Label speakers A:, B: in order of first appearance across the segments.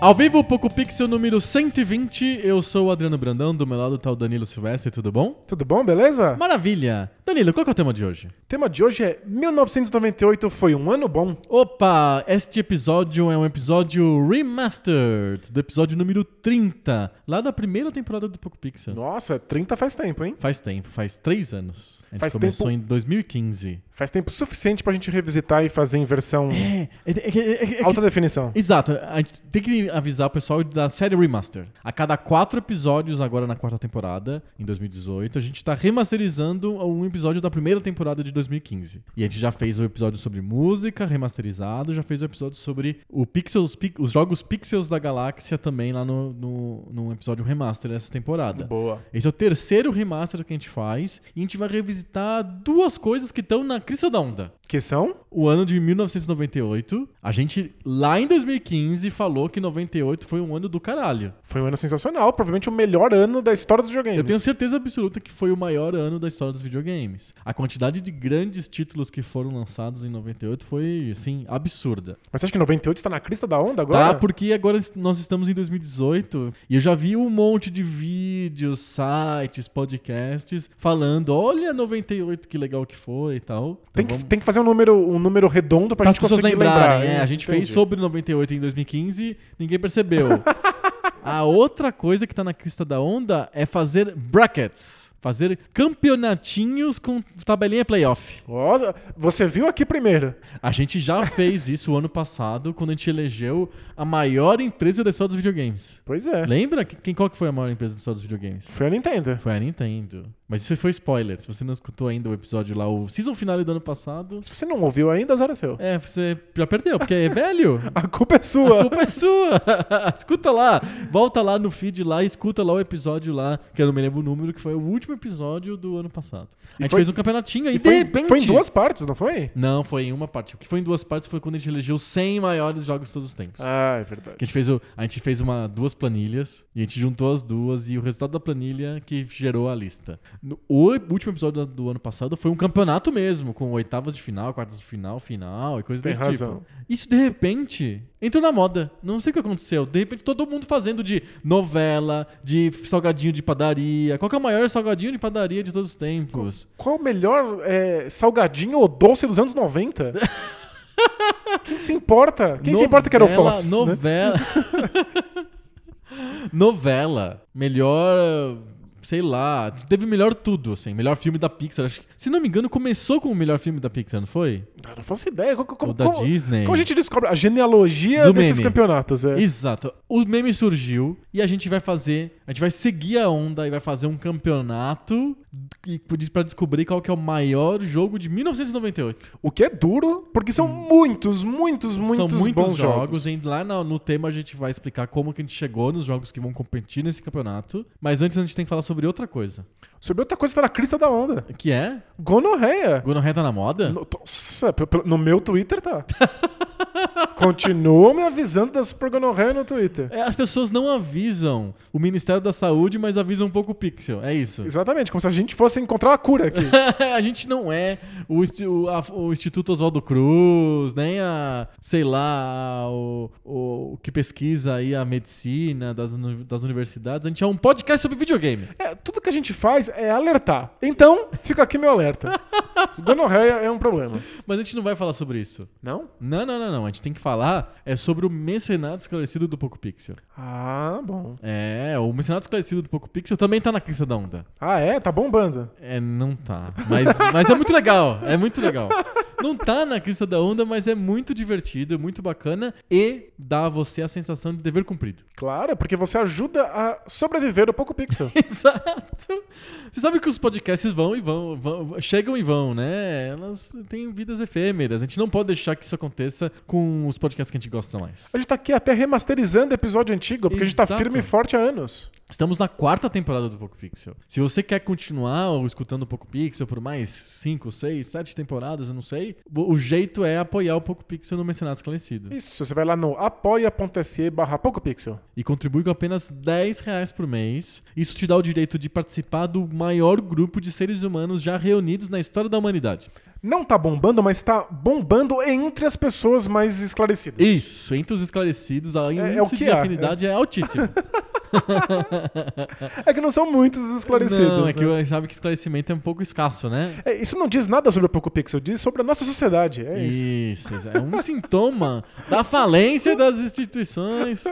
A: Ao vivo, Poco Pixel número 120, eu sou o Adriano Brandão, do meu lado tá o Danilo Silvestre, tudo bom?
B: Tudo bom, beleza?
A: Maravilha! Danilo, qual que é o tema de hoje?
B: O tema de hoje é 1998 foi um ano bom.
A: Opa, este episódio é um episódio remastered, do episódio número 30, lá da primeira temporada do Poco Pixel.
B: Nossa, 30 faz tempo, hein?
A: Faz tempo, faz três anos. A gente
B: Faz
A: começou
B: tempo-
A: em 2015.
B: Faz tempo suficiente pra gente revisitar e fazer em versão
A: É, é, é, é, é, é,
B: alta definição.
A: Exato, a gente tem que avisar o pessoal da série Remaster. A cada quatro episódios, agora na quarta temporada, em 2018, a gente tá remasterizando um episódio da primeira temporada de 2015. E a gente já fez o episódio sobre música, remasterizado, já fez o episódio sobre o Pixels, Pi- os jogos Pixels da Galáxia também lá no, no, no episódio remaster dessa temporada.
B: Boa.
A: Esse é o terceiro remaster que a gente faz e a gente vai revisitar duas coisas que estão na crista da onda
B: Que são?
A: o ano de 1998, a gente lá em 2015 falou que 98 foi um ano do caralho.
B: Foi um ano sensacional, provavelmente o melhor ano da história dos videogames.
A: Eu tenho certeza absoluta que foi o maior ano da história dos videogames. A quantidade de grandes títulos que foram lançados em 98 foi, assim, absurda.
B: Mas você acha que 98 está tá na crista da onda agora?
A: Tá? Porque agora es- nós estamos em 2018 e eu já vi um monte de vídeos, sites, podcasts falando: olha 98, que legal que foi e tal. Então
B: Tem, que,
A: vamos-
B: tem que fazer um número, um número redondo pra
A: Pra as
B: gente conseguir
A: pessoas lembrarem,
B: lembrar.
A: é,
B: hein?
A: a gente fez
B: Entendi.
A: sobre 98 em 2015, ninguém percebeu. a outra coisa que tá na crista da onda é fazer brackets. Fazer campeonatinhos com tabelinha playoff.
B: Nossa, você viu aqui primeiro.
A: A gente já fez isso o ano passado, quando a gente elegeu a maior empresa da história dos videogames.
B: Pois é.
A: Lembra? que- Quem, qual que foi a maior empresa da história dos videogames?
B: Foi a Nintendo.
A: Foi a Nintendo. Mas isso foi spoiler. Se você não escutou ainda o episódio lá, o season finale do ano passado,
B: Se você não ouviu ainda, azar é seu.
A: é, você já perdeu, porque é velho.
B: A culpa é
A: A
B: sua.
A: culpa é sua. escuta lá. Volta lá no feed lá, e escuta lá o episódio lá, que eu não me lembro o número, que foi o último episódio do ano passado. A
B: E
A: gente
B: foi-
A: fez um campeonatinho aí,
B: E
A: de
B: foi,
A: repente.
B: foi em duas partes, não foi?
A: Não, foi em uma parte. O que foi em duas partes foi quando a gente elegeu os 100 maiores jogos de todos os tempos.
B: Ah, é
A: Que
B: verdade.
A: a gente fez, o- a gente fez uma, duas planilhas e a gente juntou as duas e o resultado da planilha que gerou a lista. No, o último episódio do, do ano passado foi um campeonato mesmo, com oitavas de final, quartas de final, final e coisa
B: Você tem
A: desse
B: razão.
A: tipo. Isso de repente entrou na moda. Não sei o que aconteceu. De repente todo mundo fazendo de novela, de salgadinho de padaria. Qual que é o maior salgadinho de padaria de todos os tempos?
B: Qual o melhor é, salgadinho ou doce dos anos 90? Quem se importa? Quem se importa que era o
A: Novela,
B: Fofs? né?
A: Novela. novela. Melhor. Sei lá. Teve melhor tudo, assim. Melhor filme da Pixar. Acho que, se não me engano, começou com o melhor filme da Pixar, não foi?
B: Cara, não faço ideia. Como, como,
A: Ou da
B: como-
A: Disney.
B: como a gente descobre a genealogia
A: Do
B: desses
A: meme.
B: campeonatos? É.
A: Exato. O meme surgiu e a gente vai fazer. A gente vai seguir a onda e vai fazer um campeonato e- pra descobrir qual que é o maior jogo de 1998.
B: O que é duro, porque são muitos, muitos, muitos,
A: Hum. São muitos
B: bons
A: jogos. E lá no, no tema a gente vai explicar como que a gente chegou nos jogos que vão competir nesse campeonato. Mas antes a gente tem que falar sobre outra coisa.
B: Sobre outra coisa que tá na crista da onda.
A: Que é?
B: Gonorreia.
A: Gonorreia tá na moda?
B: No, nossa, pe- pe- no meu Twitter tá. Continuam me avisando da super gonorreia no Twitter.
A: É, as pessoas não avisam o Ministério da Saúde, mas avisam um pouco o Pixel. É isso.
B: Exatamente, como se a gente fosse encontrar uma cura aqui.
A: a gente não é o, insti- o- a- o Instituto Oswaldo Cruz, nem a, sei lá, o, o- o que pesquisa aí a medicina das, uni- das universidades. A gente é um podcast sobre videogame.
B: É, tudo que a gente faz é alertar. Então, fica aqui meu alerta. Gonorreia é um problema.
A: Mas a gente não vai falar sobre isso.
B: Não?
A: Não, não, não, não. A gente tem que falar é sobre o mecenato esclarecido do Poco Pixel.
B: Ah, bom.
A: É, o mecenato esclarecido do Poco Pixel também tá na crista da onda.
B: Ah, é? Tá bombando.
A: É, não tá. Mas, mas é muito legal. É muito legal. Não tá na crista da onda, mas é muito divertido, muito bacana e dá a você a sensação de dever cumprido.
B: Claro, porque você ajuda a sobreviver o Poco Pixel.
A: Exato. Você sabe que os podcasts vão e vão, vão- chegam e vão, né? Elas têm vidas efêmeras. A gente não pode deixar que isso aconteça com os podcasts que a gente gosta mais.
B: A gente tá aqui até remasterizando episódio antigo, porque a gente tá
A: Exato.
B: firme e forte há anos.
A: Estamos na quarta temporada do Poco Pixel. Se você quer continuar ou escutando o Poco Pixel por mais 5, 6, 7 temporadas, eu não sei, o jeito é apoiar o Poco Pixel no Mercenário Esclarecido.
B: Isso, você vai lá no apoia.se barra PocoPixel.
A: E contribui com apenas 10 reais por mês. Isso te dá o direito de participar do maior grupo de seres humanos já reunidos na história da humanidade.
B: Não tá bombando, mas tá bombando entre as pessoas mais esclarecidas.
A: Isso, entre os esclarecidos, a
B: é
A: índice
B: o que
A: de
B: há.
A: afinidade é, altíssimo.
B: É que não são muitos os esclarecidos.
A: não, é que
B: né?
A: eu- sabe que esclarecimento é um pouco escasso, né?
B: É, isso não diz nada sobre o PocoPixel, diz sobre a nossa sociedade. É isso.
A: Isso, exa- é um sintoma da falência das instituições.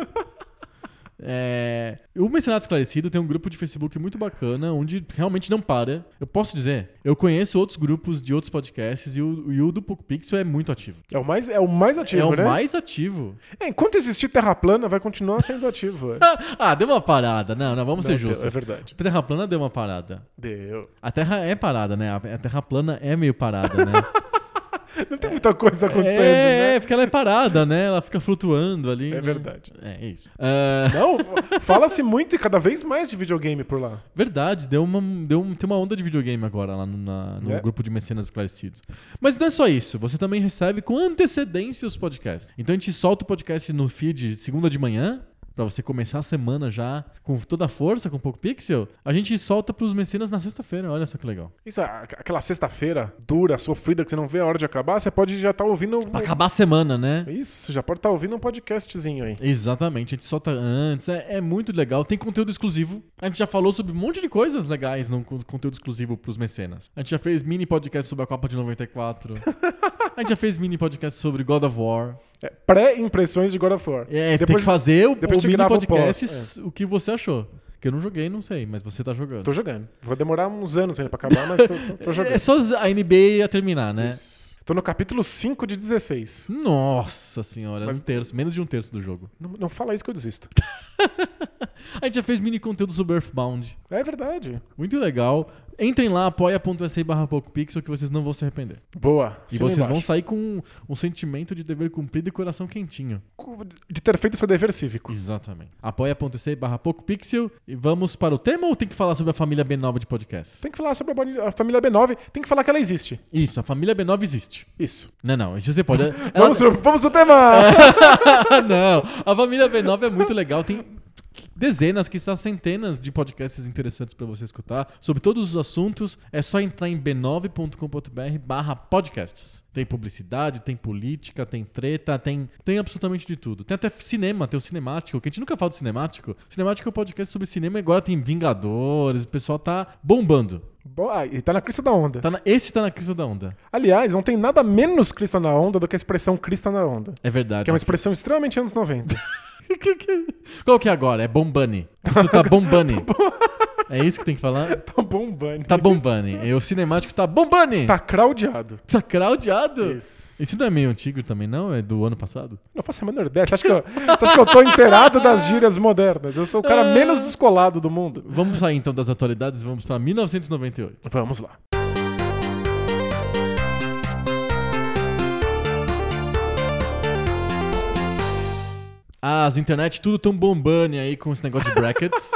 A: É, o Mercenário Esclarecido tem um grupo de Facebook muito bacana, onde realmente não para. Eu posso dizer, eu conheço outros grupos de outros podcasts e o, e o do Poco Pixel é muito ativo.
B: É o mais, é o mais
A: é
B: ativo,
A: o
B: né?
A: mais ativo.
B: É, enquanto existir Terra plana, vai continuar sendo ativo. é.
A: ah, deu uma parada. Não, não, vamos
B: Não,
A: ser justos.
B: É verdade.
A: A Terra plana deu uma parada.
B: Deu.
A: A Terra é parada, né? A a Terra plana é meio parada, né?
B: Não tem muita coisa acontecendo,
A: é,
B: né?
A: é, porque ela é parada, né? Ela fica flutuando ali.
B: É
A: né?
B: verdade.
A: É, é isso. Ah,
B: Não, fala-se muito e cada vez mais de videogame por lá.
A: Verdade, deu uma, deu um, tem uma onda de videogame agora lá no, na- no
B: É.
A: grupo de mecenas esclarecidos. Mas não é só isso, você também recebe com antecedência os podcasts. Então a gente solta o podcast no feed segunda de manhã, pra você começar a semana já com toda a força, com pouco pixel. A gente solta pros mecenas na sexta-feira, olha só que legal.
B: Isso, a- aquela sexta-feira dura, sofrida, que você não vê a hora de acabar, você pode já estar ouvindo. um-
A: Pra acabar a semana, né?
B: Isso, já pode estar ouvindo um podcastzinho aí.
A: Exatamente, a gente solta antes, é, é muito legal, tem conteúdo exclusivo. A gente já falou sobre um monte de coisas legais no con- conteúdo exclusivo pros mecenas. A gente já fez mini podcast sobre a Copa de 94. a gente já fez mini podcast sobre God of War.
B: É, Pré-impressões de God of War.
A: É, tem
B: Depois-
A: que fazer o,
B: depois a
A: o
B: gente
A: mini
B: grava o pós, é.
A: podcast s- o que você achou. Que eu não joguei, não sei, mas você tá jogando.
B: Tô jogando. Vou demorar uns anos ainda pra acabar, mas tô, tô- tô jogando.
A: É só a NBA a terminar, né?
B: Isso. Tô no capítulo 5 de 16.
A: Nossa senhora,
B: Mas-
A: um terço, menos de um terço do jogo.
B: Não, não fala isso que eu desisto.
A: A gente já fez mini conteúdo sobre Earthbound.
B: É verdade.
A: Muito legal. Entrem lá, apoia.se barra PocoPixel que vocês não vão se arrepender.
B: Boa.
A: E
B: Assina
A: vocês vão
B: embaixo.
A: sair com um, um sentimento de dever cumprido e coração quentinho.
B: De ter feito seu dever cívico.
A: Exatamente. Apoia.se barra PocoPixel e vamos para o tema ou tem que falar sobre a família B9 de podcast?
B: Tem que falar sobre a boni- a família B9. Tem que falar que ela existe.
A: Isso, a família B9 existe.
B: Isso.
A: Não, não, isso você pode... Ela-
B: Vamos, pro, vamos pro tema!
A: Ah, não! A família B9 é muito legal, tem dezenas, que são centenas de podcasts interessantes para você escutar sobre todos os assuntos. É só entrar em b9.com.br barra podcasts. Tem publicidade, tem política, tem treta, tem, tem absolutamente de tudo. Tem até cinema, tem o cinemático, que a gente nunca fala do cinemático. Cinemático é um podcast sobre cinema e agora tem Vingadores, o pessoal tá bombando.
B: Boa, e tá na crista da onda.
A: Tá na- esse tá na crista da onda.
B: Aliás, não tem nada menos crista na onda do que a expressão crista na onda.
A: É verdade.
B: Que é uma expressão extremamente anos 90.
A: Qual que é agora? É bombani. Isso tá bombani. É isso que tem que falar?
B: tá bombando.
A: Tá bombando. E o cinemático tá bombando.
B: Tá craudeado.
A: Tá craudiado.
B: Isso.
A: Isso não é meio antigo também, não? É do ano passado?
B: Não faço a menor ideia. Você acha que eu, você acha que eu tô inteirado das gírias modernas? Eu sou o cara menos descolado do mundo.
A: Vamos sair então das atualidades e vamos pra 1998.
B: Vamos lá.
A: As internet tudo tão bombando aí com esse negócio de brackets.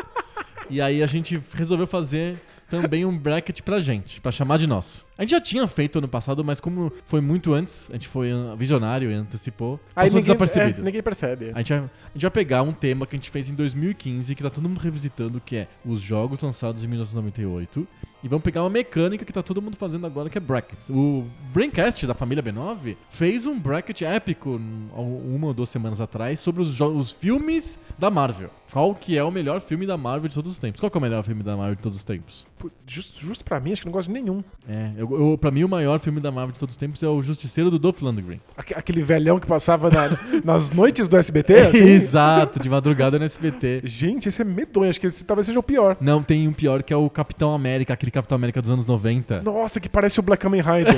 A: e aí a gente resolveu fazer também um bracket pra gente, pra chamar de nosso. A gente já tinha feito ano passado, mas como foi muito antes, a gente foi ah, visionário e antecipou,
B: Aí
A: passou
B: ninguém,
A: desapercebido.
B: é, ninguém percebe.
A: A gente, vai, a gente vai pegar um tema que a gente fez em 2015, que tá todo mundo revisitando, que é os jogos lançados em 1998. E vamos pegar uma mecânica que tá todo mundo fazendo agora, que é brackets. O Braincast da família B9 fez um bracket épico hum, há uma ou duas semanas atrás sobre os, jo- os filmes da Marvel. Qual que é o melhor filme da Marvel de todos os tempos? Qual que é o melhor filme da Marvel de todos os tempos?
B: Pô, Justo, justo pra mim, acho que não gosto de nenhum.
A: É, eu, eu- pra mim o maior filme da Marvel de todos os tempos é o Justiceiro do Dolph Lundgren.
B: Aque- Aquele velhão que passava na- nas noites do SBT. assim.
A: Exato, de madrugada no SBT.
B: Gente, esse é medonho. Acho que esse talvez seja o pior.
A: Não, tem um pior que é o Capitão América, aquele Capitão América dos anos 90.
B: Nossa, que parece o Black Kamen Rider.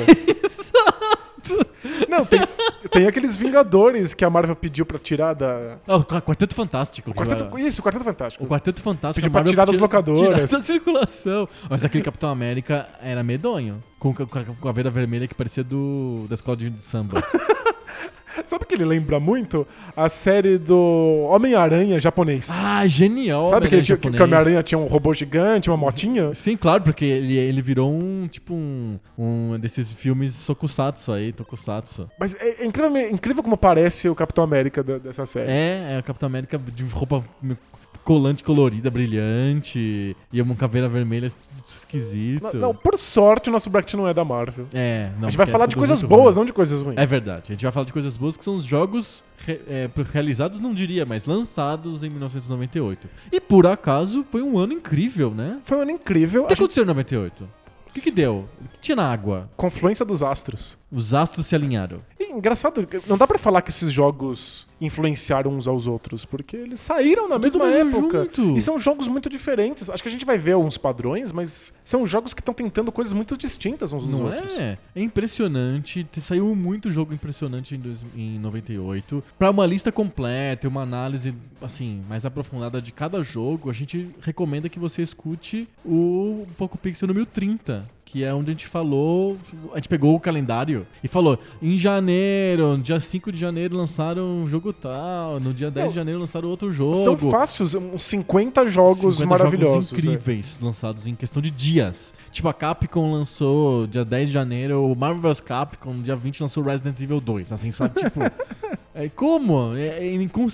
B: Não, tem, tem aqueles Vingadores que a Marvel pediu pra tirar da.
A: Ah, o Qu- Quarteto Fantástico.
B: O Quarteto, isso, o Quarteto Fantástico.
A: O Quarteto Fantástico.
B: Pediu
A: a
B: pra
A: Marvel
B: tirar das
A: tira- tirar
B: locadoras.
A: da circulação. Mas aquele Capitão América era medonho. Com, com, com a veira vermelha que parecia do, da escola de samba.
B: Sabe o que ele lembra muito? A série do Homem-Aranha japonês.
A: Ah, genial.
B: Sabe que,
A: Homem-Aranha
B: ele tinha, que
A: japonês. Uhum.
B: o Homem-Aranha tinha um robô gigante, uma motinha?
A: Sim, claro, porque ele, ele virou um, tipo, um, um desses filmes Sokusatsu aí, Tokusatsu.
B: Mas é, é incrível, é incrível como parece o Capitão América da- dessa série.
A: É, é o Capitão América de roupa meio colante colorida, brilhante, e uma caveira vermelha
B: Não,
A: esquisito.
B: não, por sorte o nosso Bract não é da Marvel.
A: É, não,
B: a gente vai
A: porque é
B: falar de
A: tudo
B: coisas
A: muito ruim.
B: boas, né? não de coisas ruins.
A: É verdade. A gente vai falar de coisas boas que são os jogos re- é, pro- realizados, não diria, mas lançados em 1998. E por acaso foi um ano incrível, né?
B: Foi um ano incrível.
A: O
B: A
A: que
B: gente-
A: aconteceu em 98? O que, que deu? O que tinha na água?
B: Confluência dos astros.
A: Os astros se alinharam.
B: E, engraçado, não dá pra falar que esses jogos influenciaram uns aos outros, porque eles saíram na mesma
A: mais
B: época.
A: junto.
B: E são jogos muito diferentes. Acho que a gente vai ver alguns padrões, mas são jogos que estão tentando coisas muito distintas uns dos
A: Não
B: outros.
A: é? É impressionante. te- Saiu muito jogo impressionante em, dois, em 98. Pra uma lista completa e uma análise assim mais aprofundada de cada jogo, a gente recomenda que você escute o Poco Pixel número 30. Que é onde a gente falou. A gente pegou o calendário e falou: em janeiro, dia 5 de janeiro lançaram um jogo tal, no dia 10
B: Não.
A: de janeiro lançaram outro jogo.
B: São fáceis, um, uns 50 jogos
A: 50
B: maravilhosos. é.
A: Jogos incríveis lançados em questão de dias. Tipo, a Capcom lançou dia 10 de janeiro, o Marvel vs Capcom, no dia 20 lançou Resident Evil 2. Assim, sabe? Tipo. é, como? É, é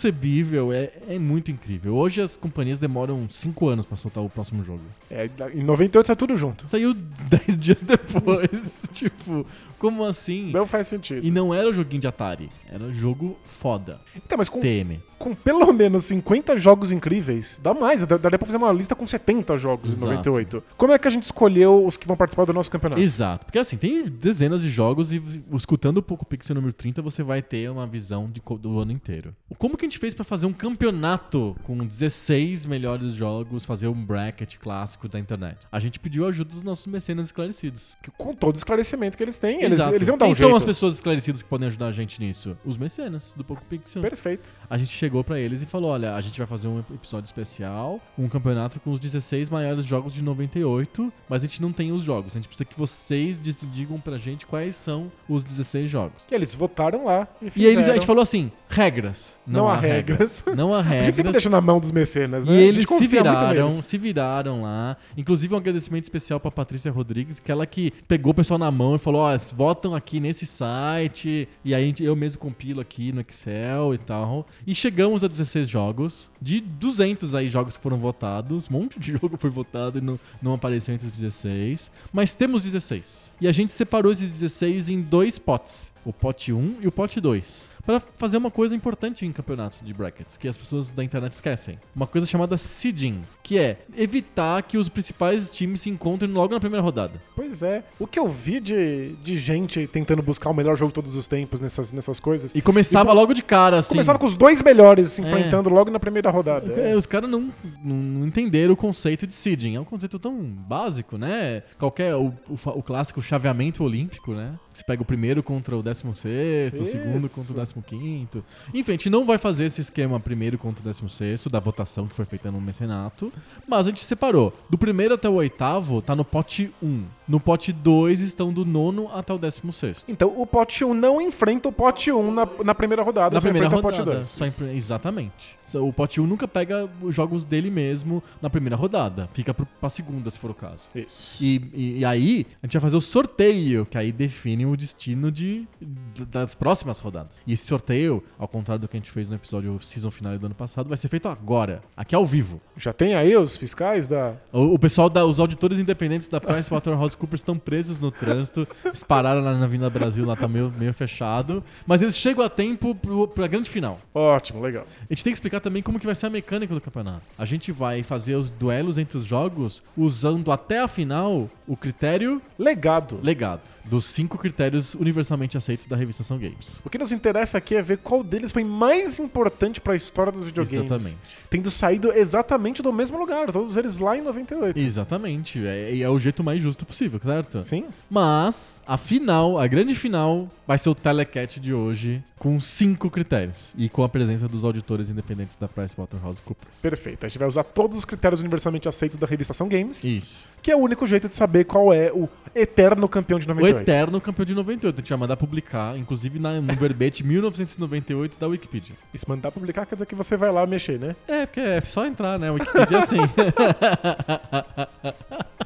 A: inconcebível, é, é muito incrível. Hoje as companhias demoram 5 anos pra soltar o próximo jogo.
B: É. É, em 98 é tudo junto.
A: Saiu 10 dias depois. tipo, como assim?
B: Não faz sentido.
A: E não era joguinho de Atari, era jogo foda.
B: Então, mas com,
A: TM.
B: com pelo menos 50 jogos incríveis, dá mais. dá- Daria pra fazer uma lista com 70 jogos
A: Exato.
B: em 98. Como é que a gente escolheu os que vão participar do nosso campeonato?
A: Exato, porque assim, tem dezenas de jogos e escutando o Poco Pixel número 30, você vai ter uma visão de co- do ano inteiro. Como que a gente fez pra fazer um campeonato com 16 melhores jogos, fazer um bracket clássico da internet? A gente pediu a ajuda dos nossos mecenas esclarecidos.
B: Com todo o esclarecimento que eles têm, eles,
A: Exato.
B: eles iam dar
A: Quem
B: um
A: são
B: jeito.
A: as pessoas esclarecidas que podem ajudar a gente nisso? Os mecenas do Poco Pixel.
B: Perfeito.
A: A gente chegou pra eles e falou: olha, a gente vai fazer um ep- episódio especial, um campeonato com os 16 maiores jogos de 98, mas a gente não tem os jogos. A gente precisa que vocês des- digam pra gente quais são os 16 jogos.
B: E eles votaram lá e
A: E aí eles, a
B: fizeram.
A: gente falou assim: regras. Não, há regras. Não há
B: A gente sempre
A: regras.
B: deixa na mão dos mecenas,
A: E
B: né? A gente
A: eles se
B: confia muito
A: viraram,
B: neles.
A: se viraram lá. Inclusive, um agradecimento especial pra Patrícia Rodrigues, que ela que pegou o pessoal na mão e falou: Ó, votam aqui nesse site. E aí a gente- eu mesmo compilo aqui no Excel e tal. E chegamos a 16 jogos. De 200 aí jogos que foram votados. Um monte de jogo foi votado e não, não apareceu entre os 16. Mas temos 16. E a gente separou esses 16 em dois potes: o pote 1 e o pote 2 para fazer uma coisa importante em campeonatos de brackets, que as pessoas da internet esquecem. Uma coisa chamada seeding, que é evitar que os principais times se encontrem logo na primeira rodada.
B: Pois é. O que eu vi de, de gente tentando buscar o melhor jogo de todos os tempos nessas, nessas coisas.
A: E É. começava logo de cara, assim.
B: Começava com os dois melhores se enfrentando logo na primeira rodada.
A: É, os caras não, não- não entenderam o conceito de seeding. É um conceito tão básico, né? Qualquer. O, o fa- o clássico chaveamento olímpico, né? Você pega o primeiro contra o 16, o segundo
B: Isso.
A: contra o 15. Enfim, a gente não vai fazer esse esquema primeiro contra o 16, da votação que foi feita no mecenato. Mas a gente separou. Do primeiro até o oitavo, tá no pote 1. No pote 2 estão do nono até o 16.
B: Então, o pote 1 não enfrenta o pote 1 na, na primeira rodada,
A: Na
B: só
A: primeira
B: enfrenta
A: rodada.
B: o é pote 2.
A: só em- Exatamente. So, O Pote 1 nunca pega os jogos dele mesmo na primeira rodada. Fica pro- pra segunda, se for o caso.
B: Isso.
A: E, e- e aí, a gente vai fazer o sorteio, que aí define o destino de, d- das próximas rodadas. E esse sorteio, ao contrário do que a gente fez no episódio season final do ano passado, vai ser feito agora, aqui ao vivo.
B: Já tem aí os fiscais da.
A: O, o pessoal, da, os auditores independentes da PricewaterhouseCoopers estão presos no trânsito. Eles pararam lá na Vinda Brasil, lá tá meio, meio fechado. Mas eles chegam a tempo pro, pra grande final.
B: Ótimo, legal.
A: A gente tem que explicar também como que vai ser a mecânica do campeonato. A gente vai fazer os duelos entre os jogos usando até a final o critério
B: Legado.
A: legado, dos cinco critérios universalmente aceitos da revista São Games.
B: O que nos interessa aqui é ver qual deles foi mais importante pra história dos videogames.
A: Exatamente.
B: Tendo saído exatamente do mesmo lugar, todos eles lá em 98.
A: Exatamente, é, e é o jeito mais justo possível, certo?
B: Sim.
A: Mas a final, a grande final, vai ser o Telecat de hoje, com cinco critérios. E com a presença dos auditores independentes da PricewaterhouseCoopers.
B: Perfeito. A gente vai usar todos os critérios universalmente aceitos da revistação Games,
A: Isso.
B: que é o único jeito de saber qual é o eterno campeão de
A: O
B: 98.
A: eterno campeão de 98. A gente vai mandar publicar, inclusive na- no verbete 1998 da Wikipedia.
B: E se mandar publicar, quer dizer que você vai lá mexer, né?
A: É, porque é só entrar, né? O Wikipedia é assim.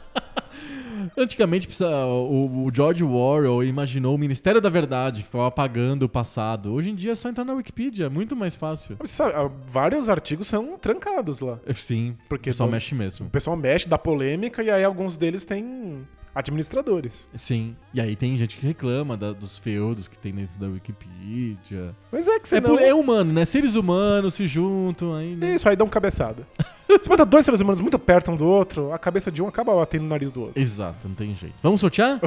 A: Antigamente, precisa- o o George Orwell imaginou o Ministério da Verdade, ficava apagando o passado. Hoje em dia é só entrar na Wikipedia, muito mais fácil. É,
B: Mas Você sabe, ah, vários artigos são trancados lá.
A: Sim,
B: Porque
A: porque só
B: bom-
A: mexe mesmo.
B: O pessoal mexe, dá polêmica, e aí alguns deles têm administradores.
A: Sim. E aí tem gente que reclama da- dos feudos que tem dentro da Wikipedia.
B: Mas é que você
A: É,
B: não...
A: por- é humano, né? Seres humanos se juntam aí. né?
B: Isso, aí dá um cabeçada. Você bota dois seres humanos muito perto um do outro, a cabeça de um acaba batendo no nariz do outro.
A: Exato, não tem jeito. Vamos sortear?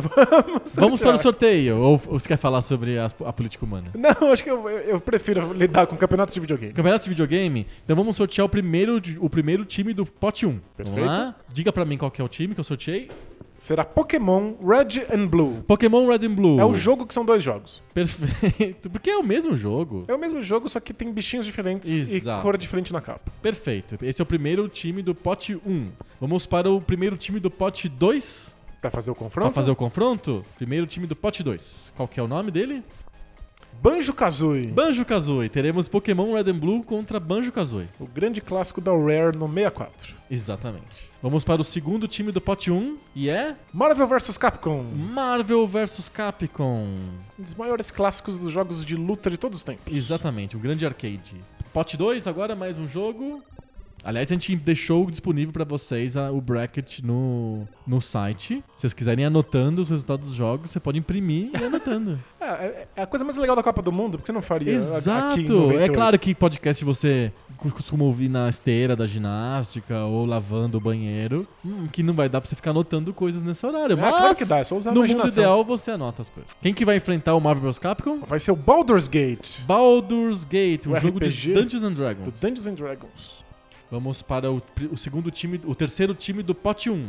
A: Vamos para o sorteio. Ou, ou você quer falar sobre as- a política humana?
B: Não, acho que eu, eu- eu prefiro lidar com campeonatos de videogame.
A: Campeonato de videogame? Então vamos sortear o primeiro, de- o primeiro time do pote 1.
B: Perfeito.
A: Vamos lá? Diga pra mim qual que é o time que eu sorteei.
B: Será Pokémon Red and Blue.
A: Pokémon Red and Blue.
B: É o jogo que são dois jogos.
A: Perfeito. Porque é o mesmo jogo.
B: É o mesmo jogo, só que tem bichinhos diferentes e
A: Exato.
B: cor diferente na capa.
A: Perfeito. Esse é o primeiro time do pote 1. Vamos para o primeiro time do pote 2?
B: Pra fazer o confronto?
A: Pra fazer o confronto? Primeiro time do pote 2. Qual que é o nome dele?
B: Banjo Kazooie,
A: Banjo Kazooie. Teremos Pokémon Red and Blue contra Banjo Kazooie.
B: o grande clássico da Rare no 64.
A: Exatamente. Vamos para o segundo time do pote 1 e é
B: Marvel vs Capcom,
A: Hum. Marvel vs Capcom.
B: um dos maiores clássicos dos jogos de luta de todos os tempos.
A: Exatamente, um grande arcade. Pote 2, agora mais um jogo. Aliás, a gente deixou disponível para vocês a- o bracket no, no site. Se vocês quiserem ir anotando os resultados dos jogos, você pode imprimir e ir anotando.
B: É, é- é a coisa mais legal da Copa do Mundo, porque você não faria a- aqui em
A: Exato!
B: 98.
A: É claro que podcast você co- costuma ouvir na esteira da ginástica ou lavando o banheiro, hum, que não vai dar pra você ficar anotando coisas nesse horário.
B: É,
A: Mas
B: claro que dá, é só usar a
A: no mundo
B: imaginação.
A: ideal você anota as coisas. Quem que vai enfrentar o Marvel vs Capcom?
B: Vai ser o Baldur's Gate,
A: Baldur's Gate, um
B: O
A: jogo
B: RPG.
A: de Dungeons and
B: do
A: Dragons.
B: Dungeons and Dragons.
A: Vamos para o, pri- o segundo time, o terceiro time do um, pote 1.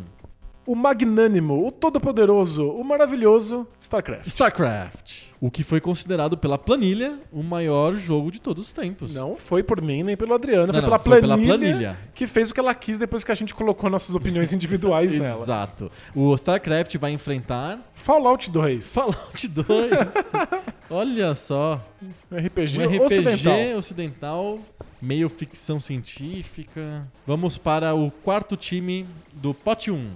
B: O magnânimo, o todo-poderoso, o maravilhoso StarCraft.
A: StarCraft. O que foi considerado pela planilha o maior jogo de todos os tempos.
B: Não foi por mim nem pelo Adriano, foi,
A: Não,
B: pela,
A: não, foi pela
B: planilha
A: planilha.
B: que fez o que ela quis depois que a gente colocou nossas opiniões individuais nela.
A: Exato. O StarCraft vai enfrentar
B: Fallout 2,
A: Fallout 2. Olha só.
B: um RPG,
A: Um RPG
B: ocidental.
A: ocidental. meio ficção científica. Vamos para o quarto time do um, Pote 1.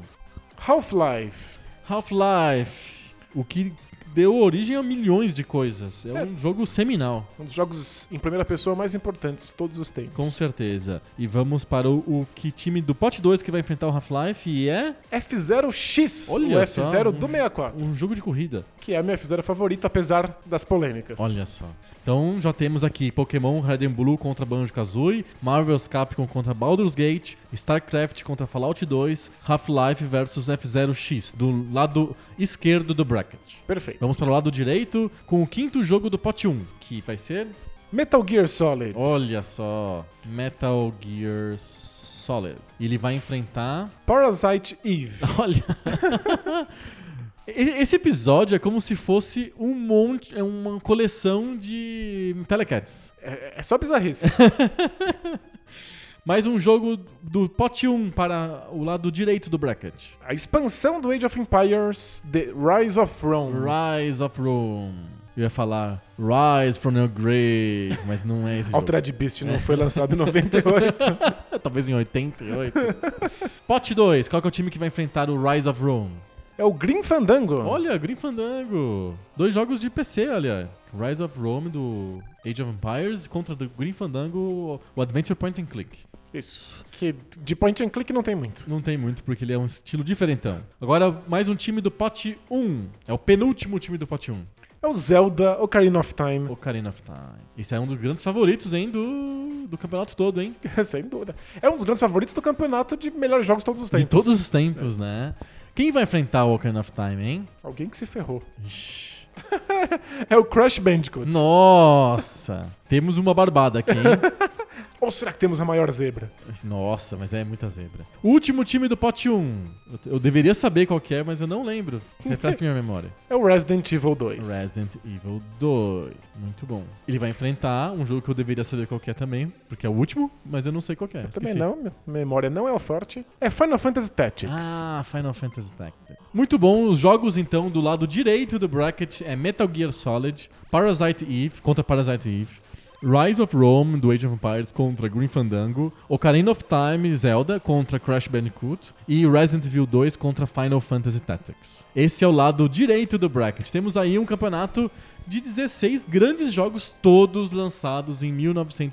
B: Half-Life,
A: Half-Life. O que deu origem a milhões de coisas. É, um jogo seminal,
B: um dos jogos em primeira pessoa mais importantes de todos os tempos.
A: com certeza. E vamos para o, o que time do Pote 2 que vai enfrentar o Half-Life e é
B: F0X, o
A: Olha só,
B: F0 do
A: um-
B: 64,
A: um jogo de corrida.
B: que é a minha F0 favorita, apesar das polêmicas.
A: Olha só. Então já temos aqui Pokémon Red and Blue contra Banjo-Kazooie, Marvel's Capcom contra Baldur's Gate, StarCraft contra Fallout 2, Half-Life versus F0X, do lado esquerdo do bracket.
B: Perfeito.
A: Vamos para o lado direito com o quinto jogo do pote 1, que vai ser,
B: Metal Gear Solid.
A: olha só, Metal Gear Solid. Ele vai enfrentar,
B: Parasite Eve.
A: olha, E- Esse episódio é como se fosse um monte, é uma coleção de telecats.
B: É, é só bizarrice.
A: Mais um jogo do pote 1 para o lado direito do bracket.
B: a expansão do Age of Empires, The Rise of Rome.
A: Rise of Rome. Eu ia falar Rise from your grave, mas não é esse jogo.
B: Altered Beast não foi lançado em 98.
A: Talvez em 88. Pote 2, qual que é o time que vai enfrentar o Rise of Rome?
B: É o Green Fandango.
A: Olha, Green Fandango. Dois jogos de PC, olha. Rise of Rome do Age of Empires contra do Green Fandango, o Adventure Point and Click.
B: Isso. Que de point and click não tem muito.
A: Não tem muito, porque ele é um estilo diferentão. Agora, mais um time do pote 1. É o penúltimo time do um. pote 1.
B: É o Zelda Ocarina of Time.
A: Ocarina of Time. Esse é um dos grandes favoritos, hein, do, do campeonato todo, hein?
B: Sem dúvida. É um dos grandes favoritos do campeonato de melhores jogos de todos os tempos.
A: De todos os tempos, né? Quem vai enfrentar o Ocarina of Time, hein?
B: Alguém que se ferrou.
A: Ixi.
B: É o Crash Bandicoot.
A: Nossa! Temos uma barbada aqui, hein?
B: Ou será que temos a maior zebra?
A: Nossa, mas é muita zebra. Último time do pote 1. Eu, eu deveria saber qual que é, mas eu não lembro. Refresca minha memória.
B: É o Resident Evil 2.
A: Resident Evil 2. Muito bom. Ele vai enfrentar um jogo que eu deveria saber qual que é também, porque é o último, mas eu não sei qual que é.
B: Eu também
A: Esqueci.
B: não, minha memória não é o forte. É Final Fantasy Tactics.
A: Ah, Final Fantasy Tactics. Muito bom, os jogos então do lado direito do bracket é Metal Gear Solid, Parasite Eve contra Parasite Eve, Rise of Rome do Age of Empires contra Green Fandango, Ocarina of Time Zelda contra Crash Bandicoot e Resident Evil 2 contra Final Fantasy Tactics. Esse é o lado direito do bracket. Temos aí um campeonato de 16 grandes jogos todos lançados em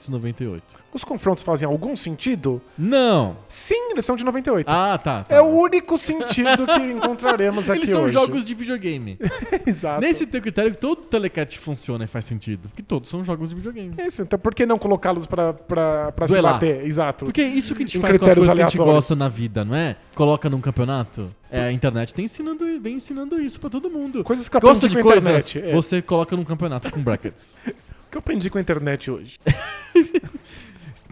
A: 1998.
B: Os confrontos fazem algum sentido?
A: Não.
B: Sim, eles são de 98.
A: Ah, tá. tá.
B: É o único sentido que encontraremos aqui
A: Eles são
B: hoje.
A: jogos de videogame.
B: Exato.
A: Nesse teu critério, todo telecat funciona e faz sentido. Porque todos são jogos de videogame.
B: É Isso, então por que não colocá-los pra, pra, pra se
A: Duelar.
B: bater? Exato.
A: Porque é isso que a gente
B: Em
A: faz com as
B: critérios
A: coisas que a gente
B: aleatórios.
A: gosta na vida, não é? Coloca num campeonato. É, a internet tá ensinando, vem ensinando isso pra todo mundo.
B: Coisas que eu
A: Gosta
B: aprendi
A: de
B: com a
A: coisas?
B: internet. é.
A: Você coloca num campeonato com brackets.
B: O que eu aprendi com a internet hoje?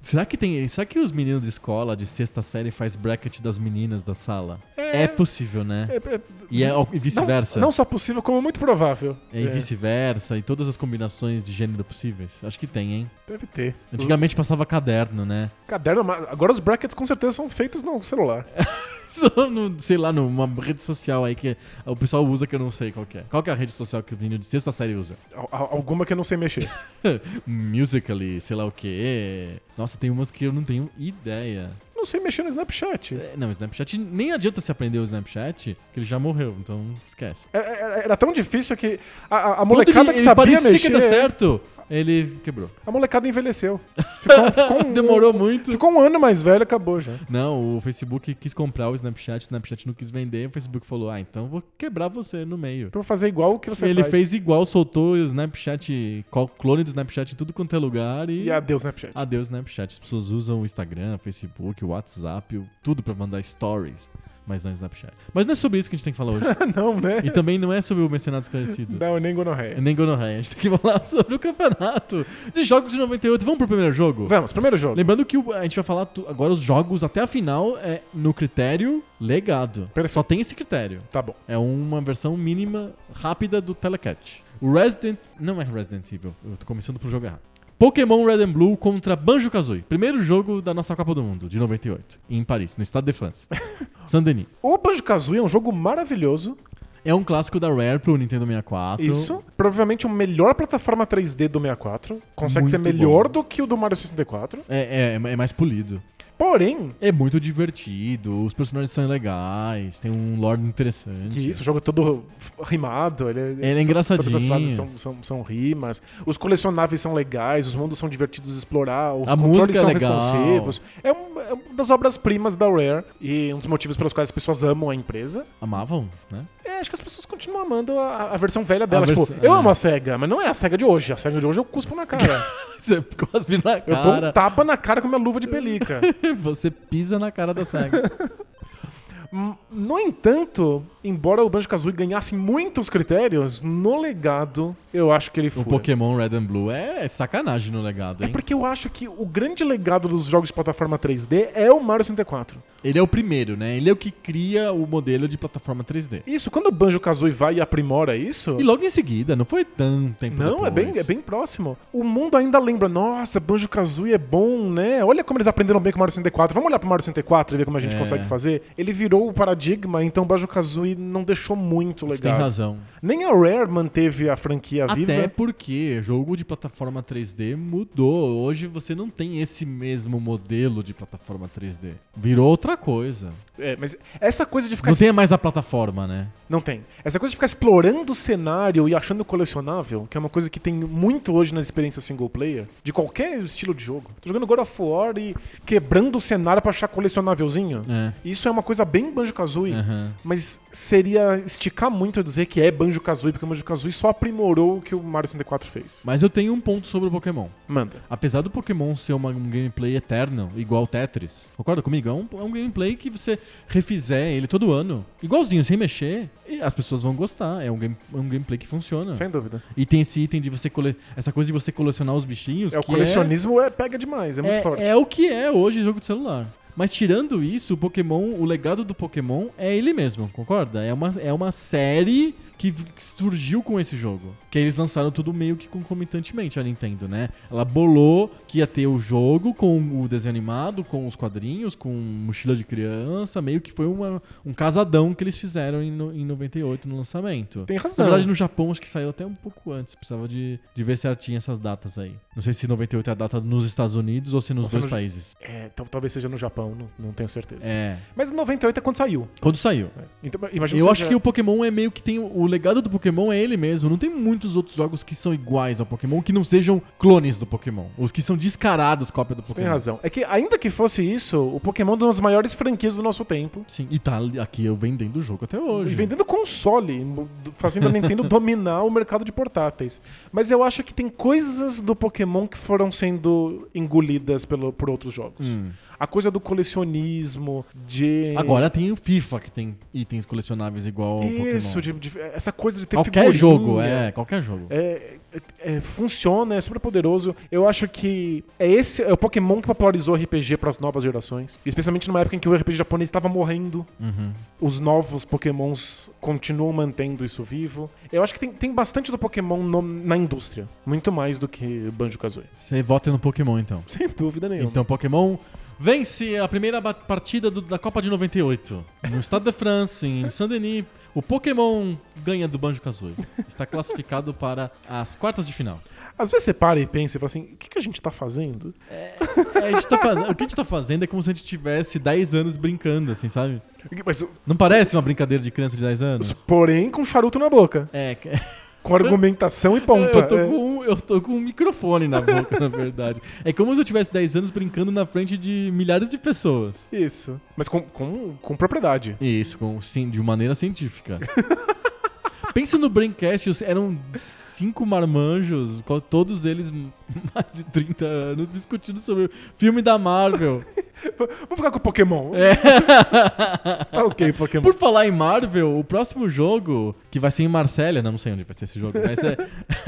A: será que tem. Será que os meninos de escola, de sexta série, faz bracket das meninas da sala? É, possível, né?
B: é- é-
A: E, é, e vice-versa.
B: Não, não só possível, como muito provável.
A: É, E vice-versa, e todas as combinações de gênero possíveis. Acho que tem, hein?
B: Deve ter.
A: Antigamente passava caderno, né?
B: Caderno, mas agora os brackets com certeza são feitos no celular.
A: Só no, sei lá, numa rede social aí que o pessoal usa que eu não sei qual que é. Qual que é a rede social que o menino de sexta série usa?
B: Al- al- Alguma que eu não sei mexer.
A: Musical.ly, sei lá o quê. Nossa, tem umas que eu não tenho ideia.
B: Não sei mexer no Snapchat.
A: É, Não, o Snapchat, nem adianta se aprender o Snapchat, que ele já morreu, então esquece.
B: Era, É, era- era tão difícil que a- a, a
A: Quando
B: molecada
A: ele,
B: que
A: ele
B: sabia
A: parecia
B: mexer,
A: que ia dar certo, ele quebrou.
B: a molecada envelheceu. Ficou, ficou um,
A: Demorou muito.
B: Ficou um ano mais velho, acabou já. Então
A: Não, o Facebook quis comprar o Snapchat, o Snapchat não quis vender, o Facebook falou, ah, então vou quebrar você no meio.
B: Então vou fazer igual o que você
A: ele
B: faz.
A: fez igual, soltou o Snapchat, co- clone do Snapchat em tudo quanto é lugar e. Ah,
B: E adeus, né, Snapchat.
A: Adeus, Snapchat. As pessoas usam o Instagram, Facebook, o WhatsApp, o- tudo pra mandar stories, mas não Snapchat. Mas não é sobre isso que a gente tem que falar hoje.
B: não, né?
A: e também não é sobre o Mercenário Esclarecido.
B: Não, nem gonorreia.
A: Nem gonorreia. A gente tem que falar sobre o campeonato de jogos de 98. Vamos pro primeiro jogo?
B: Vamos, primeiro jogo.
A: Lembrando que o- a gente vai falar tu- agora os jogos até a final é no critério legado.
B: Perfeito.
A: Só tem esse critério.
B: Tá bom.
A: É uma versão mínima, rápida do Telecat. O Resident. Não é Resident Evil, eu tô começando pro jogo errado. Pokémon Red and Blue contra Banjo Kazooie. Primeiro jogo da nossa Copa do Mundo, de 98, em Paris, no estado de França. Saint-Denis.
B: O Banjo-Kazooie é um jogo maravilhoso.
A: É um clássico da Rare pro Nintendo 64.
B: Isso. Provavelmente o melhor plataforma 3D do 64. Consegue
A: Muito
B: ser melhor
A: bom.
B: do que o do Mario 64.
A: É, é, é mais polido.
B: Porém,
A: É muito divertido, os personagens são legais, tem um lore interessante.
B: que isso, o jogo é todo f- rimado. Ele,
A: Ele é
B: to-
A: engraçadinho.
B: Todas as frases são, são, são rimas. Os colecionáveis são legais, os mundos são divertidos de explorar, os
A: A música
B: controles
A: é
B: são
A: legal.
B: responsivos. É, um- é uma das obras-primas da Rare e um dos motivos pelos quais as pessoas amam a empresa.
A: Amavam, né?
B: É, acho que as pessoas continuam amando a, a versão velha dela.
A: A
B: tipo,
A: versão-
B: eu
A: é.
B: amo a SEGA, mas não é a SEGA de hoje. A SEGA de hoje eu cuspo na cara.
A: Você cospe na
B: Eu dou um
A: cara,
B: tapa na cara com minha luva de pelica.
A: você pisa na cara da SEGA.
B: Hum, no entanto, embora o Banjo-Kazooie ganhasse muitos critérios, no legado eu acho que ele foi.
A: o Pokémon Red and Blue é sacanagem no legado,
B: É
A: hein?
B: porque eu acho que o grande legado dos jogos de plataforma 3D é o Mario 64.
A: Ele é o primeiro, né? Ele é o que cria o modelo de plataforma 3D.
B: Isso, quando o Banjo-Kazooie vai e aprimora isso...
A: E logo em seguida, não foi tanto tempo
B: Não, é bem,
A: depois.
B: é bem próximo. O mundo ainda lembra, nossa, Banjo-Kazooie é bom, né? Olha como eles aprenderam bem com o Mario 64. Vamos olhar pro Mario 64 e ver como a gente
A: É.
B: consegue fazer? Ele virou o paradigma, então o Banjo-Kazooie não deixou muito
A: Você tem
B: legado.
A: razão.
B: Nem a Rare manteve a franquia
A: Até
B: viva.
A: porque jogo de plataforma 3D mudou. Hoje você não tem esse mesmo modelo de plataforma 3D. Virou outra coisa.
B: É, mas essa coisa de ficar...
A: Não tem mais a plataforma, né?
B: Não tem. Essa coisa de ficar explorando o cenário e achando colecionável, que é uma coisa que tem muito hoje nas experiências single player, de qualquer estilo de jogo. Tô jogando God of War e quebrando o cenário pra achar colecionávelzinho.
A: É.
B: Isso é uma coisa bem Banjo-Kazooie.
A: Aham.
B: Mas seria esticar muito eu dizer que é Banjo-Kazooie, porque o Banjo-Kazooie só aprimorou o que o Mario 64 fez.
A: Mas eu tenho um ponto sobre o Pokémon.
B: Manda.
A: Apesar do Pokémon ser uma- um gameplay eterno, igual Tetris, concorda comigo? É um, é um gameplay que você refizer ele todo ano, igualzinho, sem mexer, e as pessoas vão gostar. É um, game, é um gameplay que funciona.
B: Sem dúvida.
A: E tem esse item de você cole... essa coisa de você colecionar os bichinhos.
B: É, o
A: que
B: colecionismo é- pega demais, é muito
A: é,
B: forte.
A: é o que é hoje jogo de celular. Mas tirando isso, o Pokémon, o legado do Pokémon é ele mesmo, concorda? É uma, é uma série que v- que surgiu com esse jogo. Que eles lançaram tudo meio que concomitantemente a Nintendo, né? Ela bolou que ia ter o jogo com o desenho animado, com os quadrinhos, com mochila de criança. Meio que foi uma- um casadão que eles fizeram em, no- em 98 no lançamento.
B: Você tem razão.
A: Na verdade, no Japão acho que saiu até um pouco antes. Precisava de, de ver certinho essas datas aí. Não sei se 98 é a data nos Estados Unidos ou se nos
B: Ou se
A: dois
B: no-
A: países.
B: É, tal- talvez seja no Japão, não, não tenho certeza.
A: É.
B: Mas em 98 é quando saiu.
A: Quando saiu.
B: É. Então, imagino
A: Eu
B: seja-
A: acho que o Pokémon é meio que tem. O legado do Pokémon é ele mesmo. Não tem muitos outros jogos que são iguais ao Pokémon que não sejam clones do Pokémon. Os que são descarados cópia do
B: Você
A: Pokémon.
B: tem razão. É que, ainda que fosse isso, o Pokémon é uma das maiores franquias do nosso tempo.
A: Sim. E tá ali- aqui eu vendendo o jogo até hoje.
B: E vendendo console, fazendo a Nintendo dominar o mercado de portáteis. Mas eu acho que tem coisas do Pokémon que foram sendo engolidas pelo, por outros jogos.
A: Hum.
B: A coisa do colecionismo, de.
A: Agora tem o FIFA que tem itens colecionáveis igual ao
B: Isso,
A: Pokémon.
B: de- de- essa coisa de ter
A: Qualquer jogo,
B: figurinha.
A: é, qualquer jogo.
B: É, é, é, funciona, é super poderoso. Eu acho que é esse é o Pokémon que popularizou RPG para as novas gerações, especialmente numa época em que o RPG japonês estava morrendo.
A: Uhum.
B: Os novos Pokémons continuam mantendo isso vivo. Eu acho que tem, tem bastante do Pokémon no- na indústria, muito mais do que Banjo Kazooie.
A: Você vota no Pokémon então.
B: Sem dúvida nenhuma.
A: Então, Pokémon vence a primeira ba- partida do- da Copa de 98. No Estado da França, em Saint-Denis, o Pokémon ganha do Banjo-Kazooie. Está classificado para as quartas de final.
B: Às vezes você para e pensa e fala assim: o que, que a gente tá fazendo?
A: É, a gente tá fazendo- o que a gente tá fazendo é como se a gente tivesse 10 anos brincando, assim, sabe?
B: Mas,
A: Não parece uma brincadeira de criança de 10 anos?
B: porém, com charuto na boca,
A: É, que-
B: com argumentação e pompa.
A: eu, tô
B: É.
A: com, um- eu tô com um microfone na boca, na verdade. É como se eu tivesse 10 anos brincando na frente de milhares de pessoas.
B: Isso. Mas com, com, com propriedade.
A: Isso, com, sim, de maneira científica. Pensa no Braincast, eram cinco marmanjos, co- todos eles mais de 30 anos, discutindo sobre o filme da Marvel.
B: Vou ficar com o Pokémon. Tá ok, Pokémon.
A: Por falar em Marvel, o próximo jogo, que vai ser em Marsella, não sei onde vai ser esse jogo, mas é,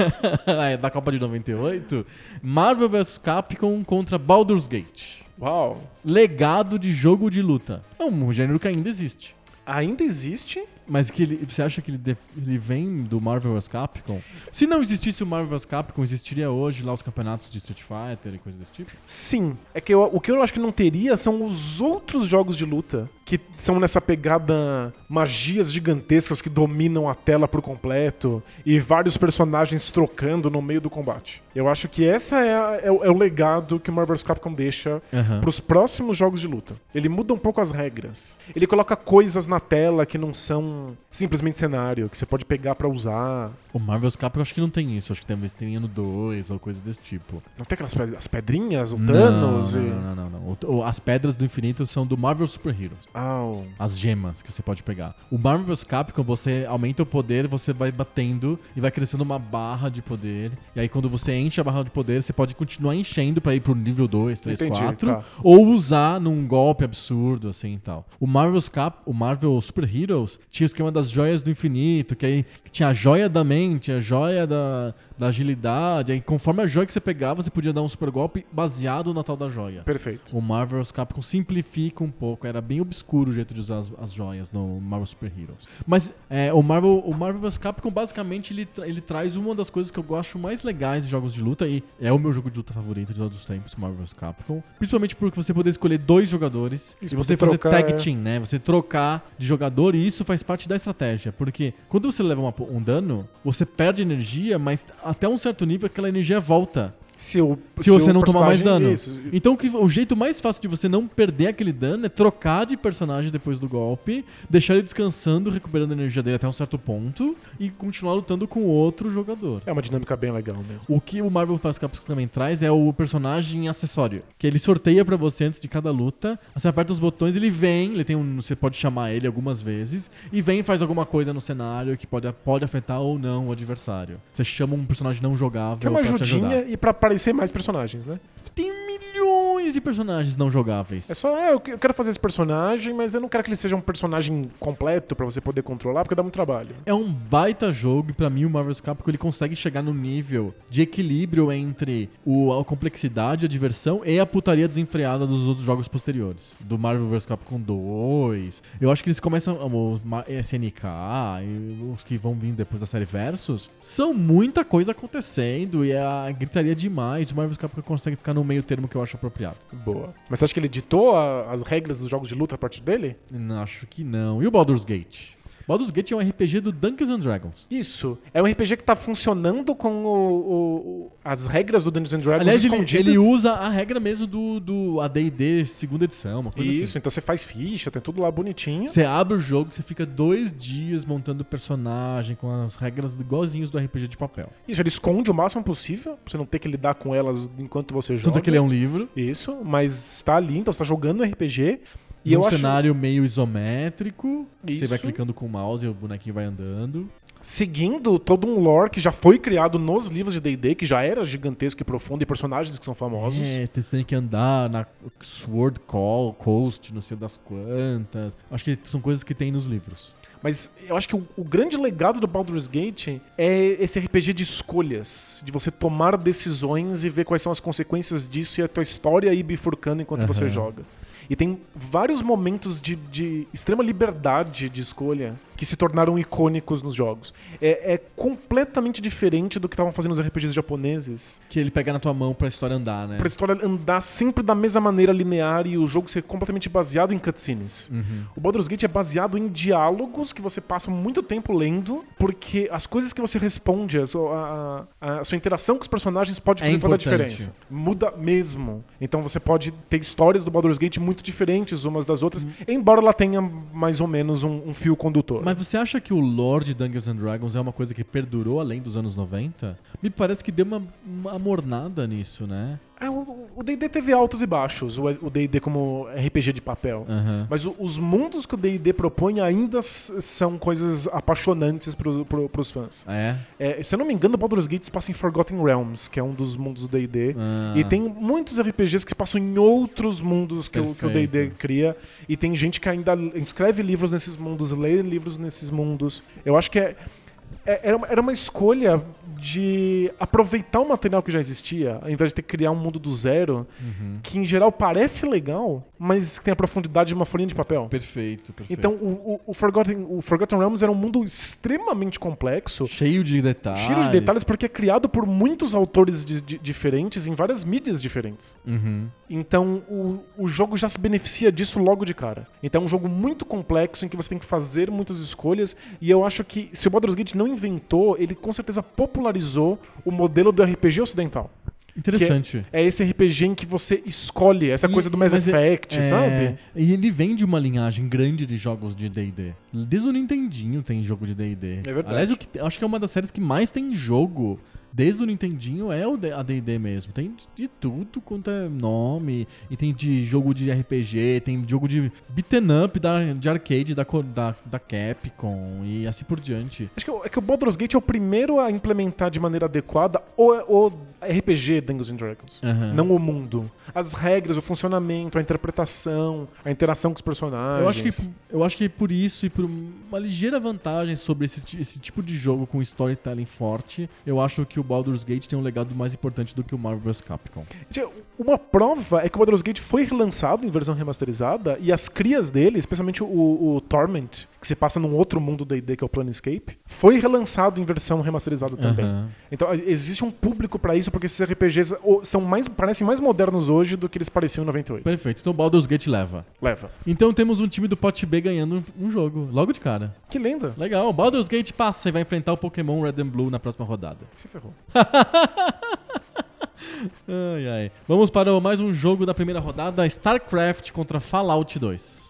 A: é da Copa de 98, Marvel vs Capcom contra Baldur's Gate.
B: Uau.
A: Legado de jogo de luta. É um gênero que ainda existe.
B: Ainda existe?
A: Mas que ele, você acha que ele, de- ele vem do Marvel vs Capcom? Se não existisse o Marvel vs Capcom, existiria hoje lá os campeonatos de Street Fighter e coisa desse tipo?
B: Sim. É que eu- o que eu acho que não teria são os outros jogos de luta que são nessa pegada magias gigantescas que dominam a tela por completo e vários personagens trocando no meio do combate. Eu acho que essa é, a- é o- é o legado que o Marvel vs. Capcom deixa
A: Aham.
B: pros próximos jogos de luta. Ele muda um pouco as regras. Ele coloca coisas na tela que não são simplesmente cenário, que você pode pegar pra usar.
A: O Marvel vs Capcom eu acho que não tem isso. Acho que talvez tenha no 2 ou coisa desse tipo.
B: Não tem aquelas pe- as pedrinhas, o
A: Não,
B: Thanos
A: não,
B: e.
A: não, não, não, não. O- o- as pedras do infinito são do Marvel Super Heroes.
B: Ah, o-
A: As gemas que você pode pegar. O Marvel vs Capcom, você aumenta o poder, você vai batendo e vai crescendo uma barra de poder. E aí, quando você enche a barra de poder, você pode continuar enchendo pra ir pro nível 2, 3,
B: Entendi,
A: 4.
B: tá.
A: Ou usar num golpe absurdo, assim e tal. O Marvel's Cap, o Marvel Super Heroes, tinha o esquema das joias do infinito, que aí tinha a joia da mente, a joia da, da agilidade. Aí, conforme a joia que você pegava, você podia dar um super golpe baseado na tal da joia.
B: Perfeito.
A: O Marvel's Capcom simplifica um pouco, era bem obscuro o jeito de usar as, as joias no Marvel Super Heroes. Mas é, o Marvel o Marvel's Capcom basicamente ele, tra- ele traz uma das coisas que eu acho mais legais de jogos de luta e é o meu jogo de luta favorito de todos os tempos, o Marvel's Capcom. Principalmente porque você poder escolher dois jogadores
B: Isso,
A: e você
B: poder
A: fazer
B: trocar,
A: tag
B: é.
A: team, né? Você trocar de jogador e isso faz parte da estratégia, porque quando você leva uma po- um dano, você perde energia, mas até um certo nível aquela energia volta.
B: se o
A: se você
B: o
A: não tomar mais
B: personagem-
A: dano.
B: Isso.
A: Então o que- o jeito mais fácil de você não perder aquele dano é trocar de personagem depois do golpe, deixar ele descansando, recuperando a energia dele até um certo ponto e continuar lutando com outro jogador.
B: É uma dinâmica bem legal mesmo.
A: O que o Marvel Fast Capsule também traz é o personagem acessório, que ele sorteia pra você antes de cada luta. Você aperta os botões, ele vem, ele tem um, você pode chamar ele algumas vezes e vem e faz alguma coisa no cenário que pode, pode afetar ou não o adversário. Você chama um personagem não jogável
B: Que é uma
A: pra te ajudar.
B: ajudinha e pra aparecer mais personagens, né?
A: Tem milhões de personagens não jogáveis.
B: É só, é, eu que- eu quero fazer esse personagem, mas eu não quero que ele seja um personagem completo pra você poder controlar, porque dá muito trabalho.
A: É um baita jogo e pra mim o Marvel's Capcom ele consegue chegar no nível de equilíbrio entre o, a complexidade, a diversão e a putaria desenfreada dos outros jogos posteriores. Do Marvel vs Capcom 2. Eu acho que eles começam o Ma- SNK e os que vão vir depois da série Versus, são muita coisa acontecendo e é a gritaria demais. O Marvel's Capcom consegue ficar no meio termo que eu acho apropriado.
B: Boa. Mas você acha que ele editou a- as regras dos jogos de luta a partir dele?
A: Não, Acho que não. E o Baldur's Gate? Baldur's Gate é um RPG do Dungeons and Dragons.
B: Isso. É um RPG que tá funcionando com o- o- as regras do Dungeons and Dragons
A: Aliás, ele,
B: escondidas.
A: ele usa a regra mesmo do, do ADD segunda edição, uma coisa
B: Isso,
A: assim.
B: então você faz ficha, tem tudo lá bonitinho.
A: Você abre o jogo, você fica dois dias montando o personagem com as regras igualzinhos do RPG de papel.
B: Isso, ele esconde o máximo possível, pra você não ter que lidar com elas enquanto você joga.
A: Tanto que ele é um livro,
B: Isso, mas tá ali, então você tá jogando RPG. E
A: e um
B: eu acho-
A: cenário meio isométrico. Você
B: Isso.
A: vai clicando com o mouse e o bonequinho vai andando.
B: seguindo todo um lore que já foi criado nos livros de D&D, que já era gigantesco e profundo, e personagens que são famosos.
A: É, você tem que andar na Sword Call, Coast, não sei das quantas. Acho que são coisas que tem nos livros.
B: Mas eu acho que o, o grande legado do Baldur's Gate é esse RPG de escolhas, de você tomar decisões e ver quais são as consequências disso e a tua história ir bifurcando enquanto você joga. E tem vários momentos de, de extrema liberdade de escolha que se tornaram icônicos nos jogos. É, é completamente diferente do que estavam fazendo os RPGs japoneses,
A: Que ele pega na tua mão pra história andar, né?
B: pra história andar sempre da mesma maneira linear e o jogo ser completamente baseado em cutscenes.
A: Uhum.
B: O Baldur's Gate é baseado em diálogos que você passa muito tempo lendo, porque as coisas que você responde, a sua, a- a- a sua interação com os personagens pode
A: É
B: fazer toda a
A: importante.
B: diferença. Muda mesmo. Então você pode ter histórias do Baldur's Gate muito diferentes umas das outras,
A: Uhum.
B: embora ela tenha mais ou menos um, um fio condutor.
A: Mas você acha que o Lord Dungeons and Dragons é uma coisa que perdurou além dos anos 90? Me parece que deu uma, uma amornada nisso, né?
B: É, o o D&D teve altos e baixos, o o D&D como RPG de papel.
A: Aham.
B: Mas o- os mundos que o D&D propõe ainda s- são coisas apaixonantes pro, pro, pros fãs.
A: É?
B: É, se eu não me engano, Baldur's Gate se passa em Forgotten Realms, que é um dos mundos do D&D.
A: Ah.
B: E tem muitos RPGs que se passam em outros mundos que o que o
A: Perfeito.
B: D&D cria. E tem gente que ainda escreve livros nesses mundos, lê livros nesses mundos. Eu acho que é, é- era, uma, era uma escolha de aproveitar o material que já existia, ao invés de ter que criar um mundo do zero,
A: Uhum.
B: que em geral parece legal, mas que tem a profundidade de uma folhinha de papel.
A: Perfeito, perfeito.
B: Então, o, o- o Forgotten, o Forgotten Realms era um mundo extremamente complexo,
A: cheio de detalhes.
B: cheio de detalhes, porque é criado por muitos autores de- de- diferentes em várias mídias diferentes.
A: Uhum.
B: Então, o, o jogo já se beneficia disso logo de cara. Então, é um jogo muito complexo em que você tem que fazer muitas escolhas. E eu acho que, se o Baldur's Gate não inventou, ele com certeza popularizou o modelo do RPG ocidental. Que é-
A: Interessante.
B: É, esse RPG em que você escolhe, essa
A: E-
B: coisa do Mass
A: mas é-
B: Effect,
A: é,
B: sabe?
A: E ele vem de uma linhagem grande de jogos de D&D. Desde o Nintendinho tem jogo de D&D.
B: É verdade.
A: Aliás, o que- acho que é uma das séries que mais tem jogo desde o Nintendinho é o D- a D&D mesmo. Tem de tudo quanto é nome. E tem de jogo de RPG, tem jogo de beaten up da, de arcade da, co- da, da Capcom e assim por diante.
B: Acho que, o- é que o Baldur's Gate é o primeiro a implementar de maneira adequada o, o RPG Dungeons and Dragons.
A: Aham.
B: Não o mundo. As regras, o funcionamento, a interpretação, a interação com os personagens.
A: Eu acho, que, eu acho que por isso e por uma ligeira vantagem sobre esse, ti- esse tipo de jogo com storytelling forte, eu acho que o Baldur's Gate tem um legado mais importante do que o Marvel vs. Capcom.
B: Gente, Uma prova é que o Baldur's Gate foi relançado em versão remasterizada e as crias dele, especialmente o, o Torment, que se passa num outro mundo D&D que é o Planescape, foi relançado em versão remasterizada também.
A: Aham.
B: Então a- existe um público pra isso porque esses RPGs o- são mais parecem mais modernos hoje do que eles pareciam em 98.
A: Perfeito, então o Baldur's Gate leva.
B: Leva.
A: Então temos um time do Pot B ganhando um jogo, logo de cara.
B: Que lenda.
A: Legal, Baldur's Gate passa e vai enfrentar o Pokémon Red and Blue na próxima rodada.
B: Se ferrou.
A: Ai, ai. Vamos para mais um jogo da primeira rodada, StarCraft contra Fallout 2.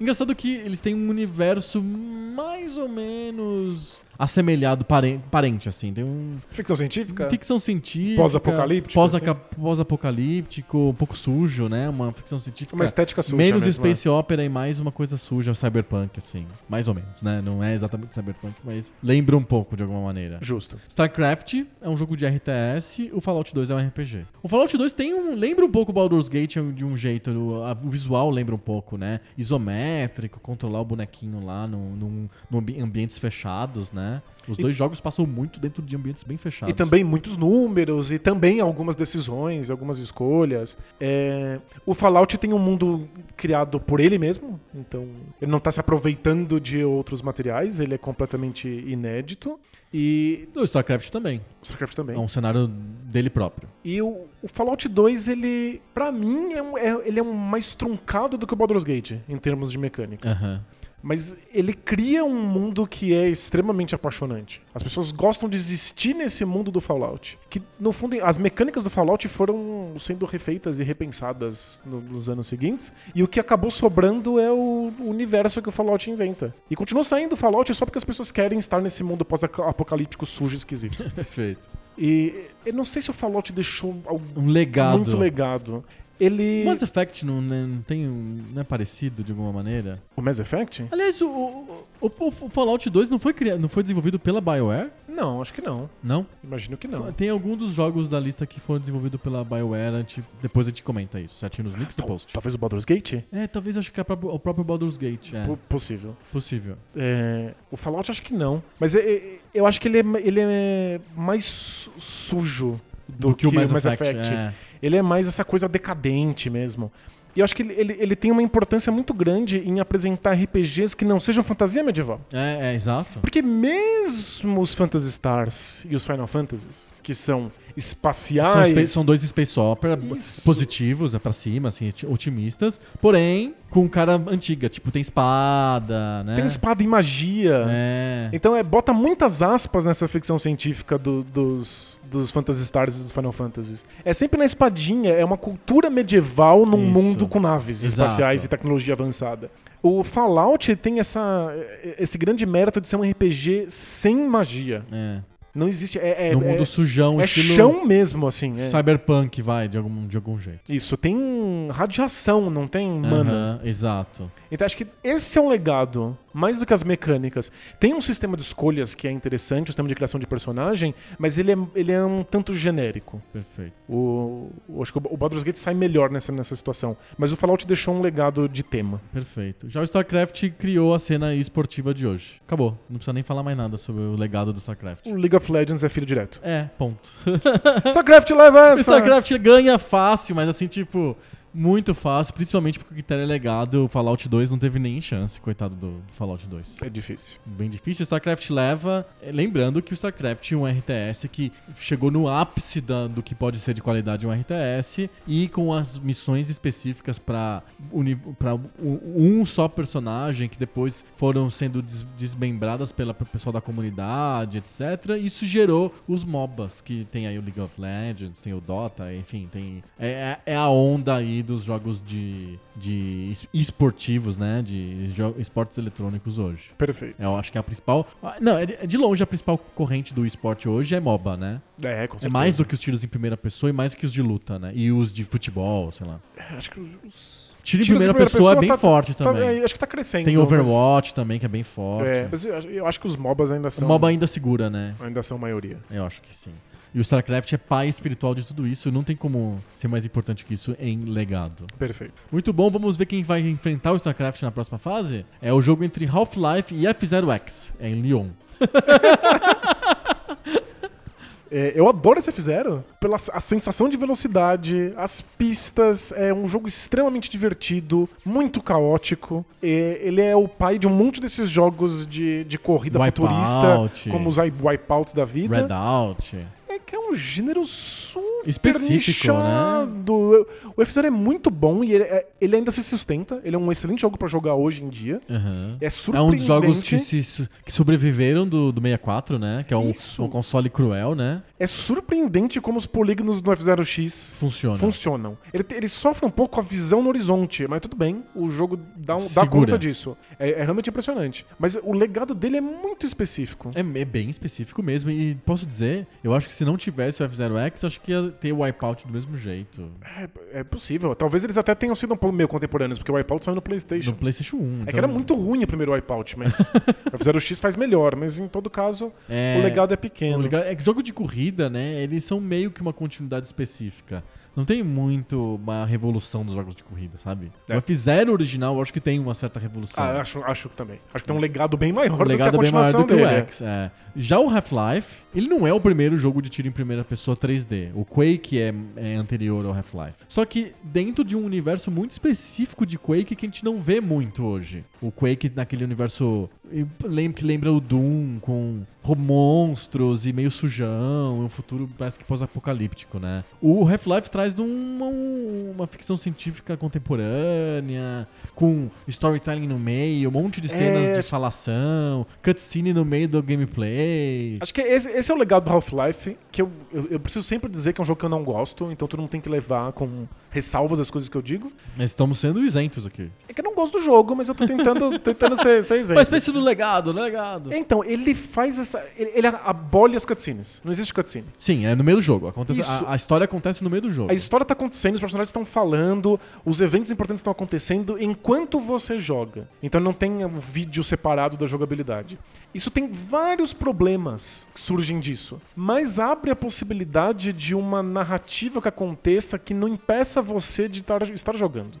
A: Engraçado que eles têm um universo mais ou menos assemelhado, paren- parente, assim. Tem um
B: Ficção científica?
A: ficção científica.
B: Pós-apocalíptico, assim?
A: pós-aca- Pós-apocalíptico, um pouco sujo, né? Uma ficção científica.
B: Uma estética suja.
A: menos
B: mesmo, né?
A: space opera e mais uma coisa suja, cyberpunk, assim. Mais ou menos, né? Não é exatamente cyberpunk, mas lembra um pouco de alguma maneira.
B: é. Justo.
A: StarCraft é um jogo de RTS, o Fallout 2 é um RPG. O Fallout 2 tem um. Lembra um pouco o Baldur's Gate de um jeito, o, a- o visual lembra um pouco, né? Isométrico, controlar o bonequinho lá num, num, num ambi- ambientes fechados, né? Os dois jogos passam muito dentro de ambientes bem fechados.
B: E também muitos números, e também algumas decisões, algumas escolhas. É, O Fallout tem um mundo criado por ele mesmo, então ele não está se aproveitando de outros materiais, ele é completamente inédito. E
A: O StarCraft também.
B: o StarCraft também.
A: É um cenário dele próprio.
B: E o, o Fallout 2, ele, pra mim, é um- é- ele é um mais truncado do que o Baldur's Gate, em termos de mecânica.
A: Aham.
B: Mas ele cria um mundo que é extremamente apaixonante. As pessoas gostam de existir nesse mundo do Fallout. Que, no fundo, as mecânicas do Fallout foram sendo refeitas e repensadas no- nos anos seguintes. E o que acabou sobrando é o universo que o Fallout inventa. E continua saindo Fallout só porque as pessoas querem estar nesse mundo pós-apocalíptico sujo e esquisito.
A: Perfeito.
B: e eu não sei se o Fallout deixou algum
A: Um legado.
B: muito legado. Ele.
A: Mass Effect não, não tem um. não é parecido de alguma maneira?
B: O Mass Effect?
A: Aliás, o, o, o- o Fallout 2 não foi, criado, não foi desenvolvido pela BioWare?
B: Não, acho que não.
A: Não?
B: Imagino que não.
A: Tem algum dos jogos da lista que foram desenvolvidos pela BioWare. a gente- depois a gente comenta isso, certinho nos
B: Ah,
A: links do post.
B: Talvez o Baldur's Gate?
A: É, talvez acho que é o próprio- o próprio Baldur's Gate. É,
B: Po- possível.
A: possível.
B: É, o Fallout acho que não. Mas é- é- eu acho que ele é, ma- ele é mais su- sujo do, que, o Mass, Effect.
A: é.
B: Ele é mais essa coisa decadente mesmo. E eu acho que ele, ele, ele tem uma importância muito grande em apresentar RPGs que não sejam fantasia medieval.
A: É, é, exato.
B: Porque mesmo os Phantasy Stars e os Final Fantasies, que são
A: São,
B: espaciais...
A: spa- são dois space opera b-
B: Ah, Isso.
A: positivos, é pra cima, assim, oti- otimistas. Porém, com cara antiga, tipo, tem espada, né?
B: Tem espada e magia.
A: É.
B: Então é, bota muitas aspas nessa ficção científica do- dos, dos Phantasy Stars e dos Final Fantasies. É sempre na espadinha, é uma cultura medieval num
A: Isso.
B: mundo com naves
A: Exato.
B: espaciais e tecnologia avançada. O Fallout tem essa, esse grande mérito de ser um RPG sem magia.
A: é.
B: Não existe. É, é,
A: no mundo
B: é-
A: sujão,
B: é
A: estilo
B: chão mesmo, assim. é.
A: cyberpunk, vai, de algum, de algum jeito.
B: Isso, tem radiação, não tem mana.
A: Aham, exato.
B: Então acho que esse é um legado, mais do que as mecânicas. Tem um sistema de escolhas que é interessante, um sistema de criação de personagem, mas ele é, ele é um tanto genérico.
A: Perfeito.
B: O, o- acho que o Baldur's Gate sai melhor nessa, nessa situação. Mas o Fallout deixou um legado de tema.
A: Perfeito. Já o StarCraft criou a cena esportiva de hoje. Acabou. Não precisa nem falar mais nada sobre o legado do StarCraft.
B: O League of Legends é filho direto.
A: É, ponto.
B: StarCraft leva
A: O
B: essa!
A: StarCraft ganha fácil, mas assim, tipo, muito fácil, principalmente porque o critério é legado. O Fallout 2 não teve nem chance, coitado do do Fallout 2.
B: É difícil.
A: Bem difícil. O StarCraft leva. eh, Lembrando que o StarCraft é um RTS que chegou no ápice da- do que pode ser de qualidade um RTS e com as missões específicas para um só personagem que depois foram sendo des- desmembradas pela pelo pessoal da comunidade, etc. Isso gerou os MOBAs que tem aí o League of Legends, tem o Dota, enfim, tem é, é- é a onda aí dos jogos de, de es- esportivos, né, de jo- esportes eletrônicos hoje.
B: Perfeito.
A: Eu acho que é a principal. ah, Não, é de- é de longe a principal corrente do esporte hoje é MOBA, né?
B: É, com
A: É
B: certeza.
A: mais do que os tiros em primeira pessoa e mais que os de luta, né? E os de futebol, sei lá.
B: Acho que os- os-
A: Tiro em
B: Tiros
A: primeira, pessoa, é bem
B: tá-
A: forte
B: tá-
A: também.
B: é, acho que tá crescendo.
A: Tem
B: mas-
A: Overwatch também, que é bem forte.
B: É, mas eu, eu acho que os MOBAs ainda
A: O
B: são.
A: MOBA ainda segura, né?
B: Ainda são maioria.
A: Eu acho que sim. E o StarCraft é pai espiritual de tudo isso, não tem como ser mais importante que isso em legado.
B: Perfeito.
A: Muito bom, vamos ver quem vai enfrentar o StarCraft na próxima fase. É o jogo entre Half-Life e F-Zero-X, é em Lyon.
B: É, eu adoro esse fizeram pela a sensação de velocidade, as pistas, é um jogo extremamente divertido, muito caótico. É, ele é o pai de um monte desses jogos de, de corrida
A: Wipeout.
B: futurista, como os i- Wipeouts da vida.
A: Redout.
B: É que é um um gênero super
A: Específico, né?
B: nichado. O f é muito bom e ele, é- ele ainda se sustenta. Ele é um excelente jogo pra jogar hoje em dia.
A: Aham.
B: É
A: É
B: surpreendente.
A: um dos jogos que, se, su- que sobreviveram do, do 64, né? Que é um,
B: Isso.
A: um console cruel, né?
B: É surpreendente como os polígonos do F0X
A: Funciona.
B: funcionam. Ele, te- ele sofre um pouco com a visão no horizonte, mas tudo bem. O jogo dá, um- dá
A: Segura.
B: conta disso. É, é realmente impressionante. Mas o legado dele é muito específico.
A: É, é bem específico mesmo. E posso dizer, eu acho que se não tivesse o F0X, eu acho que ia ter o Wipeout do mesmo jeito.
B: É, é possível. Talvez eles até tenham sido um pouco meio contemporâneos, porque o Wipeout saiu no PlayStation.
A: No PlayStation 1.
B: É
A: então-
B: que era muito ruim o primeiro Wipeout, mas o F0X faz melhor. Mas em todo caso,
A: É,
B: o legado é pequeno.
A: o legal- É que jogo de corrida, né? Eles são meio que uma continuidade específica. Não tem muito uma revolução dos jogos de corrida, sabe?
B: É.
A: O F0 original, eu acho que tem uma certa revolução.
B: Ah, acho, acho que também. Acho que tem um legado bem maior
A: Um é legado
B: do que a
A: bem maior
B: continuação
A: do que o
B: dele.
A: X. é. Já o Half-Life, ele não é o primeiro jogo de tiro em primeira pessoa 3D. O Quake é, é anterior ao Half-Life. Só que dentro de um universo muito específico de Quake que a gente não vê muito hoje. O Quake naquele universo eh, lem- que lembra o Doom, com ro- monstros e meio sujão, um futuro parece que pós-apocalíptico, né? O Half-Life traz numa- uma ficção científica contemporânea, com storytelling no meio, um monte de cenas
B: É,
A: de falação, cutscene no meio do gameplay.
B: Acho que esse, esse é o legado do Half-Life, que eu, eu, eu preciso sempre dizer que é um jogo que eu não gosto, então tu não tem que levar com ressalvas as coisas que eu digo.
A: Mas estamos sendo isentos aqui.
B: É que eu não gosto do jogo, mas eu tô tentando, tentando ser, ser exemplo.
A: Mas pense no legado, no legado.
B: Então, ele faz essa. Ele, ele abole as cutscenes. Não existe cutscene.
A: Sim, é no meio do jogo. Acontece,
B: Isso.
A: a, a história acontece no meio do jogo.
B: A história tá acontecendo, os personagens estão falando, os eventos importantes estão acontecendo enquanto você joga. Então não tem um vídeo separado da jogabilidade. Isso tem vários problemas que surgem disso, mas abre a possibilidade de uma narrativa que aconteça que não impeça você de tar- estar jogando.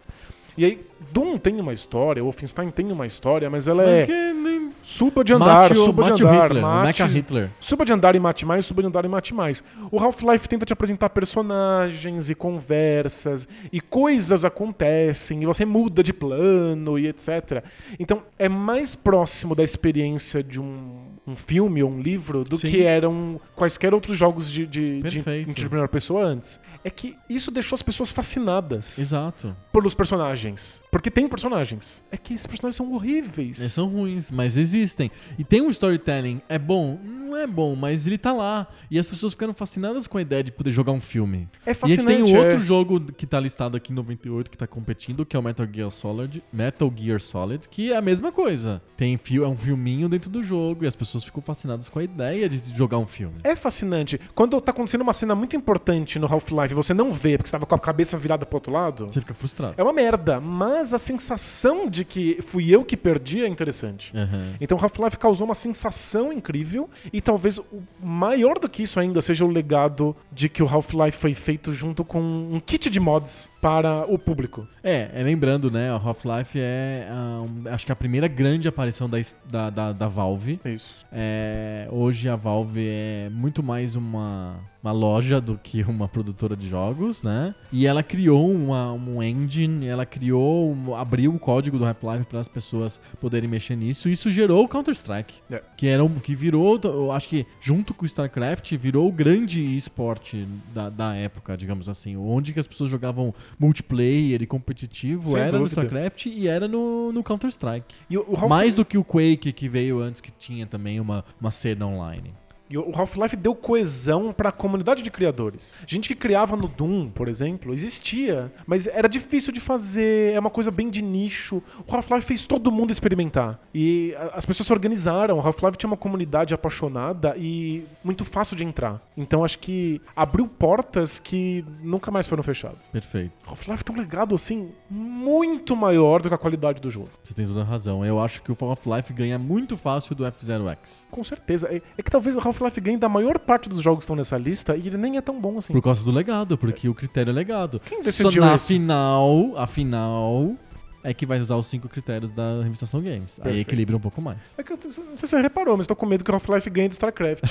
B: E aí, Doom tem uma história, Wolfenstein tem uma história, mas ela
A: Mas
B: é
A: que nem...
B: suba de andar,
A: mate o-
B: suba
A: mate
B: de
A: o
B: andar,
A: Hitler, o
B: mate,
A: Mecha Hitler.
B: Suba de andar e mate mais, suba de andar e mate mais. O Half-Life tenta te apresentar personagens e conversas e coisas acontecem e você muda de plano e etc. Então é mais próximo da experiência de um, um filme ou um livro do
A: Sim.
B: que eram quaisquer outros jogos de, de, de,
A: Perfeito.
B: em primeira pessoa antes. É que isso deixou as pessoas fascinadas
A: Exato.
B: pelos personagens. Porque tem personagens. É que esses personagens são horríveis.
A: Eles são ruins, mas existem. E tem um storytelling, é bom? Não é bom, mas ele tá lá. E as pessoas ficaram fascinadas com a ideia de poder jogar um filme. e
B: É
A: a gente
B: fascinante.
A: tem um
B: é.
A: outro jogo que tá listado aqui em 98 que tá competindo, que é o Metal Gear Solid, Metal Gear Solid, que é a mesma coisa. Tem fio, é um filminho dentro do jogo e as pessoas ficam fascinadas com a ideia de jogar um filme.
B: É fascinante. Quando tá acontecendo uma cena muito importante no Half-Life e você não vê porque você tava com a cabeça virada pro outro lado,
A: Você fica frustrado.
B: é uma merda. Mas a sensação de que fui eu que perdi é interessante.
A: Aham.
B: Então Half-Life causou uma sensação incrível e talvez o maior do que isso ainda seja o legado de que o Half-Life foi feito junto com um kit de mods para o público.
A: É, é, lembrando, né? o Half-Life é ah, um- acho que a primeira grande aparição da, es- da, da, da Valve.
B: Isso.
A: É, hoje a Valve é muito mais uma, uma loja do que uma produtora de jogos, né? E ela criou uma- um engine, ela criou, um- abriu o código do Half-Life para as pessoas poderem mexer nisso. E isso gerou o Counter-Strike,
B: É.
A: que era um, que virou, eu acho que junto com o StarCraft, virou o grande esporte da, da época, digamos assim, onde que as pessoas jogavam multiplayer e competitivo
B: Sem
A: era
B: dúvida.
A: no StarCraft e era no, no Counter-Strike.
B: E o, o Half-
A: Mais do que o Quake que veio antes, que tinha também uma, uma cena online.
B: E o Half-Life deu coesão pra comunidade de criadores. Gente que criava no Doom, por exemplo, existia, mas era difícil de fazer, é uma coisa bem de nicho. O Half-Life fez todo mundo experimentar. E a- as pessoas se organizaram. O Half-Life tinha uma comunidade apaixonada e muito fácil de entrar. Então acho que abriu portas que nunca mais foram fechadas.
A: Perfeito.
B: O Half-Life tem um legado assim muito maior do que a qualidade do jogo.
A: Você tem toda a razão. Eu acho que o Half-Life ganha muito fácil do F-Zero-X.
B: Com certeza. É, é que talvez o Half-Life ganhe da maior parte dos jogos que estão nessa lista e ele nem é tão bom assim.
A: Por causa do legado, porque o critério é legado.
B: Quem
A: Só
B: decidiu
A: na
B: isso?
A: final, a final é que vai usar os cinco critérios da revistação Games. Aí
B: Perfeito.
A: equilibra um pouco mais.
B: É que eu t- não sei se você reparou, mas eu tô com medo que o Half-Life ganhe do StarCraft.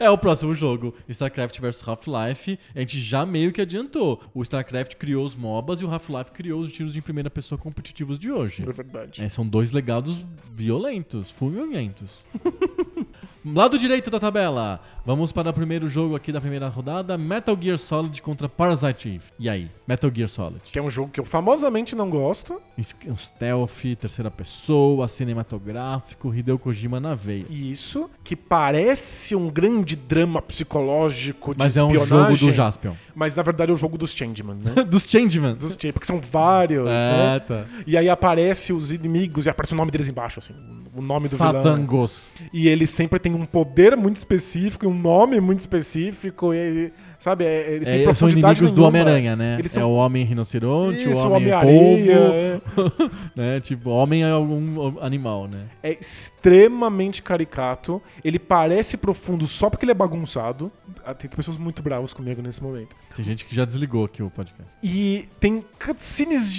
A: É o próximo jogo, StarCraft vs Half-Life. A gente já meio que adiantou. O StarCraft criou os MOBAs e o Half-Life criou os tiros em primeira pessoa competitivos de hoje.
B: é verdade.
A: É, são dois legados violentos, fulminantes. Lado direito da tabela. Vamos para o primeiro jogo aqui da primeira rodada: Metal Gear Solid contra Parasite Eve. E aí? Metal Gear Solid.
B: Que é um jogo que eu famosamente não gosto.
A: Es- Stealth, terceira pessoa, cinematográfico, Hideo Kojima na veia.
B: E isso que parece um grande drama psicológico de
A: Mas é um
B: espionagem.
A: jogo do Jaspion.
B: Mas na verdade é o jogo dos Changeman, né?
A: Dos Changeman.
B: Dos Changeman, porque são
A: É,
B: vários, né?
A: tá.
B: E aí aparece os inimigos e aparece o nome deles embaixo, assim. O nome do vilão. né?
A: Satangos.
B: E ele sempre tem um poder muito específico, e um nome muito específico, e ele- sabe, é- eles têm
A: É, são
B: profundidade
A: inimigos do
B: nenhuma.
A: Homem-Aranha, né?
B: Eles
A: É
B: são
A: o Homem Rinoceronte,
B: Isso,
A: o Homem
B: Homem-Aranha, é.
A: Polvo. né? Tipo, homem é algum animal, né?
B: é extremamente caricato. Ele parece profundo só porque ele é bagunçado. Ah, Tem pessoas muito bravas comigo nesse momento.
A: Tem gente que já desligou aqui o podcast.
B: E tem cutscenes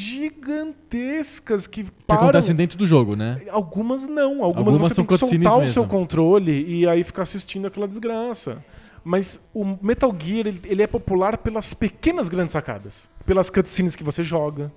B: gigantescas que
A: Que
B: param.
A: acontece dentro do jogo, né?
B: Algumas não. Algumas,
A: Algumas
B: você
A: são
B: tem que
A: cutscenes
B: soltar o
A: mesmo.
B: seu controle e aí ficar assistindo aquela desgraça. Mas o Metal Gear, ele, ele é popular pelas pequenas grandes sacadas. Pelas cutscenes que você joga.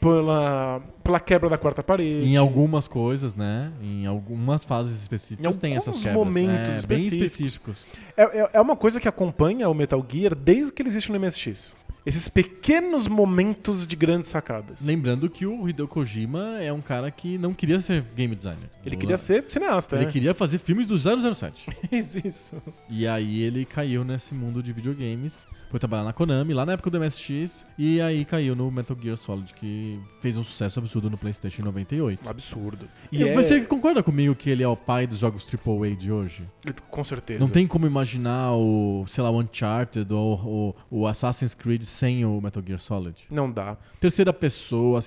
B: Pela, pela quebra da quarta parede.
A: Uhum. Em algumas coisas, né? Em algumas fases específicas
B: Em
A: tem essas
B: alguns
A: quebras.
B: momentos
A: é, bem
B: específicos.
A: específicos.
B: É, é- é uma coisa que acompanha o Metal Gear desde que ele existe no MSX. Esses pequenos momentos de grandes sacadas.
A: Lembrando que o Hideo Kojima é um cara que não queria ser game designer.
B: Ele
A: O-
B: queria ser cineasta,
A: Ele
B: né?
A: queria fazer filmes do 007.
B: Isso, isso.
A: E aí ele caiu nesse mundo de videogames. Foi trabalhar na Konami, lá na época do MSX, e aí caiu no Metal Gear Solid, que fez um sucesso absurdo no PlayStation 98.
B: Absurdo.
A: E
B: E é-
A: Um você concorda comigo que ele é o pai dos jogos AAA de hoje?
B: Com certeza.
A: Não tem como imaginar o, sei lá, o Uncharted ou o, o Assassin's Creed sem o Metal Gear Solid.
B: Não dá.
A: Terceira pessoa,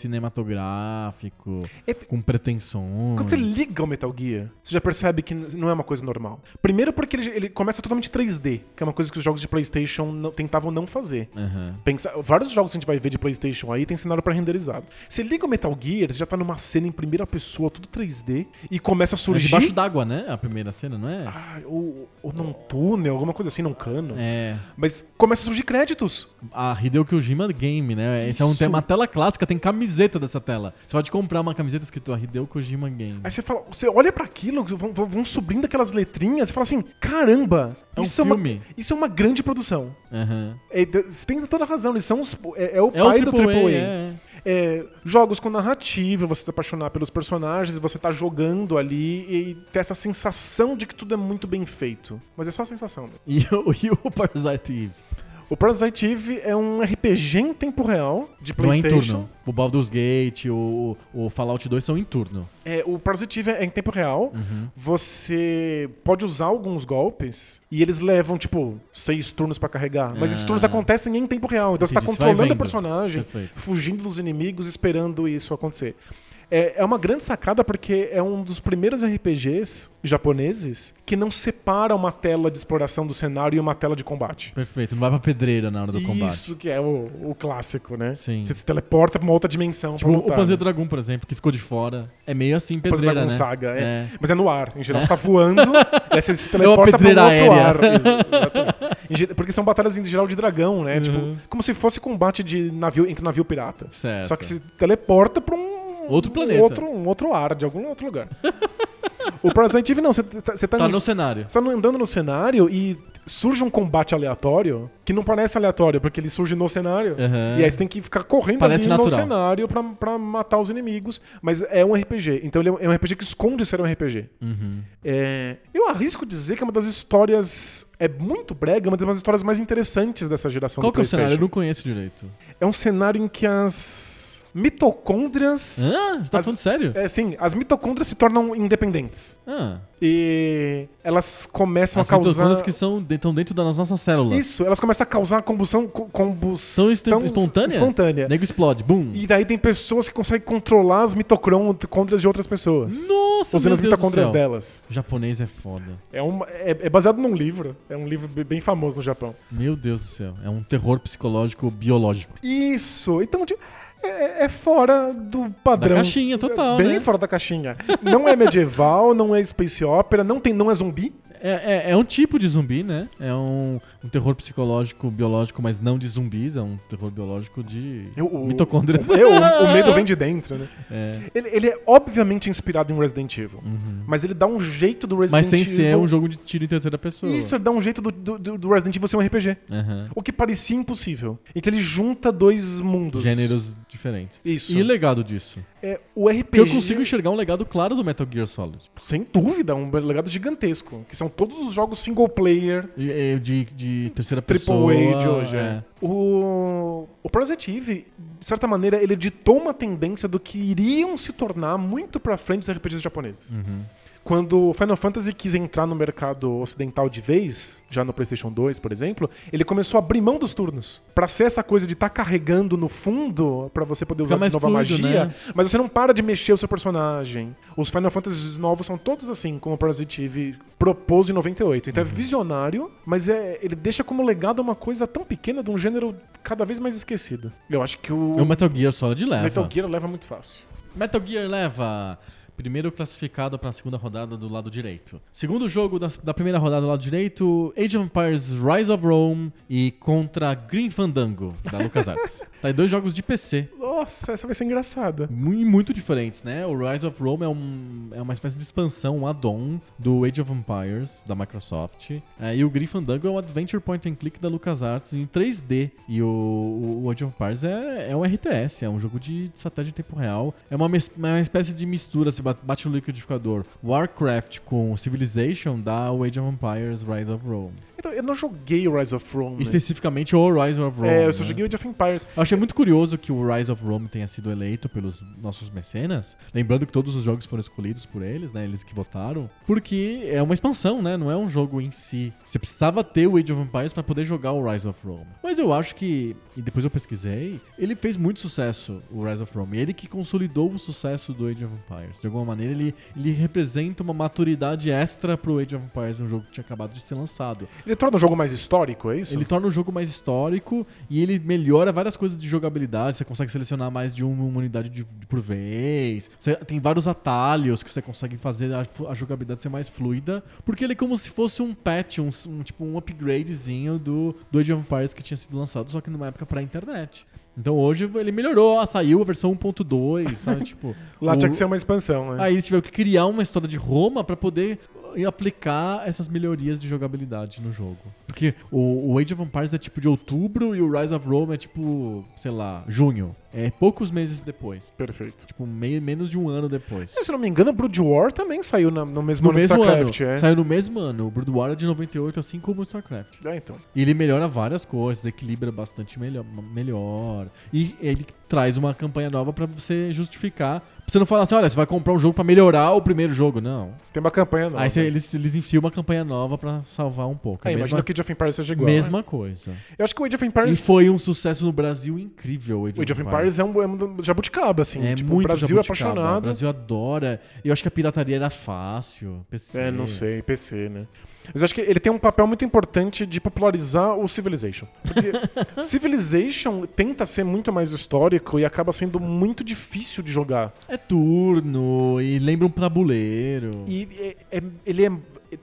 A: cinematográfico,
B: É-
A: com pretensões.
B: Quando você liga o Metal Gear, você já percebe que n- não é uma coisa normal. Primeiro porque ele, ele começa totalmente 3D, que é uma coisa que os jogos de PlayStation não- tentavam não fazer.
A: Aham.
B: Pensa- vários jogos que a gente vai ver de PlayStation aí tem cenário pra renderizado. Você liga o Metal Gear, você já tá numa cena em primeira pessoa, tudo 3D, e começa a
A: É
B: surgir.
A: debaixo d'água, né? A primeira cena, não é?
B: Ah, ou, ou num túnel, alguma coisa assim, num cano.
A: É. Hum.
B: Mas começa a surgir créditos.
A: A Hideo Kojima Game, né? Esse é um
B: Isso.
A: tema, uma tela clássica, tem camiseta dessa tela. Você pode comprar uma camiseta escrito Hideo Kojima Game.
B: Aí você fala, você olha pra aquilo, vão, vão- vão subindo aquelas letrinhas, você fala assim: caramba,
A: É um
B: isso, é
A: filme.
B: uma, isso é uma grande produção.
A: Aham.
B: É, d- você tem toda a razão, eles são os, é, é o
A: É o
B: pai do
A: AAA,
B: AAA.
A: é.
B: É, jogos com narrativa, você se apaixonar pelos personagens, você tá jogando ali e ter essa sensação de que tudo é muito bem feito. Mas é só a sensação. né?
A: E, o- e o Parasite Eve?
B: O Parasite Eve é um RPG em tempo real de
A: Não é em
B: PlayStation.
A: turno. O Baldur's Gate, o, o Fallout 2 são em turno.
B: É, o Parasite Eve é em tempo real.
A: Uhum.
B: Você pode usar alguns golpes e eles levam, tipo, seis turnos pra carregar. Mas esses
A: Ah.
B: turnos acontecem em tempo real. Então você tá
A: Entendi, você vai
B: controlando o
A: vendo.
B: personagem,
A: Perfeito.
B: fugindo dos inimigos, esperando isso acontecer. É, é uma grande sacada porque é um dos primeiros RPGs japoneses que não separa uma tela de exploração do cenário e uma tela de combate.
A: Perfeito, não vai pra pedreira na hora do combate.
B: Isso que é o, o clássico, né?
A: Sim.
B: Você se teleporta pra uma outra dimensão.
A: Tipo,
B: pra
A: o
B: lutar,
A: Panzer
B: né?
A: Dragon, por exemplo, que ficou de fora. É meio assim,
B: Depois da
A: pedreira, né?
B: Gonzaga, é.
A: É.
B: Mas é no ar. Em geral, você tá voando, aí você se
A: É uma
B: teleporta para
A: pedreira
B: outro
A: aérea.
B: ar. Ex- exatamente. Em ge- Porque são batalhas em geral de dragão,
A: Uhum.
B: né? Tipo, como se fosse combate de navio entre navio pirata.
A: Certo.
B: Só que se teleporta pra um
A: Outro
B: um
A: planeta.
B: outro, um outro ar de algum outro lugar. o Parasite Eve não, você tá, você tá,
A: Tá
B: em-
A: no cenário.
B: você tá andando no cenário e surge um combate aleatório que não parece aleatório, porque ele surge no cenário.
A: Aham.
B: E aí você tem que ficar correndo
A: Parece
B: ali no
A: natural.
B: cenário pra, pra matar os inimigos. Mas é um RPG. Então ele é um- é um RPG que esconde ser um RPG.
A: Uhum.
B: É, eu arrisco dizer que é uma das histórias. É muito brega, uma das histórias mais interessantes dessa geração
A: Qual
B: do
A: que é o cenário? Eu
B: PlayStation.
A: não conheço direito.
B: É um cenário em que as mitocôndrias.
A: Hã? Você tá
B: As-
A: falando sério?
B: É, sim, as mitocôndrias se tornam independentes.
A: Ah.
B: E elas começam
A: As
B: a causar.
A: mitocôndrias que são, estão dentro das nossas células.
B: Isso, elas começam a causar combustão. co- combustão
A: Tão estem- espontânea?
B: espontânea.
A: Nego explode, bum.
B: E daí tem pessoas que conseguem controlar as mitocôndrias de outras pessoas.
A: Nossa,
B: Usando
A: meu Deus
B: as
A: do
B: mitocôndrias
A: céu.
B: delas.
A: O japonês é foda.
B: É, uma- é- é baseado num livro. É um livro be- bem famoso no Japão.
A: Meu Deus do céu. É um terror psicológico biológico.
B: Isso! Então, tipo, é, é fora do padrão.
A: Da caixinha total,
B: Bem
A: né?
B: fora da caixinha. Não é medieval, não é space opera, não, tem, não é zumbi.
A: É, é- é um tipo de zumbi, né? É um, um terror psicológico, biológico, mas não de zumbis, é um terror biológico de
B: Eu- o-
A: mitocôndrias.
B: Eu, o o medo vem de dentro, né?
A: É.
B: Ele, ele é obviamente inspirado em Resident Evil. Mas ele dá um jeito do Resident
A: Uhum. Mas sem
B: Evil.
A: ser um jogo de tiro em terceira pessoa.
B: Isso, ele dá um jeito do, do, do Resident Evil ser um RPG.
A: Aham.
B: O que parecia impossível. Então ele junta dois mundos.
A: Gêneros diferentes.
B: Isso.
A: E o legado disso?
B: É, o RPG.
A: Porque eu consigo enxergar um legado claro do Metal Gear Solid.
B: Sem dúvida, um legado gigantesco. Que são todos os jogos single player.
A: E- e De, de terceira pessoa.
B: Triple A de hoje, é. O, o Project Eve, de certa maneira, ele ditou uma tendência do que iriam se tornar muito pra frente os RPGs japoneses.
A: Uhum.
B: Quando o Final Fantasy quis entrar no mercado ocidental de vez, já no PlayStation 2, por exemplo, ele começou a abrir mão dos turnos. Pra ser essa coisa de estar carregando no fundo, pra você poder
A: Fica
B: usar
A: mais
B: nova
A: fluido,
B: magia,
A: né?
B: mas você não para de mexer o seu personagem. Os Final Fantasies novos são todos assim, como o Parasite Eve propôs em 98.
A: Uhum.
B: Então é visionário, mas é, ele deixa como legado uma coisa tão pequena de um gênero cada vez mais esquecido. Eu acho que o
A: É o Metal Gear Solid leva.
B: Metal Gear leva muito fácil.
A: Metal Gear leva primeiro classificado para a segunda rodada do lado direito. Segundo jogo da, da primeira rodada do lado direito, Age of Empires Rise of Rome e contra Green Fandango da LucasArts. tá aí dois jogos de PC.
B: Nossa, essa vai ser engraçada.
A: mu- e Muito diferentes, né? O Rise of Rome é, um, é uma espécie de expansão, um add-on do Age of Empires, da Microsoft. É, e o Green Fandango é um adventure point and click da LucasArts em 3D. E o, o- o Age of Empires é, é um RTS, é um jogo de estratégia em tempo real. É uma, mes- uma espécie de mistura, se bate no liquidificador. Warcraft com Civilization dá o Age of Empires Rise of Rome.
B: Então, eu não joguei o Rise of Rome.
A: Especificamente o Rise of Rome.
B: é, eu só
A: né?
B: joguei o Age of Empires.
A: Eu achei muito curioso que o Rise of Rome tenha sido eleito pelos nossos mecenas. Lembrando que todos os jogos foram escolhidos por eles, né? Eles que votaram. Porque é uma expansão, né? Não é um jogo em si. Você precisava ter o Age of Empires pra poder jogar o Rise of Rome. Mas eu acho que, e depois eu pesquisei, ele fez muito sucesso, o Rise of Rome. Ele que consolidou o sucesso do Age of Empires. De alguma maneira, ele, ele representa uma maturidade extra pro Age of Empires, um jogo que tinha acabado de ser lançado.
B: Ele torna o jogo mais histórico, é isso?
A: Ele torna o jogo mais histórico e ele melhora várias coisas de jogabilidade. Você consegue selecionar mais de uma unidade de- de- por vez. Você- tem vários atalhos que você consegue fazer a, a jogabilidade ser mais fluida. Porque ele é como se fosse um patch, um, um- tipo um upgradezinho do, do Age of Empires que tinha sido lançado, só que numa época pra internet. Então hoje ele melhorou, ah, saiu a versão 1.2, sabe? tipo,
B: Lá tinha
A: o-
B: que ser uma expansão, né?
A: É. Aí eles tiveram que criar uma história de Roma pra poder eh, aplicar essas melhorias de jogabilidade no jogo. Porque o, o Age of Empires é tipo de outubro e o Rise of Rome é tipo, sei lá, junho. É poucos meses depois.
B: Perfeito. É,
A: Tipo, meio, menos de um ano depois.
B: Se eu não me engano, Brood War também saiu na- no mesmo
A: No
B: ano que
A: mesmo ano.
B: StarCraft, é.
A: Saiu no mesmo ano. O Brood War é de 98, assim como o StarCraft.
B: É, então.
A: E ele melhora várias coisas, equilibra bastante melhor. melhor. E ele traz uma campanha nova pra você justificar. Pra você não falar assim, olha, você vai comprar um jogo pra melhorar o primeiro jogo. Não.
B: Tem uma campanha nova.
A: Aí cê- eles, eles enfiam uma campanha nova pra salvar um pouco.
B: Ah,
A: É a
B: imagina
A: mesma,
B: que o Age of Empires seja igual.
A: mesma
B: né?
A: coisa.
B: Eu acho que o Age of Empires.
A: E foi um sucesso no Brasil incrível. O
B: O Age of Empires é um, é um jabuticaba, assim.
A: É
B: tipo,
A: muito
B: o Brasil é
A: jabuticaba. O
B: apaixonado.
A: Brasil adora. Eu acho que a pirataria era fácil. PC.
B: É, não sei, PC, né? Mas eu acho que ele tem um papel muito importante de popularizar o Civilization. Porque Civilization tenta ser muito mais histórico e acaba sendo muito difícil de jogar.
A: É turno e lembra um tabuleiro.
B: E é- é- ele é.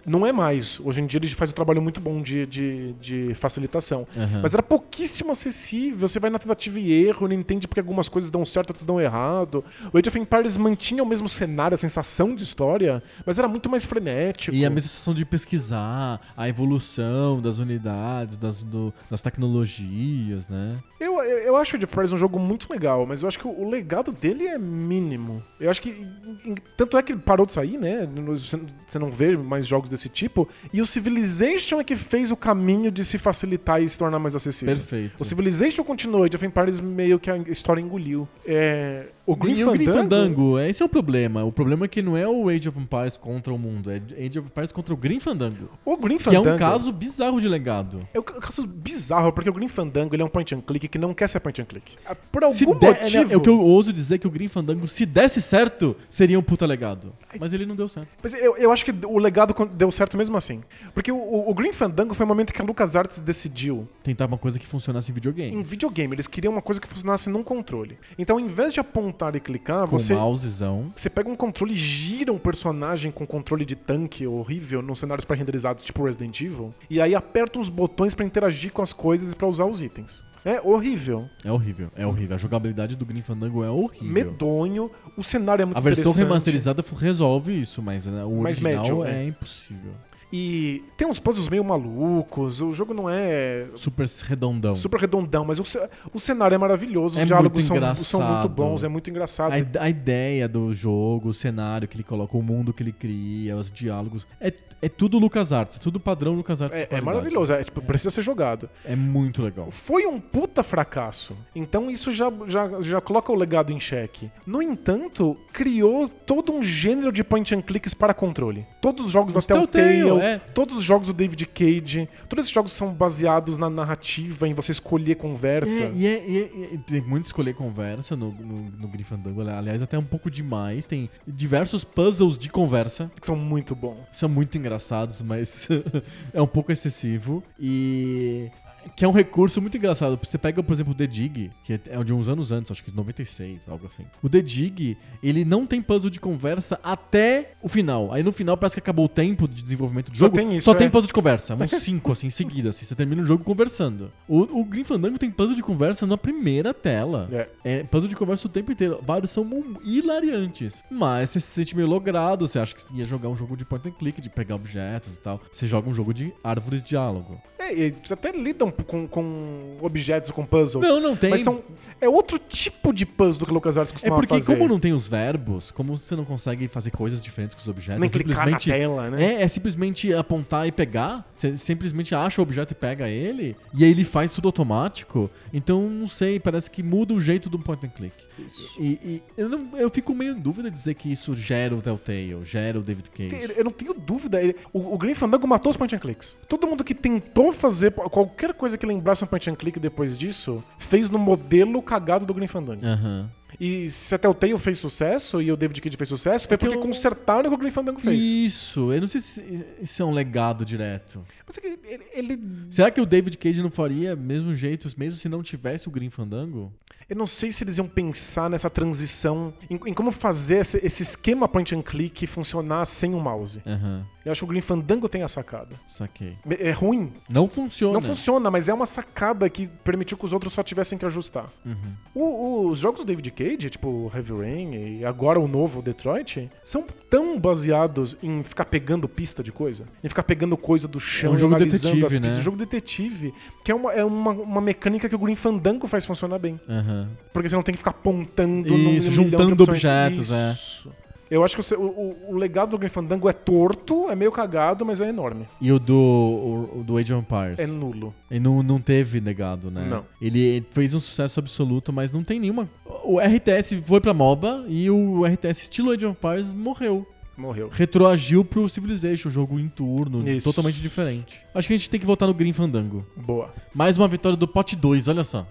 B: Não é mais. Hoje em dia ele faz um trabalho muito bom de, de, de facilitação.
A: Aham.
B: Mas era pouquíssimo acessível. Você vai na tentativa e erro, não entende porque algumas coisas dão certo, outras dão errado. O Age of Empires mantinha o mesmo cenário, a sensação de história, mas era muito mais frenético.
A: E a mesma sensação de pesquisar a evolução das unidades, das, do- das tecnologias, né?
B: Eu, eu, eu acho o Age of Empires um jogo muito legal, mas eu acho que o, o legado dele é mínimo. Eu acho que. em- em- Tanto é que parou de sair, né? No- Você você não vê mais jogos desse tipo. E o Civilization é que fez o caminho de se facilitar e se tornar mais acessível.
A: Perfeito.
B: O Civilization continuou, Age of Empires meio que a história engoliu. É, o Green,
A: e o Grim Fandango, esse é o problema. O problema é que não é o Age of Empires contra o mundo, é Age of Empires contra o Grim Fandango.
B: O Green
A: Que é
B: Fandango.
A: um caso bizarro de legado.
B: É um ca- caso bizarro, porque o Green Fandango ele é um point and click que não quer ser point and click. Ah, Por algum
A: Se der- é,
B: motivo.
A: né, é o que eu ouso dizer que o Grim Fandango, se desse certo, seria um puta legado. Mas ele não deu certo.
B: Mas eu, eu acho que o legado con- deu certo mesmo assim. Porque o- o, o Green Fandango foi o momento que a LucasArts decidiu
A: Tentar uma coisa que funcionasse em videogame.
B: em videogame. Eles queriam uma coisa que funcionasse num controle. Então, ao invés de apontar apontar e clicar,
A: Com
B: você.
A: o mousezão.
B: Você pega um controle e gira um personagem com controle de tanque horrível nos cenários pré-renderizados, tipo Resident Evil, e aí aperta os botões pra interagir com as coisas e pra usar os itens. É horrível,
A: É horrível, é horrível. A jogabilidade do Green Fandango é horrível.
B: medonho, o cenário é muito
A: A versão
B: interessante.
A: remasterizada f- resolve isso, mas né, o
B: Mas
A: original
B: médio,
A: é
B: é.
A: impossível.
B: E tem uns puzzles meio malucos, o jogo não é
A: Super redondão.
B: super redondão, mas o, ce- o cenário é maravilhoso, os
A: É
B: diálogos
A: muito
B: são, são muito
A: engraçado.
B: bons, é muito engraçado.
A: A, id- a ideia do jogo, o cenário que ele coloca, o mundo que ele cria, os diálogos. É, é tudo LucasArts, é tudo padrão LucasArts. de
B: É, é
A: qualidade.
B: maravilhoso, é, tipo, precisa ser jogado.
A: É muito legal.
B: Foi um puta fracasso. Então isso já, já, já coloca o legado em xeque. No entanto, criou todo um gênero de point and clicks para controle. Todos os jogos da
A: Os Telltale,
B: Telltale,
A: é.
B: todos os jogos do David Cage, todos esses jogos são baseados na narrativa, em você escolher conversa.
A: É, e, é, e, é- e tem muito escolher conversa no, no, no Grifandango. Aliás, até um pouco demais. Tem diversos puzzles de conversa.
B: Que são muito bons.
A: são muito engraçados, mas é um pouco excessivo. E. Que é um recurso muito engraçado. Você pega, por exemplo, o The Dig, que é de uns anos antes, acho que 96, algo assim. O The Dig, ele não tem puzzle de conversa até o final. Aí no final parece que acabou o tempo de desenvolvimento do
B: Só
A: jogo.
B: tem isso,
A: Só
B: é.
A: tem puzzle de conversa. Uns cinco, assim, em seguida. Assim. Você termina o jogo conversando. O, o Green Fandango tem puzzle de conversa na primeira tela.
B: É.
A: É puzzle de conversa o tempo inteiro. Vários são mu- hilariantes. Mas você se sente meio logrado. Você acha que ia jogar um jogo de point and click, de pegar objetos e tal. Você joga um jogo de árvores de diálogo.
B: É, e eles até lidam com, com objetos, com puzzles.
A: Não, não tem.
B: Mas são, é outro tipo de puzzle que o LucasArts
A: É
B: costumava
A: porque,
B: fazer.
A: como não tem os verbos, como você não consegue fazer coisas diferentes com os objetos,
B: Nem
A: é
B: clicar na
A: simplesmente.
B: tela, né?
A: É, é simplesmente apontar e pegar. Você simplesmente acha o objeto e pega ele. E aí ele faz tudo automático. Então, não sei, parece que muda o jeito do point and click. Isso. E, e eu, não- eu fico meio em dúvida de dizer que isso gera o Telltale, gera o David Cage.
B: Ele- Eu não tenho dúvida. ele- o, o Green Fandango matou os point and clicks. Todo mundo que tentou fazer po- qualquer coisa que lembrasse um point and click depois disso, fez no modelo cagado do Green Fandango.
A: Aham.
B: E se até o Telltale fez sucesso e o David Cage fez sucesso, foi
A: É que
B: porque
A: eu-
B: consertaram o que o Green Fandango fez.
A: Isso, eu não sei se isso é um legado direto.
B: Mas é que ele, ele-
A: Será que o David Cage não faria mesmo jeito, mesmo se não tivesse o Green Fandango?
B: Eu não sei se eles iam pensar nessa transição, em, em como fazer esse, esse esquema point and click funcionar sem o mouse.
A: Aham,
B: Eu acho que o Green Fandango tem a sacada.
A: saquei.
B: É é ruim,
A: Não funciona.
B: Não funciona, mas é uma sacada que permitiu que os outros só tivessem que ajustar.
A: Uhum.
B: O- os jogos do David Cage, tipo Heavy Rain e agora o novo Detroit, são tão baseados em ficar pegando pista de coisa, em ficar pegando coisa do chão,
A: É um jogo
B: analisando
A: detetive,
B: as pistas.
A: né?
B: Um jogo detetive, que é, uma, é uma, uma mecânica que o Green Fandango faz funcionar bem.
A: Aham.
B: Porque você não tem que ficar apontando num-
A: Isso,
B: num milhão
A: juntando
B: de opções.
A: objetos, é.
B: Isso. Eu acho que o seu- o, o- o legado do Green Fandango é torto, é meio cagado, mas é enorme.
A: E o do, o, o do Age of Empires?
B: É nulo.
A: Ele não, não teve negado, né?
B: Não.
A: Ele fez um sucesso absoluto, mas não tem nenhuma. O RTS foi pra MOBA e o RTS estilo Age of Empires morreu.
B: Morreu.
A: Retroagiu pro Civilization, jogo em turno,
B: Isso.
A: totalmente diferente. Acho que a gente tem que voltar no Green Fandango.
B: Boa.
A: Mais uma vitória do Pot 2, olha só.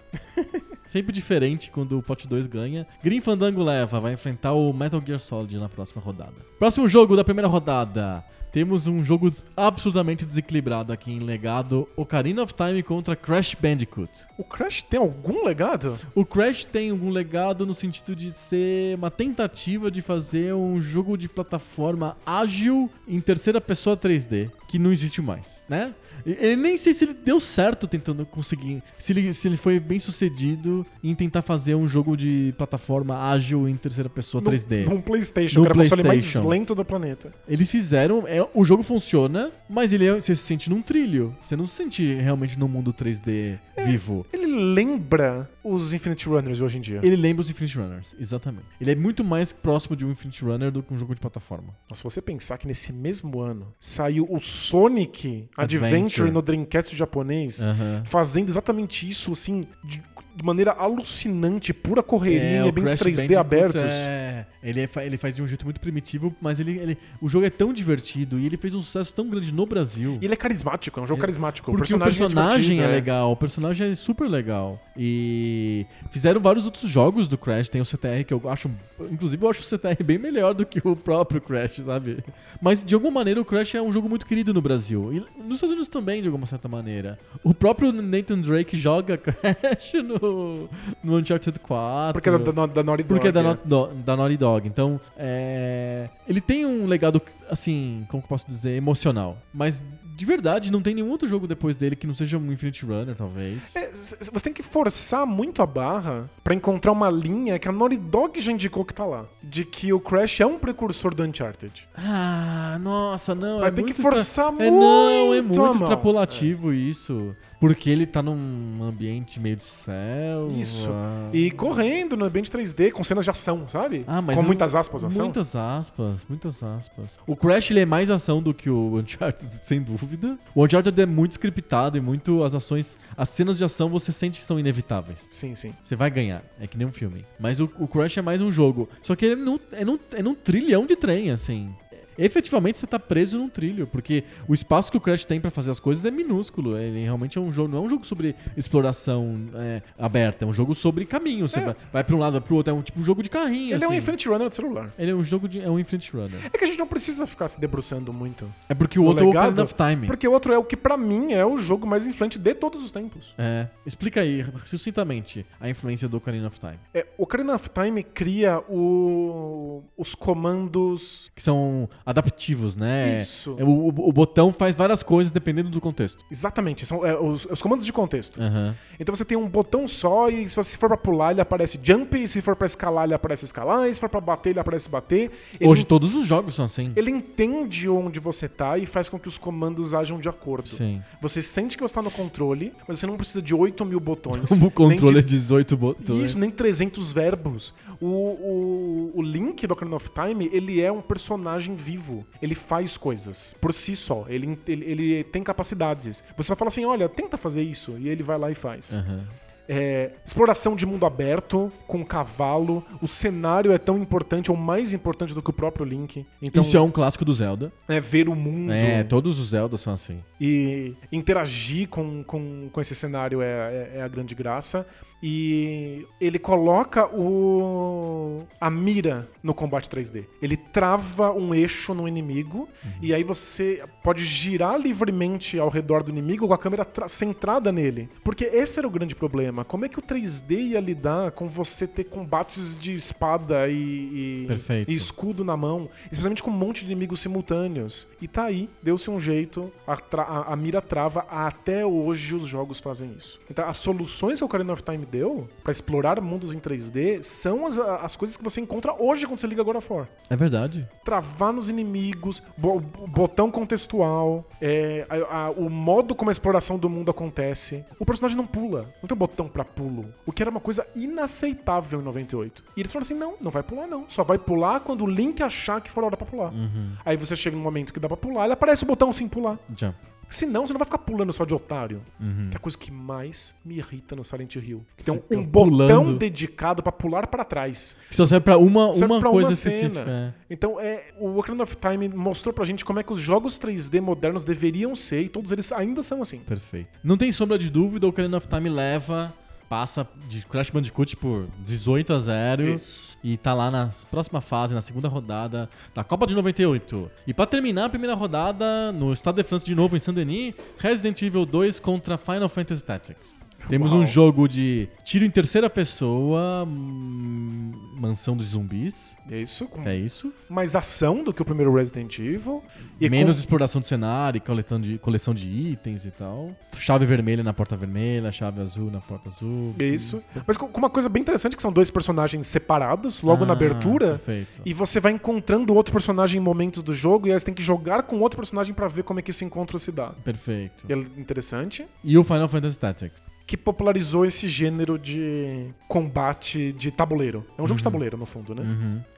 A: Sempre diferente quando o Pot 2 ganha. Green Fandango leva, vai enfrentar o Metal Gear Solid na próxima rodada. Próximo jogo da primeira rodada. Temos um jogo absolutamente desequilibrado aqui em legado: Ocarina of Time contra Crash Bandicoot.
B: O Crash tem algum legado?
A: O Crash tem algum legado no sentido de ser uma tentativa de fazer um jogo de plataforma ágil em terceira pessoa 3D, que não existe mais, né? E- Eu nem sei se ele deu certo tentando conseguir, se ele, se ele foi bem sucedido em tentar fazer um jogo de plataforma ágil em terceira pessoa 3D.
B: Num PlayStation,
A: Num
B: que era o console mais
A: PlayStation.
B: lento do planeta.
A: Eles fizeram, é, o jogo funciona, mas ele é- você se sente num trilho, você não se sente realmente num mundo 3D vivo.
B: Ele lembra os Infinite Runners de hoje em dia.
A: Ele lembra os Infinite Runners, exatamente. Ele é muito mais próximo de um Infinite Runner do que um jogo de plataforma.
B: Nossa, você pensar que nesse mesmo ano saiu o Sonic Adventure,
A: Adventure.
B: no Dreamcast japonês,
A: Aham.
B: fazendo exatamente isso, assim, de, de maneira alucinante, pura correria,
A: É, o
B: é bem uns
A: Crash
B: 3D
A: Bandicoot
B: abertos.
A: É, ele, é fa- ele faz de um jeito muito primitivo, mas ele, ele- o jogo é tão divertido e ele fez um sucesso tão grande no Brasil.
B: E ele é carismático, é um jogo carismático.
A: Porque o personagem, é,
B: divertido,
A: legal, o personagem é super legal. E fizeram vários outros jogos do Crash, tem o CTR que eu acho. Inclusive, eu acho o CTR bem melhor do que o próprio Crash, sabe? Mas de alguma maneira o Crash é um jogo muito querido no Brasil. E nos Estados Unidos também, de alguma certa maneira. O próprio Nathan Drake joga Crash no, no, no Uncharted 4.
B: Porque é da, da, da Naughty Dog.
A: Porque é da,
B: é.
A: Not- Do- da Naughty Dog. Então, é, ele tem um legado, assim, como que eu posso dizer, emocional. Mas, de verdade, não tem nenhum outro jogo depois dele que não seja um Infinite Runner, talvez.
B: É, c- c- você tem que forçar muito a barra pra encontrar uma linha que a Naughty Dog já indicou que tá lá. De que o Crash é um precursor do Uncharted.
A: Ah, nossa, não.
B: Vai
A: é
B: ter
A: muito
B: que
A: extra-
B: forçar
A: É, não, é
B: muito
A: muito
B: a mão.
A: extrapolativo isso. Porque ele tá num ambiente meio de céu.
B: Isso. E correndo no ambiente 3D, com cenas de ação, sabe?
A: Ah, mas
B: com
A: eu-
B: muitas aspas ação.
A: Muitas aspas, muitas aspas. O Crash ele é mais ação do que o Uncharted, sem dúvida. O Uncharted é muito scriptado e muito as ações, as cenas de ação você sente que são inevitáveis.
B: Sim, sim.
A: Você vai ganhar, é que nem um filme. Mas o, o Crash é mais um jogo. Só que ele é num, é, num, é num trilhão de trem, assim. Efetivamente você tá preso num trilho, porque o espaço que o Crash tem pra fazer as coisas é minúsculo. Ele realmente é um jogo, não é um jogo sobre exploração é, aberta, é um jogo sobre caminho. Você
B: É.
A: vai, vai pra um lado, vai pro outro, é um tipo um jogo de carrinho.
B: Ele é um
A: assim.
B: Infinite Runner do celular.
A: Ele é um jogo de. É um Infinite Runner.
B: É que a gente não precisa ficar se debruçando muito.
A: É porque o
B: no
A: outro é o
B: legado,
A: Ocarina of Time.
B: Porque o outro é o que, pra mim, é o jogo mais influente de todos os tempos.
A: É. Explica aí, sucintamente, a influência do Ocarina of Time.
B: É, o Ocarina of Time cria o- os comandos.
A: Que são adaptivos, né?
B: Isso.
A: É, o, o- o botão faz várias coisas dependendo do contexto.
B: Exatamente, são é, os, os comandos de contexto.
A: Aham.
B: Então você tem um botão só e se você for pra pular ele aparece jump, e se for pra escalar ele aparece escalar, e se for pra bater ele aparece bater. Ele,
A: Hoje todos os jogos são assim.
B: ele entende onde você tá e faz com que os comandos ajam de acordo.
A: Sim.
B: Você sente que você tá no controle, mas você não precisa de 8 mil botões.
A: Como o controle é
B: nem de
A: 18 botões.
B: Isso, nem 300 verbos. O, o, o Link do Ocarina of Time, ele é um personagem vivo. Ele faz coisas por si só. Ele, ele, ele tem capacidades. Você vai falar assim, olha, tenta fazer isso. E ele vai lá e faz.
A: Aham.
B: É, exploração de mundo aberto, com cavalo. O cenário é tão importante, ou mais importante do que o próprio Link. Então,
A: Isso é um clássico do Zelda.
B: né, ver o mundo
A: É, todos os Zeldas são assim.
B: e interagir com, com, com esse cenário é, é, é a grande graça. E ele coloca o a mira no combate 3D. Ele trava um eixo no inimigo e aí você pode girar livremente ao redor do inimigo com a câmera tra- centrada nele. Porque esse era o grande problema. Como é que o 3D ia lidar com você ter combates de espada e, e-
A: Perfeito.
B: e escudo na mão, especialmente com um monte de inimigos simultâneos. E tá aí, deu-se um jeito, a, tra- a- a mira trava, até hoje os jogos fazem isso. Então, as soluções que o Ocarina of Time deu pra explorar mundos em 3D são as, as coisas que você encontra hoje quando você liga God of War.
A: É verdade.
B: Travar nos inimigos, bo- botão contextual, é, a- a- o modo como a exploração do mundo acontece. O personagem não pula, não tem um botão pra pulo, o que era uma coisa inaceitável em 98. E eles falaram assim: não, não vai pular não, só vai pular quando o Link achar que for a hora pra pular.
A: Uhum.
B: Aí você chega num momento que dá pra pular, ele aparece o botão sem pular.
A: Jump.
B: Senão você não vai ficar pulando só de otário. Que é a coisa que mais me irrita no Silent Hill. Que tem
A: Uhum. Você
B: um,
A: fica
B: botão
A: pulando.
B: dedicado pra pular pra trás.
A: Que só serve pra uma,
B: Serve
A: uma
B: pra
A: coisa
B: cena.
A: específica. é.
B: Então, é, o Ocarina of Time mostrou pra gente como é que os jogos 3D modernos deveriam ser, e todos eles ainda são assim.
A: Perfeito. Não tem sombra de dúvida, o Ocarina of Time leva, passa de Crash Bandicoot por 18 a 0
B: Isso.
A: e tá lá na próxima fase, na segunda rodada da Copa de 98. E pra terminar a primeira rodada, no Estado de França de novo em Saint-Denis, Resident Evil 2 contra Final Fantasy Tactics. Temos
B: Uau.
A: um jogo de tiro em terceira pessoa, hum, mansão dos zumbis,
B: É isso, com
A: é isso.
B: mais ação do que o primeiro Resident Evil. E é
A: Menos
B: com-
A: exploração de cenário, coletando de, coleção de itens e tal. Chave vermelha na porta vermelha, chave azul na porta azul.
B: é isso. Mas com com uma coisa bem interessante, que são dois personagens separados, logo na
A: Ah,
B: abertura.
A: Perfeito.
B: E você vai encontrando outro personagem em momentos do jogo, e aí você tem que jogar com outro personagem pra ver como é que esse encontro se dá.
A: Perfeito.
B: E é interessante.
A: E o Final Fantasy Tactics.
B: que popularizou esse gênero de combate de tabuleiro. É um jogo de tabuleiro, no fundo, né?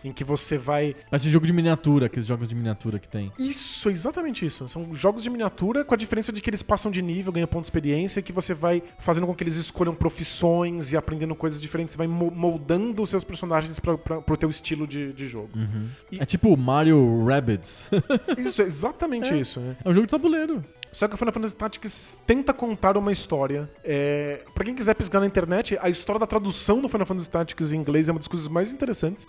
B: Em que você vai.
A: Mas esse jogo de miniatura, aqueles jogos de miniatura que tem.
B: Isso, exatamente isso. São jogos de miniatura com a diferença de que eles passam de nível, ganham ponto de experiência, e que você vai fazendo com que eles escolham profissões e aprendendo coisas diferentes. Você vai mo- moldando os seus personagens pra, pra, pro teu estilo de, de jogo. E-
A: É tipo Mario Rabbids.
B: Isso, exatamente isso, né?
A: é um jogo de tabuleiro.
B: Só que o Final Fantasy Tactics tenta contar uma história. É, para quem quiser pesquisar na internet, a história da tradução do Final Fantasy Tactics em inglês é uma das coisas mais interessantes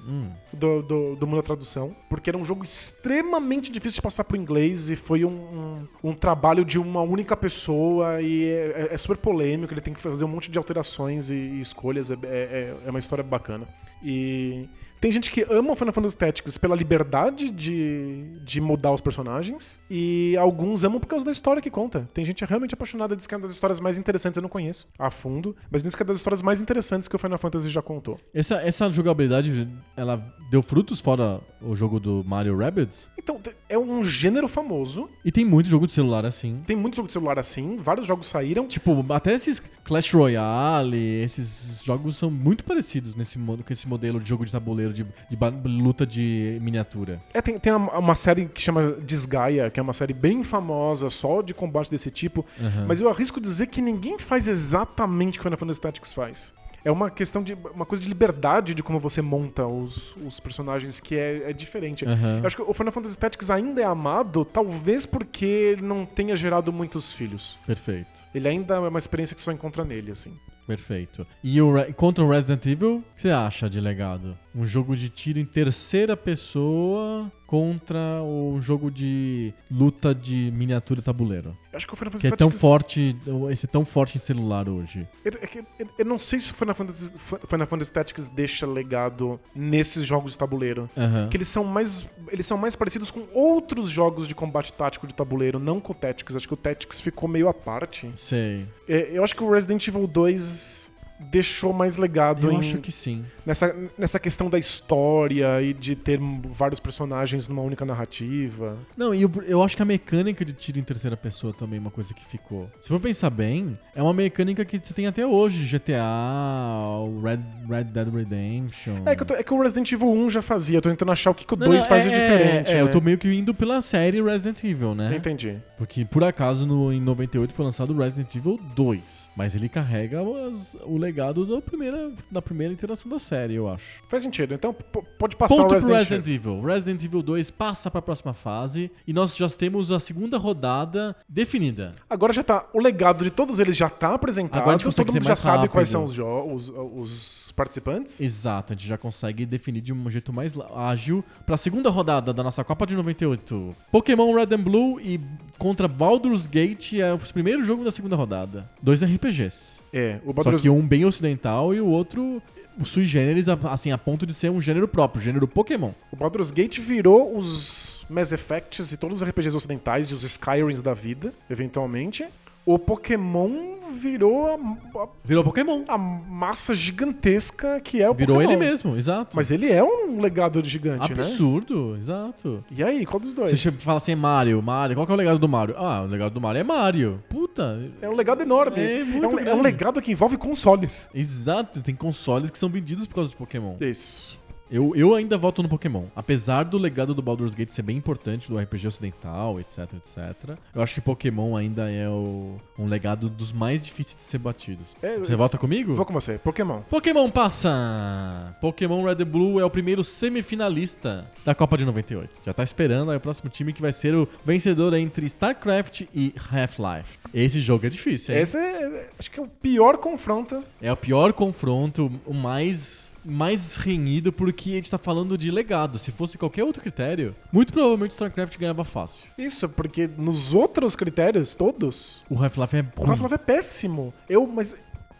B: do, do, do mundo da tradução, porque era um jogo extremamente difícil de passar pro inglês e foi um, um, um trabalho de uma única pessoa e é, é- é super polêmico, ele tem que fazer um monte de alterações e, e escolhas, é, é- é uma história bacana. E tem gente que ama o Final Fantasy Tactics pela liberdade de, de mudar os personagens e alguns amam por causa da história que conta. Tem gente realmente apaixonada, diz que é uma das histórias mais interessantes, eu não conheço a fundo, mas diz que é uma das histórias mais interessantes que o Final Fantasy já contou.
A: Essa, essa jogabilidade, ela deu frutos fora o jogo do Mario Rabbids?
B: Então, te- é um gênero famoso,
A: E tem muito jogo de celular assim.
B: tem muito jogo de celular assim, vários jogos saíram,
A: Tipo, até esses Clash Royale, esses jogos são muito parecidos nesse, mo- com esse modelo de jogo de tabuleiro, de, de ba- luta de miniatura.
B: É, tem, tem uma, uma série que chama Desgaia, que é uma série bem famosa, só de combate desse tipo. Mas eu arrisco dizer que ninguém faz exatamente o que Final Fantasy Tactics faz. É uma questão de. uma coisa de liberdade de como você monta os, os personagens que é, é diferente.
A: Aham.
B: Eu acho que o Final Fantasy Tactics ainda é amado, talvez porque ele não tenha gerado muitos filhos.
A: Perfeito.
B: Ele ainda é uma experiência que só encontra nele, assim.
A: Perfeito. E o Re- contra o Resident Evil, o que você acha de legado? Um jogo de tiro em terceira pessoa contra um jogo de luta de miniatura e tabuleiro.
B: Eu acho que o Final Fantasy
A: Que é tão
B: Tactics-
A: forte, esse é tão forte em celular hoje.
B: Eu, é que eu- eu não sei se o Final Fantasy, Final Fantasy Tactics deixa legado nesses jogos de tabuleiro.
A: Aham.
B: Que eles são mais. Eles são mais parecidos com outros jogos de combate tático de tabuleiro, não com o Tactics. Acho que o Tactics ficou meio à parte.
A: Sei.
B: É, eu acho que o Resident Evil 2 deixou mais legado
A: Eu
B: em-
A: acho que sim.
B: nessa, nessa questão da história e de ter vários personagens numa única narrativa.
A: Não, e eu, eu acho que a mecânica de tiro em terceira pessoa também é uma coisa que ficou. Se for pensar bem, é uma mecânica que você tem até hoje. GTA, o Red, Red Dead Redemption.
B: É que, eu tô- é que o Resident Evil 1 já fazia, eu tô tentando achar o que, que o
A: Não,
B: 2
A: não,
B: faz
A: é-
B: de diferente.
A: É,
B: né?
A: eu tô meio que indo pela série Resident Evil, né?
B: Entendi.
A: Porque por acaso no, em 98 foi lançado o Resident Evil 2. Mas ele carrega as- o legado da primeira, da primeira interação da série, eu acho.
B: Faz sentido. Então p- pode passar o
A: Ponto
B: Resident,
A: pro Resident
B: Evil.
A: Evil. Resident Evil 2 passa pra próxima fase. E nós já temos a segunda rodada definida.
B: Agora já tá. O legado de todos eles já tá apresentado.
A: Agora tu
B: todo
A: consegue
B: mundo
A: ser
B: já
A: mais
B: sabe quais são
A: rápido.
B: os, jo- os, os participantes.
A: Exato, a gente já consegue definir de um jeito mais lá- ágil pra segunda rodada da nossa Copa de 98. Pokémon Red and Blue e contra Baldur's Gate é o primeiro jogo da segunda rodada. Dois RPGs.
B: É, o
A: Só
B: Baldur's
A: que um bem ocidental e o outro o sui generis, a- assim, a ponto de ser um gênero próprio, gênero Pokémon.
B: O Baldur's Gate virou os Mass Effects e todos os RPGs ocidentais e os Skyrims da vida, eventualmente. O Pokémon virou a,
A: Virou Pokémon.
B: a- a massa gigantesca que é o
A: Virou
B: Pokémon.
A: ele mesmo, exato.
B: Mas ele é um legado gigante, né?
A: Absurdo, exato.
B: E aí, qual dos dois?
A: Você chega- fala assim, Mario, Mario, qual que é o legado do Mario? Ah, o legado do Mario é Mario. Puta,
B: É um legado enorme.
A: É muito
B: um, é um
A: grande.
B: legado que envolve consoles.
A: exato, tem consoles que são vendidos por causa de Pokémon.
B: Isso.
A: Eu, eu ainda voto no Pokémon. Apesar do legado do Baldur's Gate ser bem importante, do RPG ocidental, etc, etc. Eu acho que Pokémon ainda é o- um legado dos mais difíceis de ser batidos.
B: É,
A: Você
B: eu-
A: vota comigo?
B: Vou com você, Pokémon.
A: Pokémon passa! Pokémon Red and Blue é o primeiro semifinalista da Copa de 98. Já tá esperando aí o próximo time que vai ser o vencedor entre StarCraft e Half-Life. Esse jogo é difícil, hein?
B: Esse é, acho que é o pior confronto.
A: É o pior confronto, o mais mais renhido, porque a gente tá falando de legado. Se fosse qualquer outro critério, muito provavelmente o StarCraft ganhava fácil.
B: Isso, porque nos outros critérios, todos,
A: O Half-Life é
B: o
A: ruim.
B: Half-Life é péssimo. Eu, mas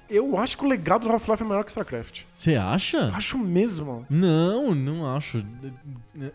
B: eu acho que o legado do Half-Life é maior que o StarCraft.
A: Você acha?
B: Acho mesmo.
A: Não, não acho.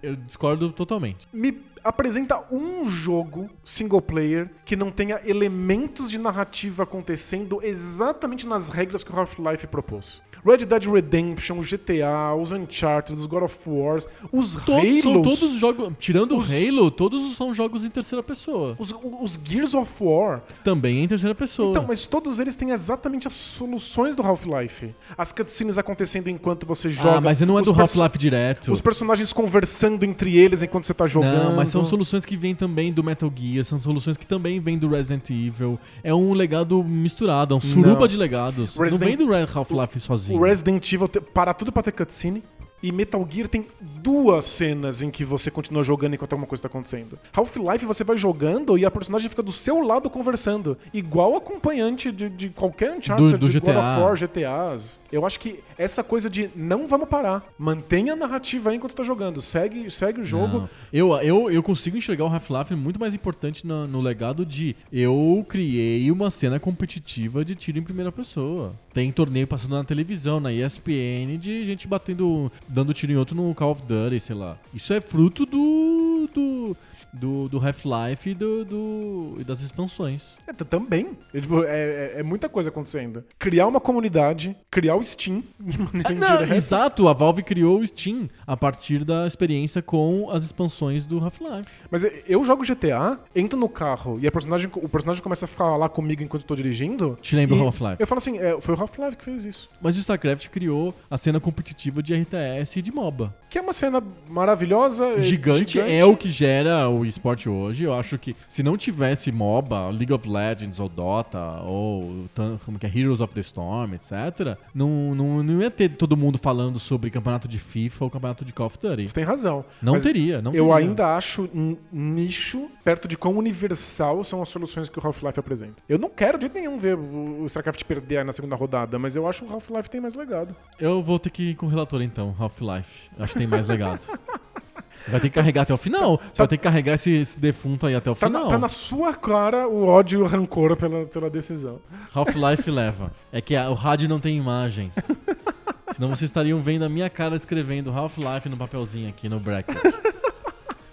A: Eu discordo totalmente.
B: Me apresenta um jogo single player que não tenha elementos de narrativa acontecendo exatamente nas regras que o Half-Life propôs. Red Dead Redemption, GTA, os Uncharted, os God of War, os
A: Todos, são
B: Halos.
A: todos jogos. Tirando
B: Os-
A: o Halo, todos são jogos em terceira pessoa.
B: Os, os Gears of War,
A: Também é em terceira pessoa.
B: Então, mas todos eles têm exatamente as soluções do Half-Life. As cutscenes acontecendo enquanto você joga.
A: ah, mas não é
B: os
A: do
B: perso-
A: Half-Life direto.
B: Os personagens conversando entre eles enquanto você tá jogando.
A: Não, mas são soluções que vêm também do Metal Gear, são soluções que também vêm do Resident Evil. É um legado misturado, é um suruba
B: Não.
A: de legados.
B: Resident-
A: Não vem do Re- Half-Life sozinho.
B: O Resident Evil te- para tudo pra ter cutscene. E Metal Gear tem duas cenas em que você continua jogando enquanto alguma coisa tá acontecendo. Half-Life você vai jogando e a personagem fica do seu lado conversando. Igual acompanhante de, de qualquer Uncharted,
A: Do- do
B: de God of
A: GTA.
B: War, GTAs. Eu acho que essa coisa de não vamos parar. Mantenha a narrativa aí enquanto tá jogando. Segue, segue o jogo.
A: Não. Eu, eu, eu consigo enxergar o Half-Life muito mais importante no, no legado de eu criei uma cena competitiva de tiro em primeira pessoa. Tem torneio passando na televisão, na ESPN, de gente batendo, dando tiro em outro no Call of Duty, sei lá. Isso é fruto do. do. do, do Half-Life e, do, do- e das expansões.
B: É, t- também. É, tipo, é- é- é muita coisa acontecendo. Criar uma comunidade, criar o Steam de maneira
A: Ah, não,
B: indireta.
A: exato, a Valve criou o Steam a partir da experiência com as expansões do Half-Life.
B: Mas eu- eu jogo GTA, entro no carro e a personagem, o personagem começa a falar comigo enquanto eu tô dirigindo.
A: Te lembra
B: e
A: o Half-Life?
B: Eu falo assim, é, foi o Half-Life que fez isso.
A: Mas o StarCraft criou a cena competitiva de RTS e de MOBA.
B: Que é uma cena maravilhosa. é,
A: Gigante, é o que gera o esporte hoje. Eu acho que se não tivesse MOBA, League of Legends ou Dota ou tan- como que é, Heroes of the Storm, etc., não, não, não ia ter todo mundo falando sobre campeonato de FIFA ou campeonato de Call of
B: Você
A: Duty.
B: tem razão.
A: Não
B: Mas
A: teria, não
B: Eu
A: teria.
B: ainda acho um nicho perto de quão universal são as soluções que o Half-Life apresenta. Eu não quero de jeito nenhum ver o o StarCraft perder na segunda rodada, mas eu acho que o Half-Life tem mais legado.
A: Eu vou ter que ir com o relator então, Half-Life. Acho que tem mais legado. Vai ter que carregar até o final. Você vai ter que carregar esse, esse defunto aí até o
B: Tá, na,
A: final.
B: tá na sua cara o ódio e o rancor pela, pela decisão.
A: Half-Life leva. É que a- o rádio não tem imagens. Senão vocês estariam vendo a minha cara escrevendo Half-Life no papelzinho aqui no bracket.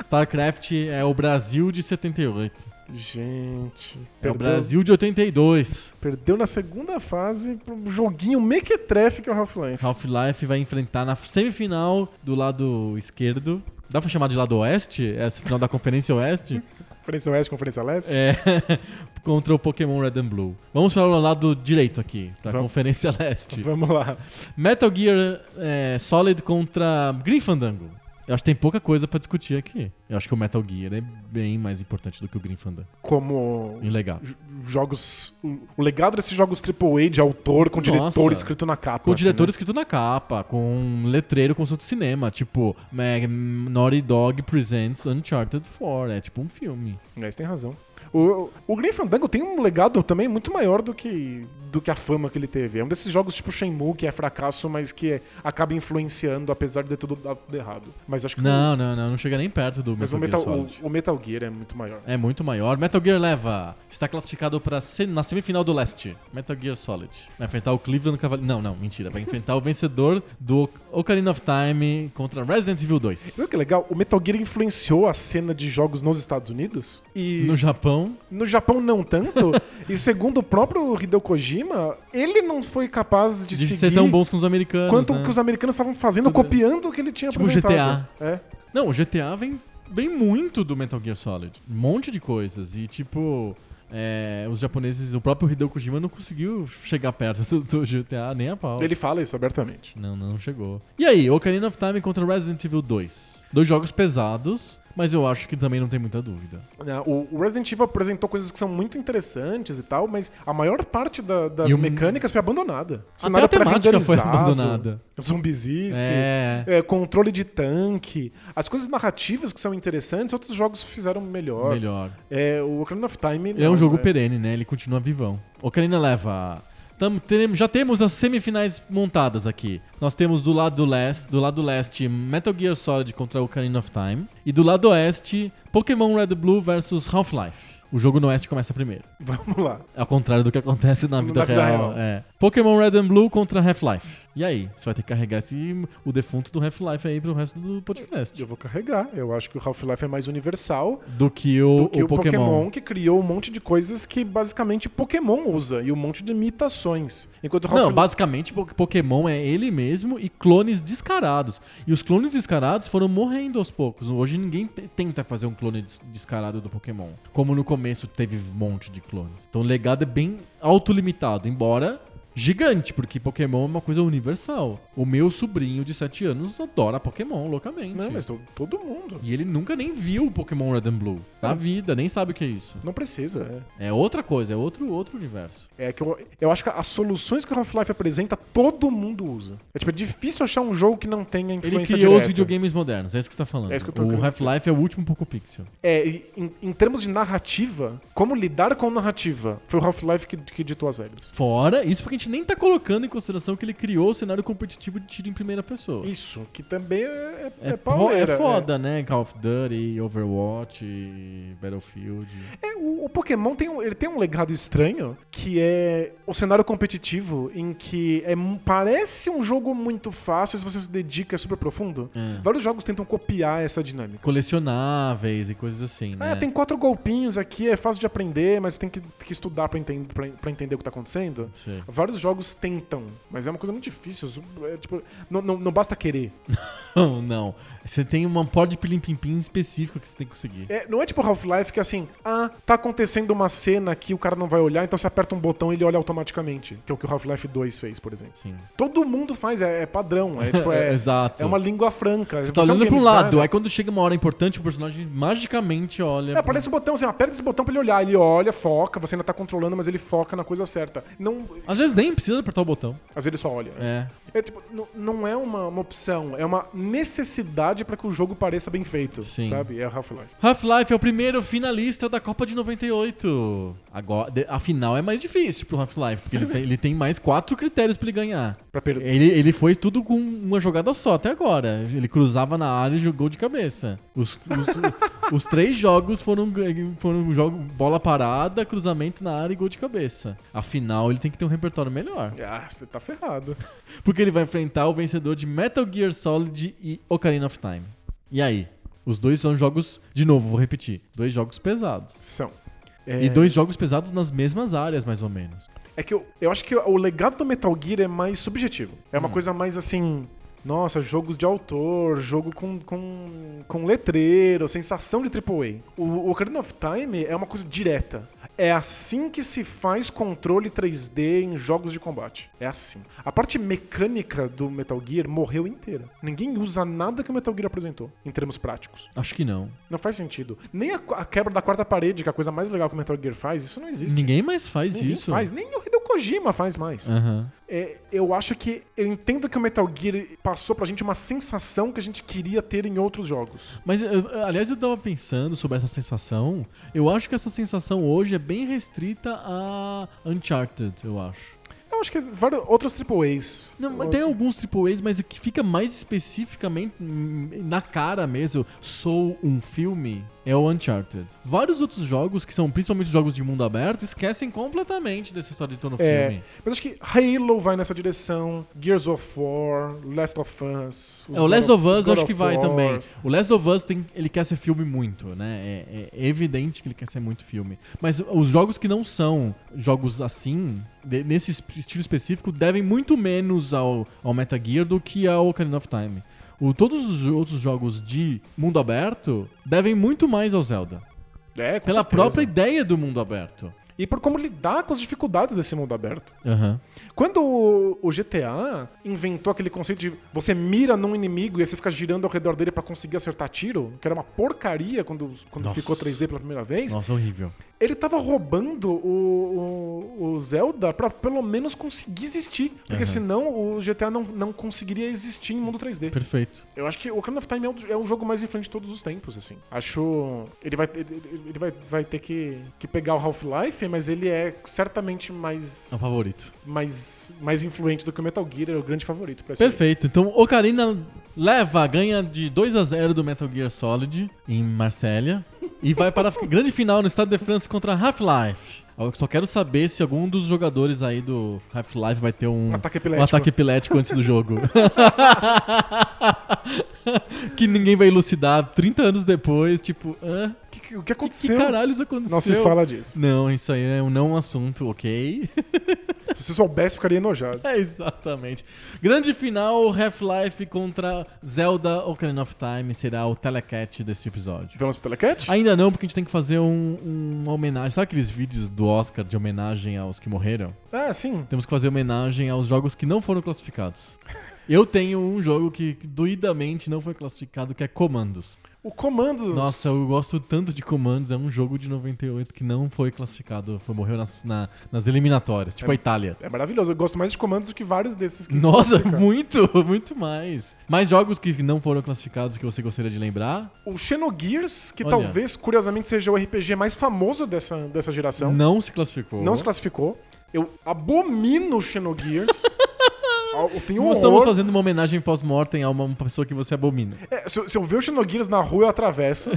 A: StarCraft é o Brasil de 78.
B: Gente.
A: É o É Brasil de 82.
B: Perdeu na segunda fase pro joguinho mequetrefe que é o Half-Life.
A: Half-Life vai enfrentar na semifinal do lado esquerdo. Dá pra chamar de lado oeste? Essa final da Conferência Oeste?
B: Conferência Oeste, Conferência Leste.
A: É. contra o Pokémon Red and Blue. Vamos para o lado direito aqui, da
B: Vamos.
A: Conferência Leste.
B: Vamos lá.
A: Metal Gear é, Solid contra Grim Fandango. Eu acho que tem pouca coisa pra discutir aqui. Eu acho que o Metal Gear é bem mais importante do que o Grim Fandango.
B: Como
A: Em legal.
B: j- jogos. o- O legado desses jogos AAA de autor com diretor
A: Nossa.
B: escrito na capa.
A: Com o
B: acho,
A: diretor
B: né?
A: escrito na capa, com um letreiro como se fosse cinema, tipo é, Naughty Dog Presents Uncharted 4. É tipo um filme.
B: É, você tem razão. O, o Grim Fandango tem um legado também muito maior do que, do que a fama que ele teve. É um desses jogos tipo Shenmue que é fracasso, mas que é- acaba influenciando apesar de ter tudo dado errado. Mas acho que
A: Não, não, não, não chega nem perto do
B: o, mas
A: Metal,
B: o, Metal,
A: Gear Solid.
B: o, o Metal Gear é muito maior.
A: É muito maior. Metal Gear leva. Está classificado para na semifinal do leste. Metal Gear Solid. Vai enfrentar o Cleveland Cavaliers. Não, não, mentira. Vai enfrentar o vencedor do Ocarina of Time contra Resident Evil 2.
B: Viu que legal? O Metal Gear influenciou a cena de jogos nos Estados Unidos e
A: No Japão,
B: no Japão não tanto. e segundo o próprio Hideo Kojima, ele não foi capaz de,
A: de
B: seguir
A: ser tão bons com os americanos.
B: quanto
A: né?
B: que os americanos estavam fazendo,
A: Tudo-
B: copiando o que ele tinha
A: Tipo
B: apresentado. É.
A: Não, o GTA vem, vem muito do Metal Gear Solid. Um monte de coisas. E tipo. é, os japoneses, o próprio Hideo Kojima não conseguiu chegar perto do, do GTA nem a pau.
B: Ele fala isso abertamente.
A: Não, não chegou. E aí, Ocarina of Time contra Resident Evil 2. Dois jogos pesados, mas eu acho que também não tem muita dúvida.
B: Né, O o Resident Evil apresentou coisas que são muito interessantes e tal, mas a maior parte da- das
A: E o-
B: mecânicas foi abandonada.
A: Até
B: O
A: a temática foi
B: pré-renderizado,
A: abandonada.
B: Zombizice,
A: É.
B: é, controle de tanque. As coisas narrativas que são interessantes, outros jogos fizeram melhor.
A: Melhor.
B: É, o Ocarina of Time...
A: é um
B: não,
A: jogo perene, né? Ele continua vivão. Ocarina leva. Tam- teremos- já temos as semifinais montadas aqui. Nós temos do lado leste, do lado leste Metal Gear Solid contra Ocarina of Time e do lado oeste Pokémon Red Blue versus Half-Life. O jogo no oeste começa primeiro.
B: Vamos lá.
A: Ao contrário do que acontece na vida real. é. Pokémon Red and Blue contra Half-Life. E aí? Você vai ter que carregar esse, o defunto do Half-Life aí pro resto do podcast.
B: Eu vou carregar. Eu acho que o Half-Life é mais universal
A: Do que o,
B: do que
A: o Pokémon.
B: que criou um monte de coisas que basicamente Pokémon usa e um monte de imitações. Enquanto o
A: Não,
B: Half-Life
A: basicamente po- Pokémon é ele mesmo e clones descarados. E os clones descarados foram morrendo aos poucos. Hoje ninguém te- tenta fazer um clone des- descarado do Pokémon. Como no começo teve um monte de clones. Então o legado é bem autolimitado, embora gigante, porque Pokémon é uma coisa universal. O meu sobrinho de 7 anos adora Pokémon loucamente.
B: Não, mas to- todo mundo.
A: E ele nunca nem viu o Pokémon Red and Blue na vida, nem sabe o que é isso.
B: Não precisa.
A: É outra coisa, é outro, outro universo.
B: É, É que eu, eu acho que as soluções que o Half-Life apresenta, todo mundo usa. É tipo, é difícil achar um jogo que não tenha
A: Ele
B: influência
A: criou
B: direta.
A: os videogames modernos, é isso que você tá falando.
B: É isso que eu tô
A: o
B: querendo
A: Half-Life é o último pouco pixel.
B: É, e em, em termos de narrativa, como lidar com narrativa, foi o Half-Life que, que ditou as regras.
A: Fora, isso porque a gente nem tá colocando em consideração que ele criou o cenário competitivo de tiro em primeira pessoa.
B: Isso, que também é, é, é,
A: É, fo-
B: pauleira,
A: é foda, né? Call of Duty, Overwatch, e Battlefield.
B: É, o, o Pokémon tem um, ele tem um legado estranho, que é o cenário competitivo, em que é, mu- parece um jogo muito fácil se você se dedica, é super profundo.
A: É.
B: Vários jogos tentam copiar essa dinâmica.
A: Colecionáveis e coisas assim, né?
B: Ah, tem quatro golpinhos aqui, é fácil de aprender, mas tem que, que estudar pra entender, pra, pra entender o que tá acontecendo.
A: Sim.
B: Vários jogos tentam, mas é uma coisa muito difícil. é, tipo, não, não, não basta querer.
A: Não, não. Você tem uma pod de pilim-pim-pim específico que você tem que conseguir.
B: É, não é tipo Half-Life que é assim, ah, tá acontecendo uma cena que o cara não vai olhar, então você aperta um botão e ele olha automaticamente. Que é o que o Half-Life 2 fez, por exemplo.
A: Sim.
B: Todo mundo faz, é, é padrão. É, tipo, é,
A: Exato.
B: é uma língua franca.
A: Você tá
B: é um
A: olhando pra um
B: game
A: lado,
B: designer.
A: aí quando chega uma hora importante, o personagem magicamente olha.
B: É, aparece um botão, você aperta esse botão pra ele olhar. Ele olha, foca, você ainda tá controlando, mas ele foca na coisa certa. Não,
A: um- Às vezes nem precisa apertar o botão.
B: às vezes ele só olha. né?
A: É.
B: É, tipo, n- não é uma, uma opção, é uma necessidade pra que o jogo pareça bem feito,
A: Sim.
B: sabe? É Half-Life.
A: Half-Life é o primeiro finalista da Copa de 98. Agora, de- a final é mais difícil pro Half-Life, porque ele tem, ele tem mais quatro critérios pra ele ganhar.
B: Pra perder.
A: Ele, ele foi tudo com uma jogada só até agora. Ele cruzava na área e jogou de cabeça. Os, os- os três jogos foram, gan- foram jogo, bola parada, cruzamento na área e gol de cabeça. Afinal, ele tem que ter um repertório melhor.
B: Ah, tá ferrado.
A: Porque ele vai enfrentar o vencedor de Metal Gear Solid e Ocarina of Time. E aí? Os dois são jogos, de novo, vou repetir, dois jogos pesados.
B: São. É,
A: E dois jogos pesados nas mesmas áreas, mais ou menos.
B: É que eu, eu acho que o legado do Metal Gear é mais subjetivo. É uma coisa mais assim. Nossa, jogos de autor, jogo com, com, com letreiro, sensação de AAA. O, o Ocarina of Time é uma coisa direta. É assim que se faz controle 3D em jogos de combate. É assim. A parte mecânica do Metal Gear morreu inteira. Ninguém usa nada que o Metal Gear apresentou, em termos práticos.
A: Acho que não.
B: Não faz sentido. Nem a, a quebra da quarta parede, que é a coisa mais legal que o Metal Gear faz, isso não existe.
A: Ninguém mais faz
B: Ninguém
A: isso. Ah.
B: faz. Nem o Hideo Kojima faz mais.
A: Aham.
B: É, eu acho que. Eu entendo que o Metal Gear passou pra gente uma sensação que a gente queria ter em outros jogos.
A: Mas, eu- eu- aliás, eu tava pensando sobre essa sensação. Eu acho que essa sensação hoje é bem restrita a Uncharted, eu acho.
B: Eu acho que vários outros AAAs.
A: Não, mas tem alguns AAAs, mas o que fica mais especificamente hum, na cara mesmo, sou um filme, é o Uncharted. Vários outros jogos, que são principalmente os jogos de mundo aberto, esquecem completamente dessa história de torno
B: É,
A: filme.
B: mas acho que Halo vai nessa direção, Gears of War, Last of Us. os
A: É, o Last
B: God
A: of Us
B: os God
A: acho que vai
B: Wars.
A: também. O Last of Us tem, ele quer ser filme muito, né? É, é evidente que ele quer ser muito filme. Mas os jogos que não são jogos assim, de- nesse es- estilo específico, devem muito menos ao, ao Metal Gear do que ao Ocarina of Time. O, todos os outros jogos de mundo aberto devem muito mais ao Zelda.
B: É, com
A: Pela
B: certeza.
A: própria ideia do mundo aberto.
B: E por como lidar com as dificuldades desse mundo aberto.
A: Aham.
B: Quando o- o GTA inventou aquele conceito de você mira num inimigo e aí você fica girando ao redor dele pra conseguir acertar tiro, que era uma porcaria quando, quando
A: Nossa.
B: ficou 3D pela primeira vez,
A: Nossa, horrível.
B: ele tava roubando o, o- o Zelda pra pelo menos conseguir existir. Porque
A: Aham.
B: senão o GTA não, não conseguiria existir em mundo 3D.
A: Perfeito.
B: Eu acho que o Ocarina of Time é o, é o jogo mais em frente de todos os tempos, assim. Acho. Ele vai, ele, ele- ele vai, vai ter que, que pegar o Half-Life, mas ele é certamente mais
A: É o favorito.
B: mais, mais influente do que o Metal Gear, era o grande favorito pra esse
A: Perfeito. Então, Ocarina leva, ganha de 2 a 0 do Metal Gear Solid em Marsella e vai para a grande final no Estado de France contra Half-Life. Eu só quero saber se algum dos jogadores aí do Half-Life vai ter um,
B: Um ataque
A: um
B: epilético.
A: ataque epilético antes do jogo. que ninguém vai elucidar 30 anos depois, tipo, hã?
B: Que- que- o que
A: Que,
B: aconteceu?
A: que caralhos aconteceu?
B: Não se fala disso.
A: Não, isso aí é um não assunto, ok?
B: Se você soubesse, ficaria enojado.
A: É, exatamente. Grande final, Half-Life contra Zelda Ocarina of Time será o telecat desse episódio.
B: Vamos pro Telecat?
A: Ainda não, porque a gente tem que fazer um- uma homenagem. Sabe aqueles vídeos do Oscar de homenagem aos que morreram?
B: Ah, sim.
A: Temos que fazer homenagem aos jogos que não foram classificados. Eu tenho um jogo que doidamente não foi classificado, que é Comandos.
B: O comando.
A: Nossa, eu gosto tanto de Comandos. É um jogo de 98 que não foi classificado. Foi, morreu nas, na- nas eliminatórias, tipo a Itália.
B: É maravilhoso. Eu gosto mais de comandos do que vários desses que
A: Nossa,
B: cara.
A: muito, muito mais. Mais jogos que não foram classificados que você gostaria de lembrar?
B: O Xenogears, que
A: Olha.
B: talvez, curiosamente, seja o RPG mais famoso dessa, dessa geração, Então? não,
A: Não se classificou.
B: se classificou. Eu abomino o Xenogears. eu tenho
A: Nós
B: horror.
A: estamos fazendo uma homenagem pós-mortem a uma uma pessoa que você abomina.
B: É, se, eu- se eu ver o Xenogears na rua, eu atravesso.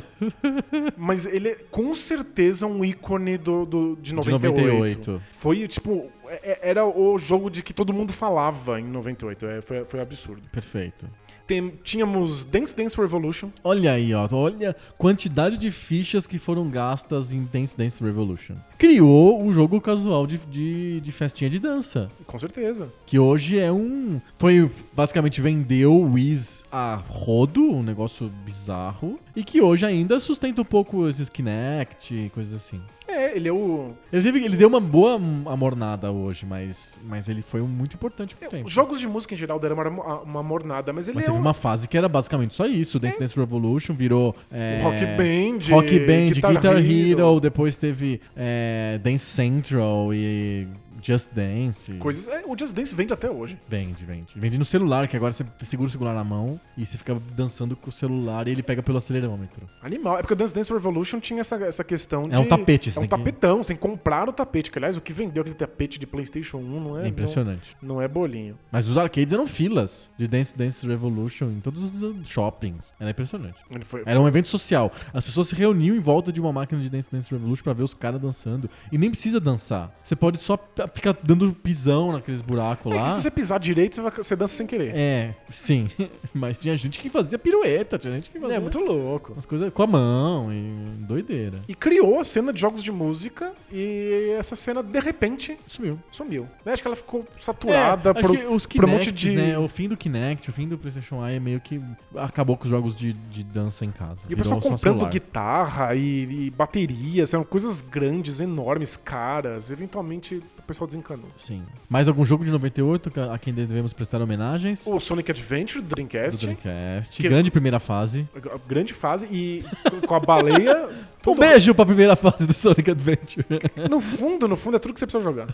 B: Mas ele é com certeza um ícone do, do- de, 98.
A: 98.
B: Foi, tipo, é- é- era o jogo de que todo mundo falava em 98. É, foi, foi absurdo.
A: Perfeito.
B: Tem- tínhamos Dance Dance Revolution.
A: Olha aí, ó. Olha a quantidade de fichas que foram gastas em Dance Dance Revolution. Criou um jogo casual de, de, de festinha de dança.
B: Com certeza.
A: Que hoje é um. Foi. Basicamente vendeu o Wiz a rodo, um negócio bizarro. E que hoje ainda sustenta um pouco esses Kinect e coisas assim.
B: É, ele é o.
A: Ele, teve- ele deu uma boa amornada hoje, mas, mas ele foi um muito importante pro tempo.
B: Jogos de música em geral deram uma, uma mornada, mas ele
A: Mas
B: é
A: teve
B: um-
A: uma fase que era basicamente só isso. Dance Dance Revolution virou... é,
B: O Rock Band,
A: Rock Band, Guitar,
B: Guitar
A: Hero.
B: Hero.
A: Depois teve é, Dance Central e Just Dance.
B: Coisas, é, o Just Dance vende até hoje.
A: Vende, vende. Vende no celular, que agora você segura o celular na mão e você fica dançando com o celular e ele pega pelo acelerômetro.
B: Animal. É porque o Dance Dance Revolution tinha essa, essa questão de.
A: um tapete, você
B: É um
A: tem que-
B: tapetão, você tem que comprar o tapete. Que, aliás, o que vendeu aquele tapete de PlayStation 1 não é.
A: É impressionante.
B: Não, não é bolinho.
A: Mas os arcades eram filas de Dance Dance Revolution em todos os shoppings. Era impressionante.
B: Ele foi. É
A: Era um evento social. As pessoas se reuniam em volta de uma máquina de Dance Dance Revolution pra ver os caras dançando. E nem precisa dançar. Você pode só p- ficar dando pisão naqueles buracos
B: É que
A: lá.
B: se você pisar direito, você, vai- você dança sem querer.
A: É, sim. Mas tinha gente que fazia pirueta, tinha gente que
B: É,
A: fazia
B: muito louco.
A: umas coisas com a mão e doideira.
B: E criou a cena de jogos de música e essa cena, de repente,
A: Sumiu.
B: sumiu. Eu Acho que ela ficou
A: É,
B: saturada
A: acho
B: por,
A: que os
B: por um monte
A: Kinects,
B: de.
A: né, O fim do Kinect, o fim do PlayStation Eye meio que acabou com os jogos de, de dança em casa.
B: E o
A: Virou
B: pessoal
A: só
B: comprando
A: celular.
B: guitarra e, e baterias, eram coisas grandes, enormes, caras. Eventualmente o pessoal desencanou.
A: Sim. Mais algum jogo de 98 que- a quem devemos prestar homenagens?
B: O Sonic Adventure do
A: do
B: Dreamcast,
A: Dreamcast.
B: Que-
A: Grande primeira fase.
B: a grande fase, e com a baleia.
A: Um beijo pra primeira fase do Sonic Adventure.
B: No fundo, no fundo, é tudo que você precisa jogar.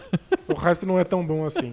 B: O resto não é tão bom assim.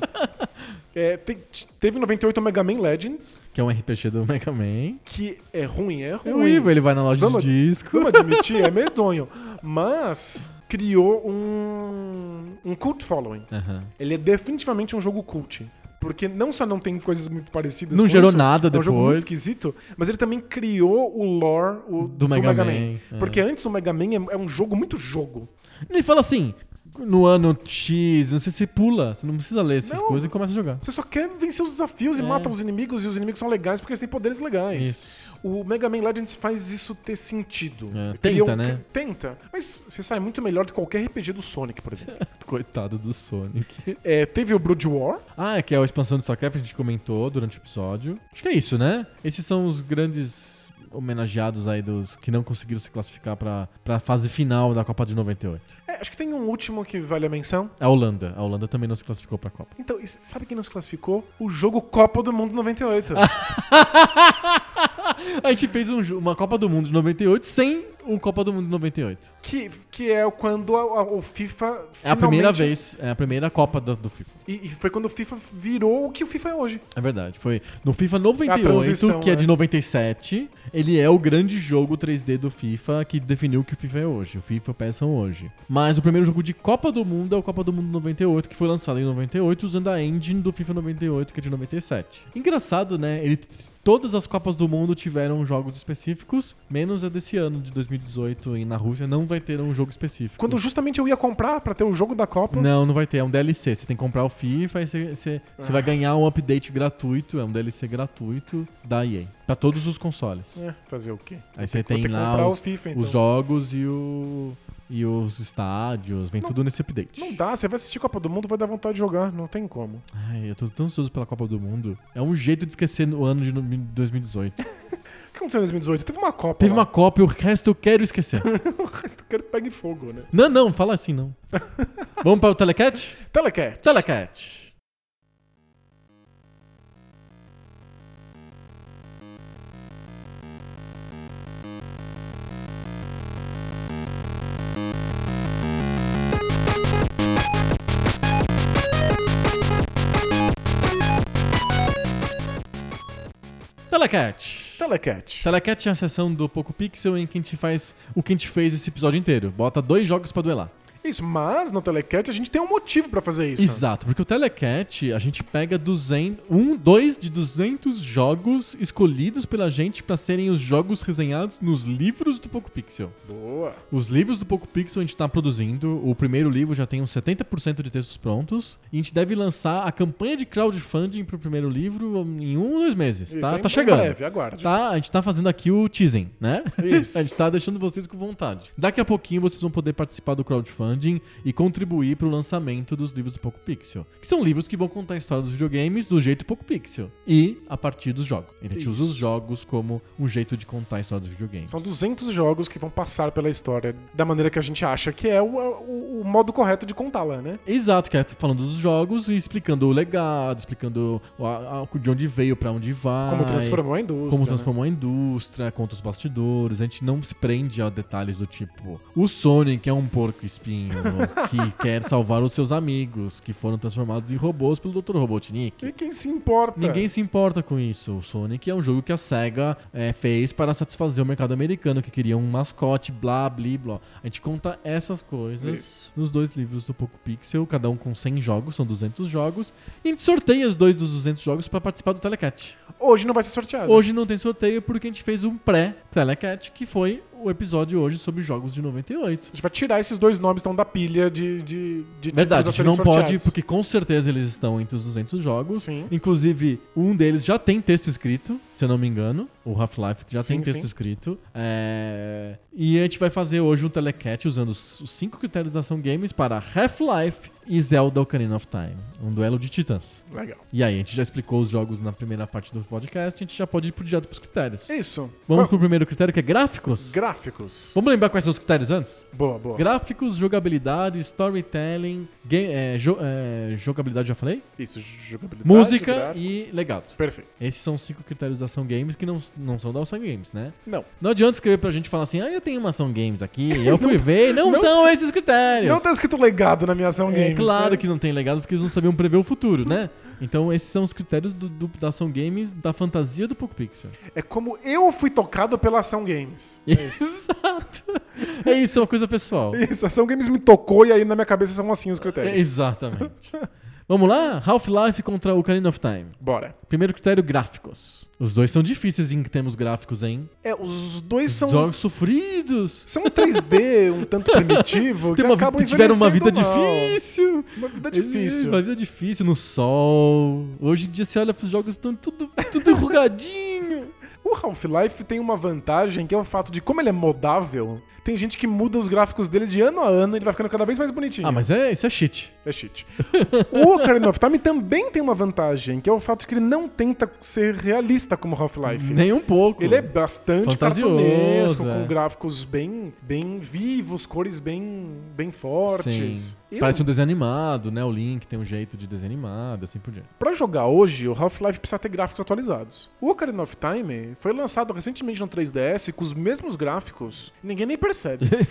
B: É, te- te- teve em 98 o Mega Man Legends,
A: que é um RPG do Mega Man.
B: que é ruim, é ruim.
A: É horrível, ele vai na loja
B: Vamos-
A: de disco.
B: Vamos admitir, é medonho. Mas criou um, um cult following.
A: Aham.
B: Ele é definitivamente um jogo cult. Porque não só não tem coisas muito parecidas
A: Não
B: com
A: gerou
B: isso,
A: nada
B: É um jogo muito
A: depois.
B: esquisito, mas ele também criou o lore o- do, Mega, Man.
A: é.
B: Porque antes o Mega Man é, é um jogo muito jogo.
A: Ele fala assim, no ano X, não sei se você pula, você não precisa ler essas
B: Não.
A: coisas e começa a jogar.
B: Você só quer vencer os desafios e
A: É.
B: mata os inimigos, e os inimigos são legais porque eles têm poderes legais.
A: Isso.
B: O Mega Man Legends faz isso ter sentido.
A: É,
B: Cria
A: tenta, né?
B: Tenta. Mas você sai muito melhor do que qualquer RPG do Sonic, por exemplo.
A: Coitado do Sonic.
B: É, teve o Brood War,
A: Ah, é que é a expansão do StarCraft, a gente comentou durante o episódio. Acho que é isso, né? Esses são os grandes homenageados aí dos que não conseguiram se classificar pra, pra fase final da Copa de 98.
B: É, acho que tem um último que vale a menção.
A: A Holanda. A Holanda também não se classificou pra Copa.
B: Então, e sabe quem nos classificou? O jogo Copa do Mundo 98.
A: A gente fez um jo- uma Copa do Mundo de 98 sem o Copa do Mundo de 98.
B: que, que é quando a- a- o FIFA.
A: É a primeira
B: finalmente-
A: vez, é a primeira Copa do, do FIFA.
B: E, e foi quando o FIFA virou o que o FIFA é hoje.
A: É verdade. Foi no FIFA
B: É a transição,
A: 98, que é
B: né?
A: de 97. Ele é o grande jogo 3D do FIFA que definiu o que o FIFA é hoje. O FIFA e o PES são hoje. Mas o primeiro jogo de Copa do Mundo é o Copa do Mundo 98, que foi lançado em 98 usando a engine do FIFA 98, que é de 97. Engraçado, né? Ele todas as Copas do Mundo tiveram jogos específicos, menos a desse ano de 2018 e na Rússia não vai ter um jogo específico.
B: Quando justamente eu ia comprar pra ter o jogo da Copa.
A: Não, não vai ter. É um DLC. Você tem que comprar o FIFA e você, você- você
B: Ah.
A: vai ganhar um update gratuito. É um DLC gratuito da EA. Pra todos os consoles.
B: É, fazer o quê?
A: Aí você
B: Vou
A: tem
B: ter que
A: lá
B: comprar o
A: os,
B: FIFA,
A: os
B: então.
A: jogos e o, e os estádios, vem tudo nesse update.
B: Não dá, você vai assistir Copa do Mundo, vai dar vontade de jogar, não tem como.
A: Ai, eu tô tão ansioso pela Copa do Mundo. É um jeito de esquecer o ano de no- 2018.
B: O que aconteceu em 2018? Teve uma Copa.
A: Teve
B: lá.
A: uma Copa e o resto eu quero esquecer.
B: o resto eu quero que pegue fogo, né?
A: não, não, fala assim não. Vamos para o Telecat?
B: Telecat.
A: Telecat. Telecat.
B: Telecat.
A: Telecat é a sessão do Poco Pixel em que a gente faz o que a gente fez esse episódio inteiro. Bota dois jogos pra duelar.
B: Isso, mas no Telecat a gente tem um motivo pra fazer isso.
A: Exato, porque o Telecat a gente pega 200, um, dois de 200 jogos escolhidos pela gente pra serem os jogos resenhados nos livros do Poco Pixel.
B: Boa.
A: Os livros do Poco Pixel a gente tá produzindo. O primeiro livro já tem uns 70% de textos prontos. E a gente deve lançar a campanha de crowdfunding pro primeiro livro em um ou dois meses.
B: Isso,
A: tá
B: em
A: tá chegando.
B: breve, aguarde.
A: Tá, a gente tá fazendo aqui o teasing, né?
B: Isso.
A: a gente tá deixando vocês com vontade. Daqui a pouquinho vocês vão poder participar do crowdfunding e contribuir pro lançamento dos livros do Poco Pixel. Que são livros que vão contar a história dos videogames do jeito Poco Pixel. E a partir dos jogos. A gente
B: Isso.
A: usa os jogos como um jeito de contar a história dos videogames.
B: São 200 jogos que vão passar pela história da maneira que a gente acha que é o, o- o modo correto de contá-la, né?
A: Exato, que é falando dos jogos e explicando o legado, explicando o- a- a- de onde veio, pra onde vai.
B: Como transformou a indústria.
A: Como
B: né?
A: transformou a indústria, conta os bastidores. A gente não se prende a detalhes do tipo: o Sonic é um porco espinho que quer salvar os seus amigos que foram transformados em robôs pelo Dr. Robotnik.
B: E quem se importa?
A: É. Ninguém se importa com isso. O Sonic é um jogo que a SEGA eh, fez para satisfazer o mercado americano, que queria um mascote, blá, blá, blá. A gente conta essas coisas
B: Isso.
A: nos dois livros do Poco Pixel, cada um com 100 jogos, são 200 jogos, e a gente sorteia os dois dos 200 jogos para participar do Telecat.
B: Hoje não vai ser sorteado.
A: Hoje não tem sorteio porque a gente fez um pré-Telecat, que foi o episódio hoje sobre jogos de 98.
B: A gente vai tirar esses dois nomes então da pilha de, de, de
A: Verdade, a
B: títulos
A: gente não
B: serem
A: pode,
B: sorteados.
A: porque com certeza eles estão entre os 200 jogos.
B: Sim.
A: Inclusive, um deles já tem texto escrito, se eu não me engano. O Half-Life já
B: Sim,
A: tem texto
B: sim.
A: escrito. É, E a gente vai fazer hoje um telecat usando os os cinco critérios da ação games para Half-Life e Zelda Ocarina of Time. Um duelo de titãs.
B: Legal.
A: E aí, a gente já explicou os jogos na primeira parte do podcast, a gente já pode ir pro direto pros critérios.
B: Isso.
A: Vamos
B: Bom,
A: pro primeiro critério, que é gráficos.
B: Gráficos.
A: Vamos lembrar quais são os critérios antes?
B: Boa, boa.
A: Gráficos, jogabilidade, storytelling, game- é, jo- é, jogabilidade já falei?
B: Isso, jogabilidade.
A: Música
B: gráfico.
A: e legado.
B: Perfeito.
A: Esses são os cinco critérios da Ação Games que não, não são da Ação Games, né?
B: Não.
A: Não adianta escrever pra gente e falar assim, ah, eu tenho uma Ação Games aqui, eu fui ver, e não,
B: não-
A: são esses critérios.
B: Não tá escrito legado na minha ação
A: É
B: games.
A: claro
B: né?
A: que não tem legado, porque eles não sabiam prever o futuro, né? Então esses são os critérios do, do- da Ação Games, da fantasia do Poco Pixel.
B: É como eu fui tocado pela ação games.
A: Exato. É isso, é uma coisa pessoal.
B: É Isso, a ação games me tocou e aí na minha cabeça são assim os
A: É,
B: critérios.
A: Exatamente. Vamos lá? Half-Life contra Ocarina of Time.
B: Bora.
A: Primeiro critério, gráficos. Os dois são difíceis em termos gráficos, hein?
B: É, os dois são.
A: Jogos sofridos.
B: São um 3D um tanto primitivo
A: Tem
B: que
A: uma-
B: acabam
A: tiveram uma vida
B: envelhecendo mal.
A: difícil.
B: Uma vida difícil.
A: Uma vida difícil no sol. Hoje em dia você olha pros jogos estão tudo, tudo enrugadinho.
B: O Half-Life tem uma vantagem que é o fato de como ele é modável, tem gente que muda os gráficos dele de ano a ano e ele vai ficando cada vez mais bonitinho.
A: Ah, mas é, isso é shit.
B: É cheat. o Ocarina of Time também tem uma vantagem, que é o fato de que ele não tenta ser realista como Half-Life.
A: Nem um pouco.
B: Ele é bastante
A: Fantasioso,
B: cartunesco,
A: é.
B: com gráficos bem, bem vivos, cores bem, bem fortes.
A: Sim.
B: Eu,
A: Parece um desenho animado, né? O Link tem um jeito de desenho animado, assim por diante.
B: Pra jogar hoje, o Half-Life precisa ter gráficos atualizados. O Ocarina of Time foi lançado recentemente no 3DS com os mesmos gráficos, ninguém nem percebe.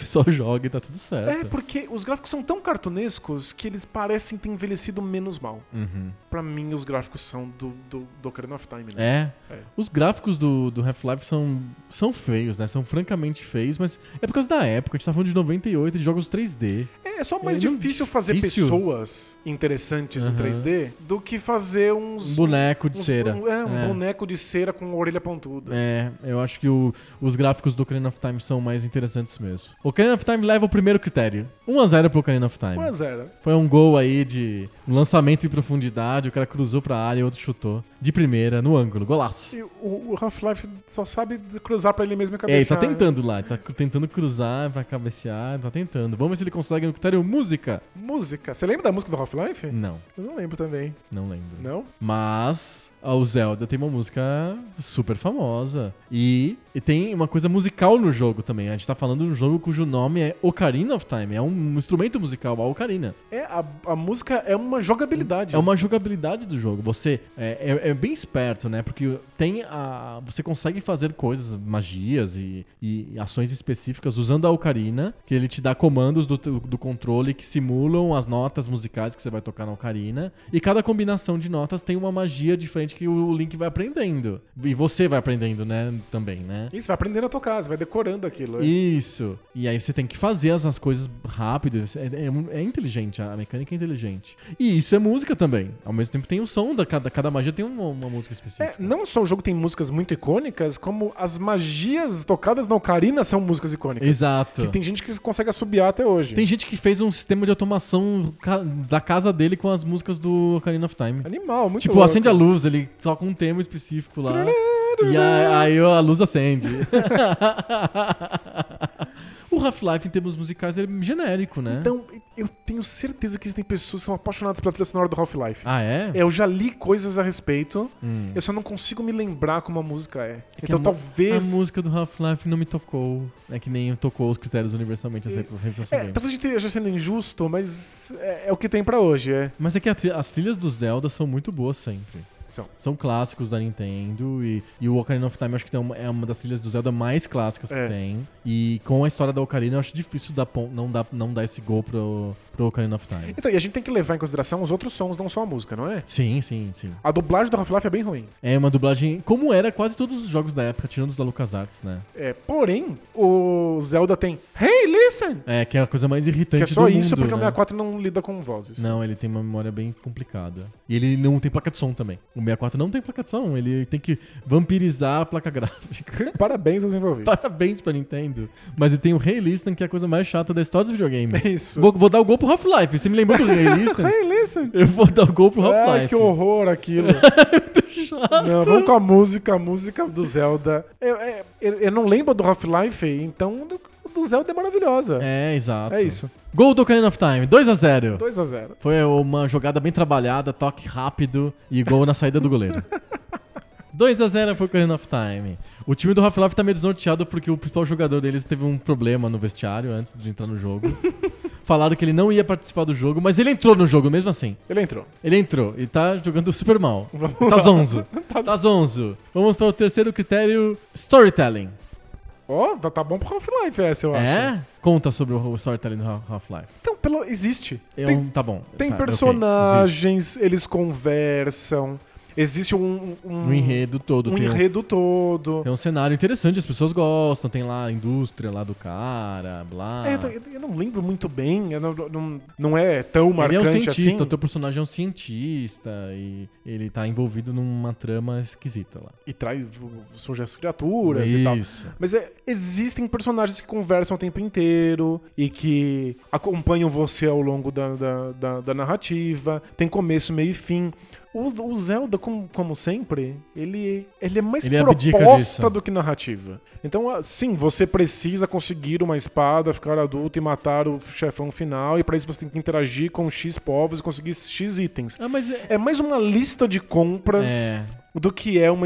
A: Só joga e tá tudo
B: É,
A: certo.
B: porque os gráficos são tão cartunescos que eles parecem ter envelhecido menos mal.
A: Uhum.
B: Pra mim, os gráficos são do, do, do Ocarina of Time. né?
A: É. Os gráficos do, do Half-Life são, são feios, né? São francamente feios, mas é por causa da época. A gente tá falando de 98, de jogos 3D.
B: É, é só mais
A: Ele não-
B: difícil fazer
A: difícil.
B: pessoas interessantes em
A: Aham.
B: 3D do que fazer uns.
A: Um boneco de
B: uns-
A: cera.
B: um- é, um boneco de cera com a orelha pontuda.
A: É, eu acho que o- os gráficos do Ocarina of Time são mais interessantes isso mesmo. Ocarina of Time leva o primeiro critério. 1x0 pro Ocarina of Time.
B: 1x0.
A: Foi um gol aí de um lançamento em profundidade, o cara cruzou pra área e o outro chutou. De primeira, no ângulo. Golaço.
B: E o, o Half-Life só sabe cruzar pra ele mesmo
A: É,
B: e
A: ele tá
B: cabecear. né?
A: tentando lá, ele tá cru- tentando cruzar pra cabecear, tá tentando. Vamos ver se ele consegue no critério música.
B: é. Música. Você lembra da música do Half-Life?
A: Não,
B: Eu não lembro também.
A: não lembro.
B: Não?
A: Mas ó, o Zelda tem uma música super famosa. E, e tem uma coisa musical no jogo também. A gente tá falando de um jogo cujo nome é Ocarina of Time. É um instrumento musical, a Ocarina.
B: É, a, a música é uma jogabilidade.
A: É uma jogabilidade do jogo. Você é, é- é bem esperto, né? Porque tem a. Você consegue fazer coisas, magias e, e ações específicas usando a Ocarina, que ele te dá comandos do, teu- do controle que simulam as notas musicais que você vai tocar na Ocarina. E cada combinação de notas tem uma magia diferente que o Link vai aprendendo. E você vai aprendendo, né? Também, né?
B: Isso, vai aprendendo a tocar, você vai decorando aquilo. é.
A: Isso. E aí você tem que fazer as, as coisas rápido. É, é um- é inteligente, a mecânica é inteligente. E isso é música também. Ao mesmo tempo tem o som da cada, cada magia tem uma, uma música específica.
B: É, não só o jogo tem músicas muito icônicas, como as magias tocadas na ocarina são músicas icônicas.
A: Exato.
B: é Que tem gente que consegue assobiar até hoje.
A: Tem gente que fez um sistema de automação ca- da casa dele com as músicas do Ocarina of Time.
B: Animal, muito
A: tipo,
B: louco.
A: acende a luz, ele toca um tema específico lá. e a- aí a luz acende. o Half-Life, em termos musicais, é genérico, né?
B: Então, eu tenho certeza que existem pessoas que são apaixonadas pela trilha sonora do Half-Life.
A: ah, é?
B: Eu já li coisas a respeito,
A: Hum.
B: eu só não consigo me lembrar como a música é.
A: que
B: então
A: a mu-
B: talvez.
A: A música do Half-Life não me tocou. É que nem tocou os critérios universalmente aceitos nas redes
B: É,
A: sociais.
B: talvez a gente esteja sendo injusto, mas é, é o que tem pra hoje, é.
A: Mas é que a tri- as trilhas do Zelda são muito boas sempre.
B: São.
A: clássicos da Nintendo e, e o Ocarina of Time eu acho que tem uma- é uma das trilhas do Zelda mais clássicas que
B: É.
A: tem. E com a história da Ocarina eu acho difícil dar pon- não, dar, não dar esse gol pro, pro Ocarina of Time.
B: Então, e a gente tem que levar em consideração os outros sons, não só a música, não é?
A: Sim, sim, sim.
B: A dublagem do Half-Life é bem ruim.
A: É uma dublagem como era quase todos os jogos da época, tirando os da LucasArts, né?
B: É, porém, o Zelda tem Hey, listen!
A: É, que é a coisa mais irritante
B: Que é só
A: do
B: isso
A: mundo,
B: porque o
A: né?
B: 64 não lida com vozes.
A: Não, ele tem uma memória bem complicada. E ele não tem placa de som também. O 64 não tem placa de som, ele tem que vampirizar a placa gráfica.
B: Parabéns aos
A: Tá
B: envolvidos.
A: Parabéns pra Nintendo. Mas ele tem o Ray Listen, que é a coisa mais chata da história dos videogames.
B: É isso.
A: Vou, vou dar o gol pro Half-Life. Você me lembrou do Ray Listen?
B: Hey, listen!
A: Eu vou dar o gol pro
B: Ah,
A: É tipo Half-Life. É
B: que horror aquilo. Não, vamos com a música, a música do Zelda. Eu, é- eu- eu não lembro do Half-Life, então do, do Zelda é maravilhosa.
A: É, exato.
B: É isso.
A: Gol do Ocarina of Time, 2x0.
B: 2x0.
A: Foi uma jogada bem trabalhada, toque rápido e gol na saída do goleiro. 2x0 pro Ocarina of Time. O time do Half-Life tá meio desnorteado porque o principal jogador deles teve um problema no vestiário antes de entrar no jogo. Falaram que ele não ia participar do jogo, mas ele entrou no jogo mesmo assim.
B: Ele entrou.
A: Ele entrou e tá jogando super mal. Tá zonzo. Tá zonzo. Vamos para o terceiro critério: storytelling.
B: Ó, tá, tá bom pro Half-Life essa, eu acho.
A: É? Conta sobre o storytelling do Half- Half-Life.
B: Então, pelo, existe.
A: Eu-
B: Tem-
A: tá bom.
B: Tem
A: Tá, ok. Existe.
B: personagens, eles conversam. Existe um, um,
A: Um enredo todo.
B: um
A: tem um-
B: enredo todo.
A: Tem um cenário interessante, as pessoas gostam, tem lá a indústria lá do cara, blá.
B: É, eu tô- eu eu não lembro muito bem, eu não, não, não é tão
A: ele é um
B: marcante
A: cientista,
B: assim.
A: o teu personagem é um cientista e ele tá envolvido numa trama esquisita lá.
B: E traz, surge as criaturas e tal.
A: Isso.
B: Mas é, existem personagens que conversam o tempo inteiro e que acompanham você ao longo da, da, da- da narrativa. Tem começo, meio e fim. O, o Zelda, como, como sempre, ele, ele é mais
A: Ele abdica
B: proposta
A: disso.
B: do que narrativa. Então, ah, sim, você precisa conseguir uma espada, ficar adulto e matar o chefão final. E pra isso você tem que interagir com X povos e conseguir X itens.
A: Ah, mas é.
B: É mais uma lista de compras
A: é,
B: do que é uma
A: como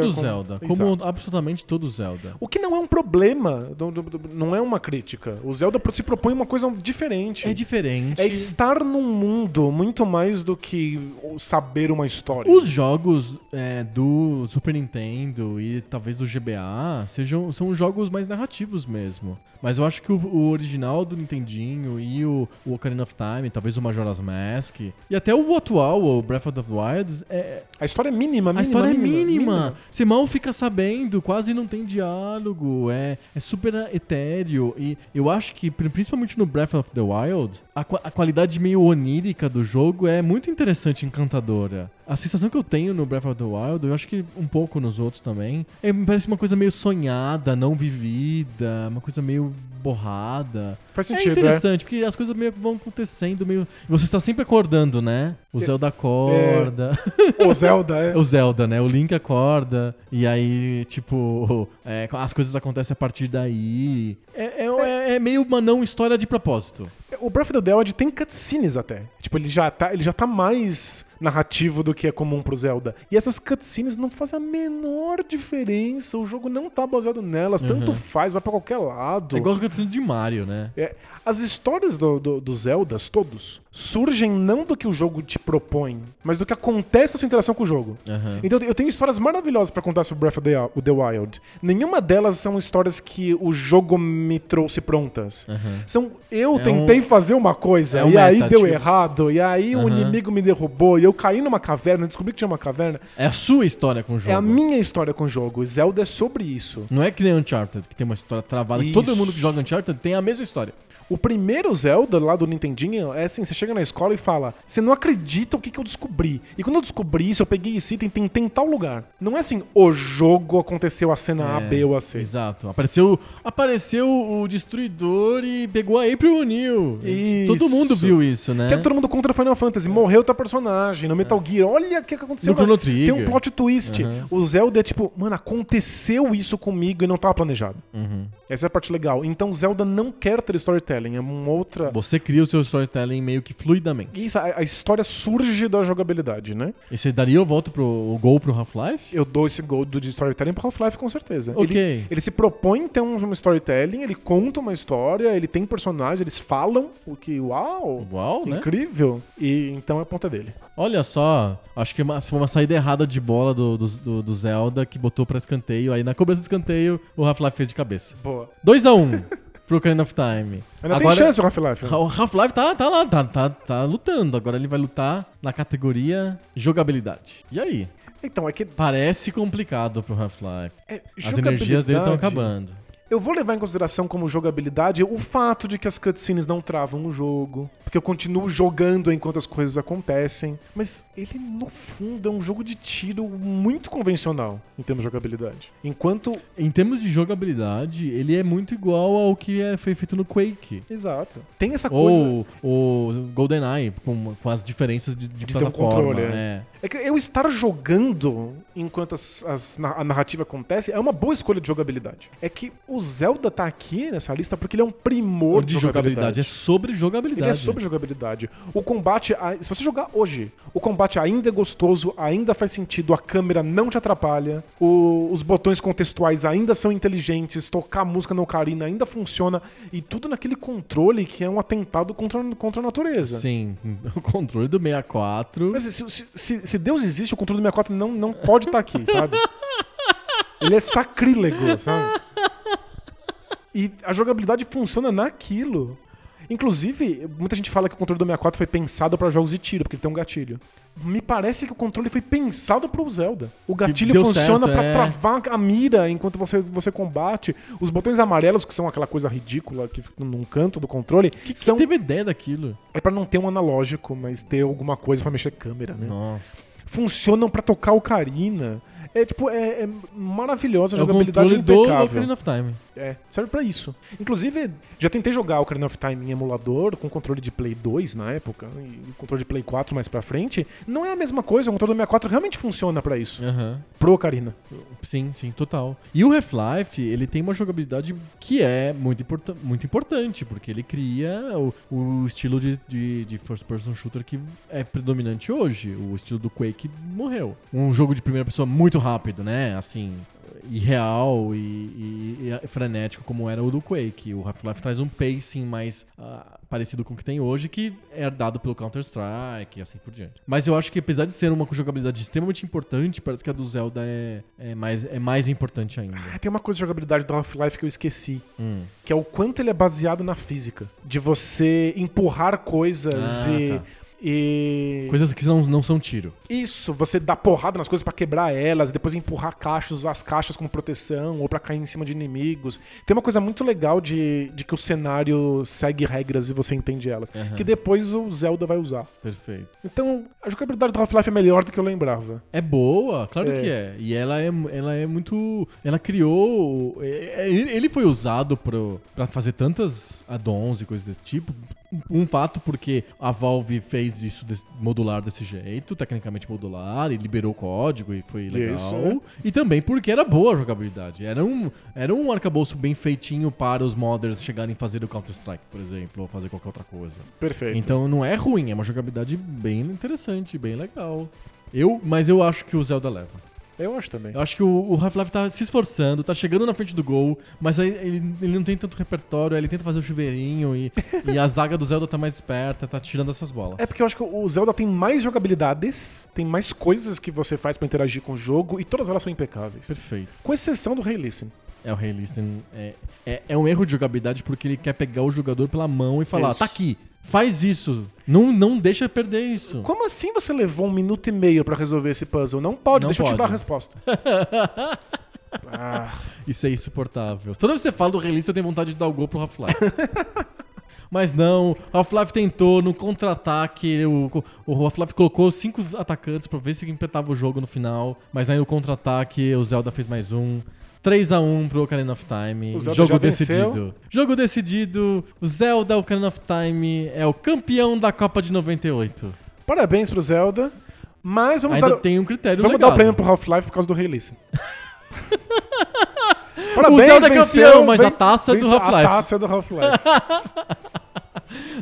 A: todo
B: com-
A: Zelda,
B: Exato.
A: como absolutamente todo Zelda.
B: O que não é um problema, do- do- do- não é uma crítica. O Zelda pro- se propõe uma coisa diferente.
A: É diferente.
B: É estar num mundo muito mais do que o saber uma história.
A: Os jogos é, do Super Nintendo e talvez do GBA sejam, são jogos mais narrativos mesmo. Mas eu acho que o, o original do Nintendinho e o, o Ocarina of Time, talvez o Majora's Mask, e até o atual, o Breath of the Wild, é,
B: A história é mínima, mínima
A: a história é
B: mínima,
A: mínima. Você mal fica sabendo, quase não tem diálogo, é, é super etéreo. E eu acho que, pri- principalmente no Breath of the Wild, a, qua- a qualidade meio onírica do jogo é muito interessante e encantadora. A- a sensação que eu tenho no Breath of the Wild, eu acho que um pouco nos outros também, é, me parece uma coisa meio sonhada, não vivida, uma coisa meio borrada.
B: Faz
A: É
B: sentido, né?
A: interessante, porque as coisas meio que vão acontecendo, meio. Você está sempre acordando, né? O Zelda acorda.
B: O Zelda é.
A: O Zelda, né? O Link acorda, e aí, tipo, é, as coisas acontecem a partir daí. É, é- é- é meio uma não história de propósito.
B: O Breath of the Wild tem cutscenes até. Tipo, ele já tá, ele já tá mais narrativo do que é comum pro Zelda. E essas cutscenes não fazem a menor diferença. O jogo não tá baseado nelas. Tanto faz, vai pra qualquer lado.
A: Uhum. É igual o acontecendo de Mario, né?
B: É, as histórias do, do, do Zeldas, todos, surgem não do que o jogo te propõe, mas do que acontece na sua interação com o jogo.
A: Aham.
B: Então eu tenho histórias maravilhosas pra contar sobre Breath of the, o The Wild. Nenhuma delas são histórias que o jogo me trouxe prontas. São eu
A: É
B: tentei
A: um-
B: fazer uma coisa
A: é
B: e
A: um
B: aí
A: meta,
B: deu
A: tipo.
B: errado, e aí o
A: Aham.
B: inimigo me derrubou, e eu caí numa caverna, descobri que tinha uma caverna.
A: É a sua história com o jogo.
B: É a minha história com o jogo. Zelda é sobre isso.
A: Não é que nem Uncharted, que tem uma história travada. que Todo
B: Isso.
A: mundo que joga Uncharted tem a mesma história.
B: O primeiro Zelda lá do Nintendinho é assim, você chega na escola e fala, você não acredita o que, que eu descobri. E quando eu descobri isso, eu peguei esse item e tentei em tal lugar. Não é assim, o jogo aconteceu a cena A,
A: É,
B: B ou a C.
A: Exato. Apareceu, apareceu o destruidor e pegou a April O'Neil. Todo
B: Isso.
A: mundo viu isso, né?
B: Que é todo mundo contra Final Fantasy. Morreu teu personagem no Metal Gear. Olha o que que aconteceu.
A: É. No Chrono
B: Tem um
A: Trigger.
B: plot twist.
A: Uhum.
B: O Zelda é tipo, mano, aconteceu isso comigo e não tava planejado.
A: Uhum.
B: Essa é a parte legal. Então Zelda não quer ter storytelling. É uma outra...
A: Você cria o seu storytelling meio que fluidamente.
B: Isso, a, a história surge da jogabilidade, né?
A: E você daria o voto pro o gol pro Half-Life?
B: Eu dou esse gol do de storytelling pro Half-Life com certeza.
A: Ok.
B: Ele, ele se propõe a ter um um storytelling, ele conta uma história, ele tem personagens, eles falam, o que, uau,
A: Igual, né?
B: incrível. E então é a ponta dele.
A: Olha só, acho que é uma- foi uma saída errada de bola do, do, do- do Zelda que botou pra escanteio. Aí na cobrança de escanteio, o Half-Life fez de cabeça.
B: Boa.
A: 2x1 pro Ocarina of Time.
B: Ainda tem chance o Half-Life.
A: O Half-Life tá, tá lá, tá, tá, tá lutando. Agora ele vai lutar na categoria jogabilidade. E aí?
B: Então, é que.
A: Parece complicado pro Half-Life.
B: é,
A: As energias dele estão
B: jogabilidade-
A: acabando.
B: Eu vou levar em consideração como jogabilidade o fato de que as cutscenes não travam o jogo, porque eu continuo jogando enquanto as coisas acontecem. Mas ele, no fundo, é um jogo de tiro muito convencional em termos de jogabilidade. Enquanto.
A: Em termos de jogabilidade, ele é muito igual ao que é, foi feito no Quake.
B: Exato. Tem essa coisa.
A: Ou o GoldenEye, com, com as diferenças de, de
B: De ter um
A: plataforma.
B: controle,
A: né?
B: É que eu estar jogando enquanto as- as na- a narrativa acontece é uma boa escolha de jogabilidade. É que o Zelda tá aqui nessa lista porque ele é um primor
A: de jogabilidade, é sobre jogabilidade.
B: Ele é sobre jogabilidade. O combate, a- se você jogar hoje, o combate ainda é gostoso, ainda faz sentido, a câmera não te atrapalha, o- os botões contextuais ainda são inteligentes, tocar música na ocarina ainda funciona, e tudo naquele controle que é um atentado contra, contra a natureza.
A: Sim, o controle do 64.
B: Mas se, se- se- se Deus existe, o controle do 64 não, não pode estar aqui, sabe? Ele é sacrílego, sabe? E a jogabilidade funciona naquilo. Inclusive, muita gente fala que o controle do 64 foi pensado para jogos de tiro, porque ele tem um gatilho. Me parece que o controle foi pensado pro Zelda. O gatilho
A: deu
B: funciona
A: certo,
B: pra
A: é.
B: travar a mira enquanto você, você combate. Os botões amarelos, que são aquela coisa ridícula que fica num canto do controle,
A: que, que
B: são
A: teve ideia daquilo?
B: é pra não ter um analógico, mas ter alguma coisa pra mexer câmera, né?
A: Nossa.
B: funcionam pra tocar ocarina. É tipo, é, é maravilhosa a
A: É o
B: jogabilidade
A: controle do
B: impecável.
A: Ocarina of Time.
B: É, serve pra isso. Inclusive, já tentei jogar Ocarina of Time em emulador com controle de Play 2 na época e controle de Play 4 mais pra frente. Não é a mesma coisa, o controle do 64 realmente funciona pra isso.
A: Aham.
B: Pro Ocarina.
A: Sim, sim, total. E o Half-Life, ele tem uma jogabilidade que é muito, importan- muito importante, porque ele cria o, o estilo de, de, de first-person shooter que é predominante hoje. O estilo do Quake morreu. Um jogo de primeira pessoa muito rápido, né? Assim, irreal e, e- e frenético como era o do Quake. O Half-Life traz um pacing mais ah, parecido com o que tem hoje, que é herdado pelo Counter-Strike e assim por diante. Mas eu acho que apesar de ser uma jogabilidade extremamente importante, parece que a do Zelda é, é mais, é mais importante ainda.
B: Ah, tem uma coisa de jogabilidade do Half-Life que eu esqueci.
A: Hum.
B: que é o quanto ele é baseado na física. De você empurrar coisas
A: Ah,
B: e.
A: tá.
B: E.
A: Coisas que não, não são tiro.
B: Isso, você dá porrada nas coisas pra quebrar elas, depois empurrar caixas, usar as caixas como proteção, ou pra cair em cima de inimigos. Tem uma coisa muito legal de, de que o cenário segue regras e você entende elas. Que depois o Zelda vai usar.
A: Perfeito.
B: Então, a jogabilidade do Half-Life é melhor do que eu lembrava.
A: É boa, claro
B: É.
A: que é. E ela é, ela é muito. Ela criou. é- é- Ele foi usado pro, pra fazer tantas add-ons e coisas desse tipo. Um fato porque a Valve fez isso des- modular desse jeito, tecnicamente modular, e liberou código e foi legal.
B: Isso, é.
A: E também porque era boa a jogabilidade. Era um, era um arcabouço bem feitinho para os modders chegarem a fazer o Counter-Strike, por exemplo, ou fazer qualquer outra coisa.
B: Perfeito.
A: Então não é ruim, é uma jogabilidade bem interessante, bem legal. Eu, mas eu acho que o Zelda leva.
B: Eu acho também.
A: Eu acho que o, o Half-Life tá se esforçando, tá chegando na frente do gol, mas aí ele, ele não tem tanto repertório, aí ele tenta fazer o chuveirinho e, e a zaga do Zelda tá mais esperta, tá tirando essas bolas.
B: É porque eu acho que o Zelda tem mais jogabilidades, tem mais coisas que você faz pra interagir com o jogo e todas elas são impecáveis.
A: Perfeito.
B: Com exceção do Rei Listen.
A: É o Ray Listen. É, é, é um erro de jogabilidade porque ele quer pegar o jogador pela mão e falar:
B: Isso.
A: tá aqui, faz isso, não, não deixa perder isso.
B: Como assim você levou um minuto e meio pra resolver esse puzzle? Não pode,
A: Não
B: deixa eu te
A: pode.
B: dar a resposta. ah,
A: Isso é insuportável. Toda vez que você fala do release, eu tenho vontade de dar o gol pro Half-Life. Mas não, o Half-Life tentou no contra-ataque. O, o Half-Life colocou cinco atacantes pra ver se empetava o jogo no final. Mas aí no contra-ataque, o Zelda fez mais um. 3x1 pro Ocarina of Time.
B: O Zelda
A: jogo
B: já
A: decidido.
B: venceu.
A: Jogo decidido. O Zelda Ocarina of Time é o campeão da Copa de 98.
B: parabéns pro Zelda. Mas vamos
A: Ainda
B: dar.
A: tem um critério
B: Vamos
A: legal.
B: dar o prêmio pro Half-Life por causa do Rei Listen.
A: O Zelda é
B: venceu,
A: campeão, mas
B: ven-
A: a taça é do
B: venceu- A
A: Half-Life.
B: taça é do Half-Life.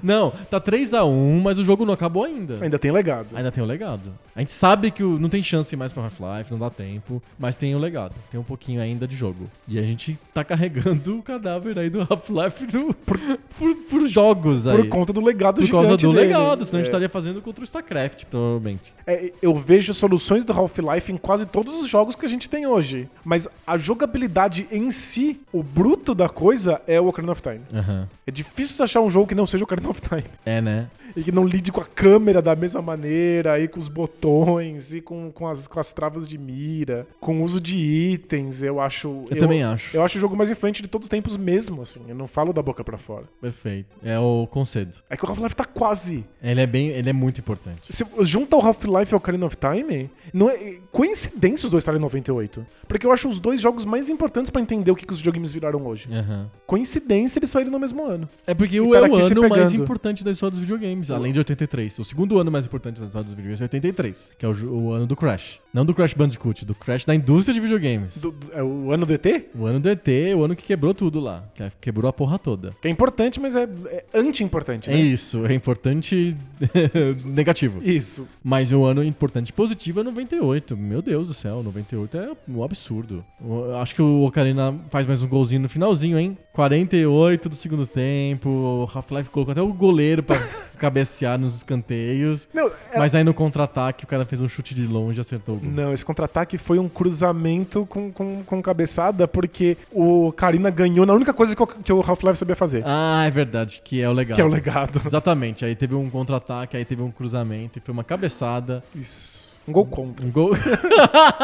A: Não, tá 3x1, mas o jogo não acabou ainda.
B: Ainda tem legado.
A: Ainda tem o legado. A gente sabe que o- não tem chance mais pra Half-Life, não dá tempo, mas tem o legado. Tem um pouquinho ainda de jogo. E a gente tá carregando o cadáver aí do Half-Life no- por, por- por jogos aí.
B: Por conta do legado
A: Por causa
B: gigante
A: do
B: dele.
A: legado, senão a
B: É.
A: gente tá- estaria fazendo contra o StarCraft, provavelmente.
B: É, eu vejo soluções do Half-Life em quase todos os jogos que a gente tem hoje. Mas a jogabilidade em si, o bruto da coisa, é o Ocarina of Time.
A: Aham.
B: É difícil você achar um jogo que não seja o Ocarina of Time.
A: É, né?
B: E que não lide com a câmera da mesma maneira, e com os botões, e com, com, as, com as travas de mira, com o uso de itens, eu acho...
A: Eu também acho.
B: Eu acho o jogo mais influente de todos os tempos mesmo, assim. Eu não falo da boca pra fora.
A: Perfeito. É o concedo.
B: É que o Half-Life tá quase...
A: Ele é bem. Ele é muito importante.
B: Se junta o Half-Life e o Ocarina of Time, não é coincidência os dois estarem em 98. Porque eu acho os dois jogos mais importantes pra entender o que, que os videogames viraram hoje.
A: Aham.
B: Coincidência eles saírem no mesmo ano.
A: É porque
B: E
A: o
B: tá
A: é o
B: aqui se
A: ano mais
B: pegando. Tá
A: importante da história dos videogames, além de 83. O segundo ano mais importante da história dos videogames é 83, que é o, ju- o ano do Crash. Não do Crash Bandicoot, do Crash da indústria de videogames.
B: Do- do- é o ano do ET?
A: O ano do ET, o ano que quebrou tudo lá. que é- Quebrou a porra toda.
B: Que é importante, mas é, é anti-importante,
A: É
B: né?
A: isso, é importante negativo.
B: Isso.
A: Mas o ano importante positivo é 98. Meu Deus do céu, 98 é um absurdo. O- Acho que o Ocarina faz mais um golzinho no finalzinho, hein? 48 do segundo tempo. O Half-Life colocou até o goleiro pra cabecear nos escanteios.
B: Não, é-
A: Mas aí no contra-ataque o cara fez um chute de longe e acertou o gol.
B: Não, esse contra-ataque foi um cruzamento com, com, com cabeçada, porque o Karina ganhou na única coisa que o, que o Half-Life sabia fazer,
A: Ah, é verdade, que é o legal.
B: que é o legado.
A: Exatamente, aí teve um contra-ataque, aí teve um cruzamento, e foi uma cabeçada.
B: Isso. Um gol contra.
A: Um gol.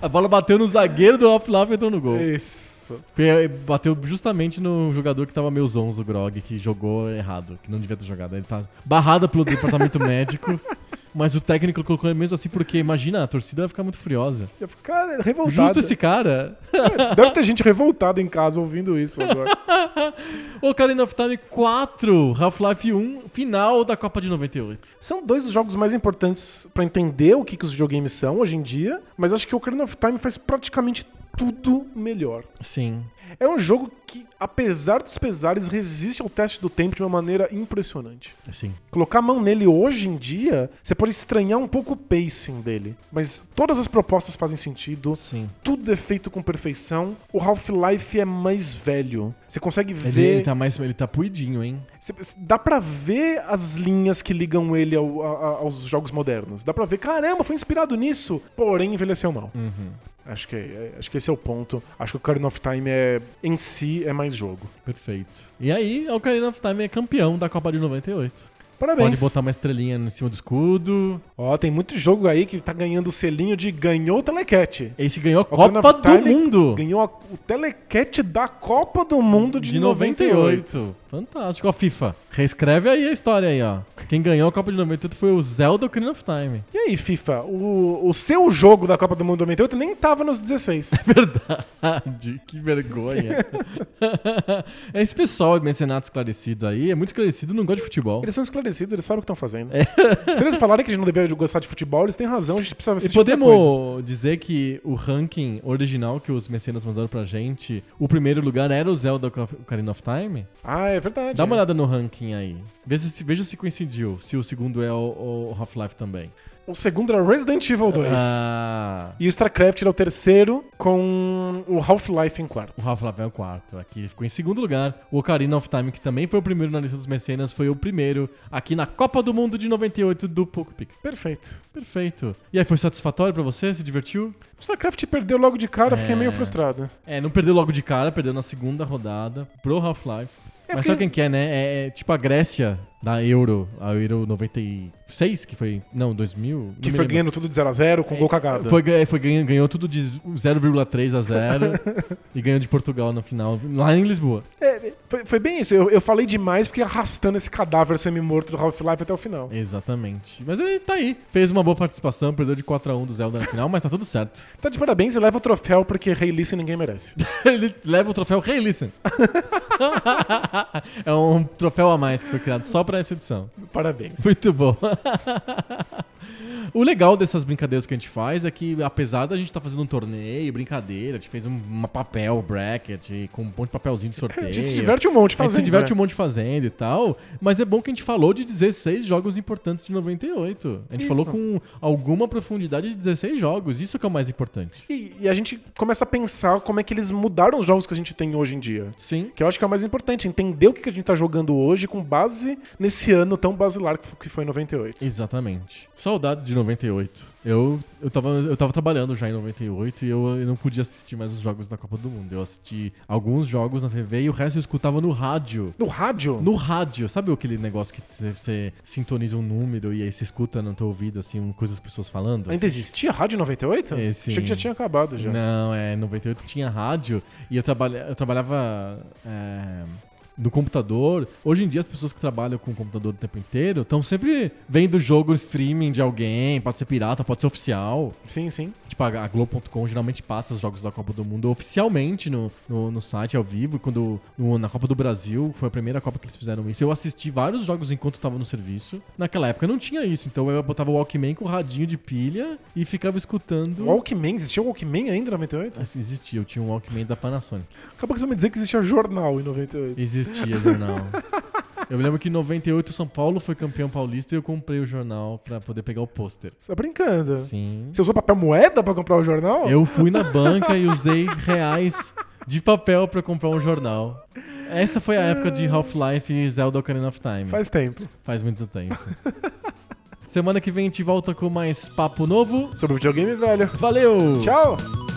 A: a bola bateu no zagueiro do Half-Life e entrou no gol.
B: Isso.
A: Foi- Bateu justamente no jogador que tava meio zonzo, o Grog, que jogou errado, que não devia ter jogado. Ele tá barrada pelo departamento médico. Mas o técnico colocou ele mesmo assim, porque imagina, a torcida vai ficar muito furiosa.
B: Eu fico, cara, revoltado.
A: Justo esse cara.
B: Deve ter gente revoltada em casa ouvindo isso agora.
A: Ocarina of Time 4, Half-Life 1, final da Copa de 98.
B: São dois dos jogos mais importantes pra entender o que, que os videogames são hoje em dia, mas acho que o Ocarina of Time faz praticamente tudo melhor.
A: Sim.
B: É um jogo que, apesar dos pesares, resiste ao teste do tempo de uma maneira impressionante.
A: Sim.
B: Colocar a mão nele hoje em dia, você pode estranhar um pouco o pacing dele, mas todas as propostas fazem sentido.
A: Sim.
B: Tudo é feito com perfeição. O Half-Life é mais velho. Você consegue
A: Ele,
B: ver.
A: ele tá mais. Ele tá puidinho, hein?
B: Cê- cê- Dá pra ver as linhas que ligam ele ao- a- a- aos jogos modernos. Dá pra ver, caramba, foi inspirado nisso, porém envelheceu mal.
A: Uhum.
B: Acho, que, é- acho que esse é o ponto. Acho que o Ocarina of Time é, em si é mais jogo.
A: Perfeito. E aí, a Ocarina of Time é campeão da Copa de 98.
B: Parabéns.
A: Pode botar uma estrelinha em cima do escudo.
B: Ó, tem muito jogo aí que tá ganhando o selinho de ganhou o telecat.
A: Esse ganhou a
B: Ocarina
A: Copa
B: of
A: do
B: Time
A: Mundo
B: Ganhou a- o telecat da Copa do Mundo de, 98.
A: Fantástico. Ó, FIFA, reescreve aí a história aí, ó. Quem ganhou a Copa de 98 foi o Zelda Ocarina of Time.
B: E aí, FIFA, o, o seu jogo da Copa do Mundo de 98 nem tava nos 16.
A: Verdade, que vergonha. É Esse pessoal mercenário esclarecido aí é muito esclarecido, não gosta de futebol.
B: Eles são esclarecidos, eles sabem o que estão fazendo.
A: É.
B: Se eles falarem que a gente não deveria gostar de futebol, eles têm razão, a gente
A: E
B: precisa assistir outra coisa.
A: podemos dizer que o ranking original que os mecenas mandaram pra gente, o primeiro lugar era o Zelda Ocarina of Time?
B: Ah, é verdade.
A: Dá uma olhada no ranking aí. Veja se, veja se coincidiu, se o segundo é o, o Half-Life também.
B: O segundo era Resident Evil 2.
A: Ah,
B: E o StarCraft era o terceiro, com o Half-Life em quarto.
A: o Half-Life é o quarto. Aqui ficou em segundo lugar. O Ocarina of Time, que também foi o primeiro na lista dos mecenas, foi o primeiro aqui na Copa do Mundo de 98 do Poco Pix.
B: Perfeito.
A: Perfeito. E aí, foi satisfatório pra você? Se divertiu?
B: O StarCraft perdeu logo de cara, eu fiquei
A: É.
B: meio frustrado.
A: É, não perdeu logo de cara, perdeu na segunda rodada pro Half-Life.
B: Eu
A: Mas
B: fiquei-
A: sabe quem que é, né? É, é tipo a Grécia da Euro, a Euro 96, que foi. Não, 2000. não me
B: Que foi
A: lembro. É.
B: ganhando tudo de 0x0 com gol cagado.
A: Foi, ganha- foi ganha- ganhou tudo de 0,3 a 0 e ganhou de Portugal na final, lá em Lisboa.
B: É, foi, foi bem isso. Eu, eu falei demais porque arrastando esse cadáver semi-morto do Half-Life até o final.
A: Exatamente. Mas ele tá aí. Fez uma boa participação, perdeu de 4 a 1 do Zelda na final, mas tá tudo certo.
B: Tá de parabéns e leva o troféu porque Rei Listen ninguém merece.
A: Ele leva o troféu Hey Listen. é um troféu a mais que foi criado só pra essa edição.
B: Parabéns.
A: Muito bom. O legal dessas brincadeiras que a gente faz é que, apesar da gente estar fazendo um torneio, brincadeira, a gente fez um uma papel, bracket, com um monte de papelzinho de sorteio.
B: A gente se diverte um
A: A
B: monte
A: gente
B: fazendo.
A: se diverte
B: né?
A: um monte fazendo e tal, mas é bom que a gente falou de 16 jogos importantes de 98. A gente
B: Isso.
A: falou com alguma profundidade de 16 jogos, isso que é o mais importante.
B: E, e a gente começa a pensar como é que eles mudaram os jogos que a gente tem hoje em dia.
A: Sim.
B: Que eu acho que é o mais importante, entender o que que a gente tá jogando hoje com base nesse ano tão basilar que f- que foi 98.
A: Exatamente. Saudades de 98. Eu, eu, tava, eu tava trabalhando já em 98 e eu, eu não podia assistir mais os jogos da Copa do Mundo. Eu assisti alguns jogos na TV e o resto eu escutava no rádio.
B: No rádio?
A: No rádio, sabe aquele negócio que você- você sintoniza um número e aí você escuta no teu ouvido, assim, um- coisas das pessoas falando?
B: Ainda existia rádio em 98?
A: É, sim.
B: Achei que já tinha acabado já.
A: Não, é, em 98 tinha rádio e eu, trabalha, eu trabalhava é, no computador. Hoje em dia as pessoas que trabalham com o computador o tempo inteiro estão sempre vendo jogo streaming de alguém, pode ser pirata, pode ser oficial.
B: Sim, sim.
A: Tipo, a a Globo.com geralmente passa os jogos da Copa do Mundo oficialmente no, no, no site, ao vivo. Quando no- na Copa do Brasil, foi a primeira Copa que eles fizeram isso. Eu assisti vários jogos enquanto estava no serviço. Naquela época não tinha isso, então eu botava o Walkman com o radinho de pilha e ficava escutando.
B: Walkman, existia Walkman ainda em 98?
A: Assim, Existia, eu tinha um Walkman da Panasonic.
B: Acabou que você me dizer que existia jornal em 98.
A: Existia jornal. Eu me lembro que em 98 o São Paulo foi campeão paulista e eu comprei o jornal pra poder pegar o pôster.
B: Você tá brincando?
A: Sim.
B: Você usou papel moeda pra comprar o jornal?
A: Eu fui na banca e usei reais de papel pra comprar um jornal. Essa foi a época de Half-Life e Zelda Ocarina of Time. Faz,
B: Faz tempo.
A: muito tempo. Semana que vem a gente volta com mais papo novo.
B: Sobre videogame, velho.
A: Valeu!
B: Tchau!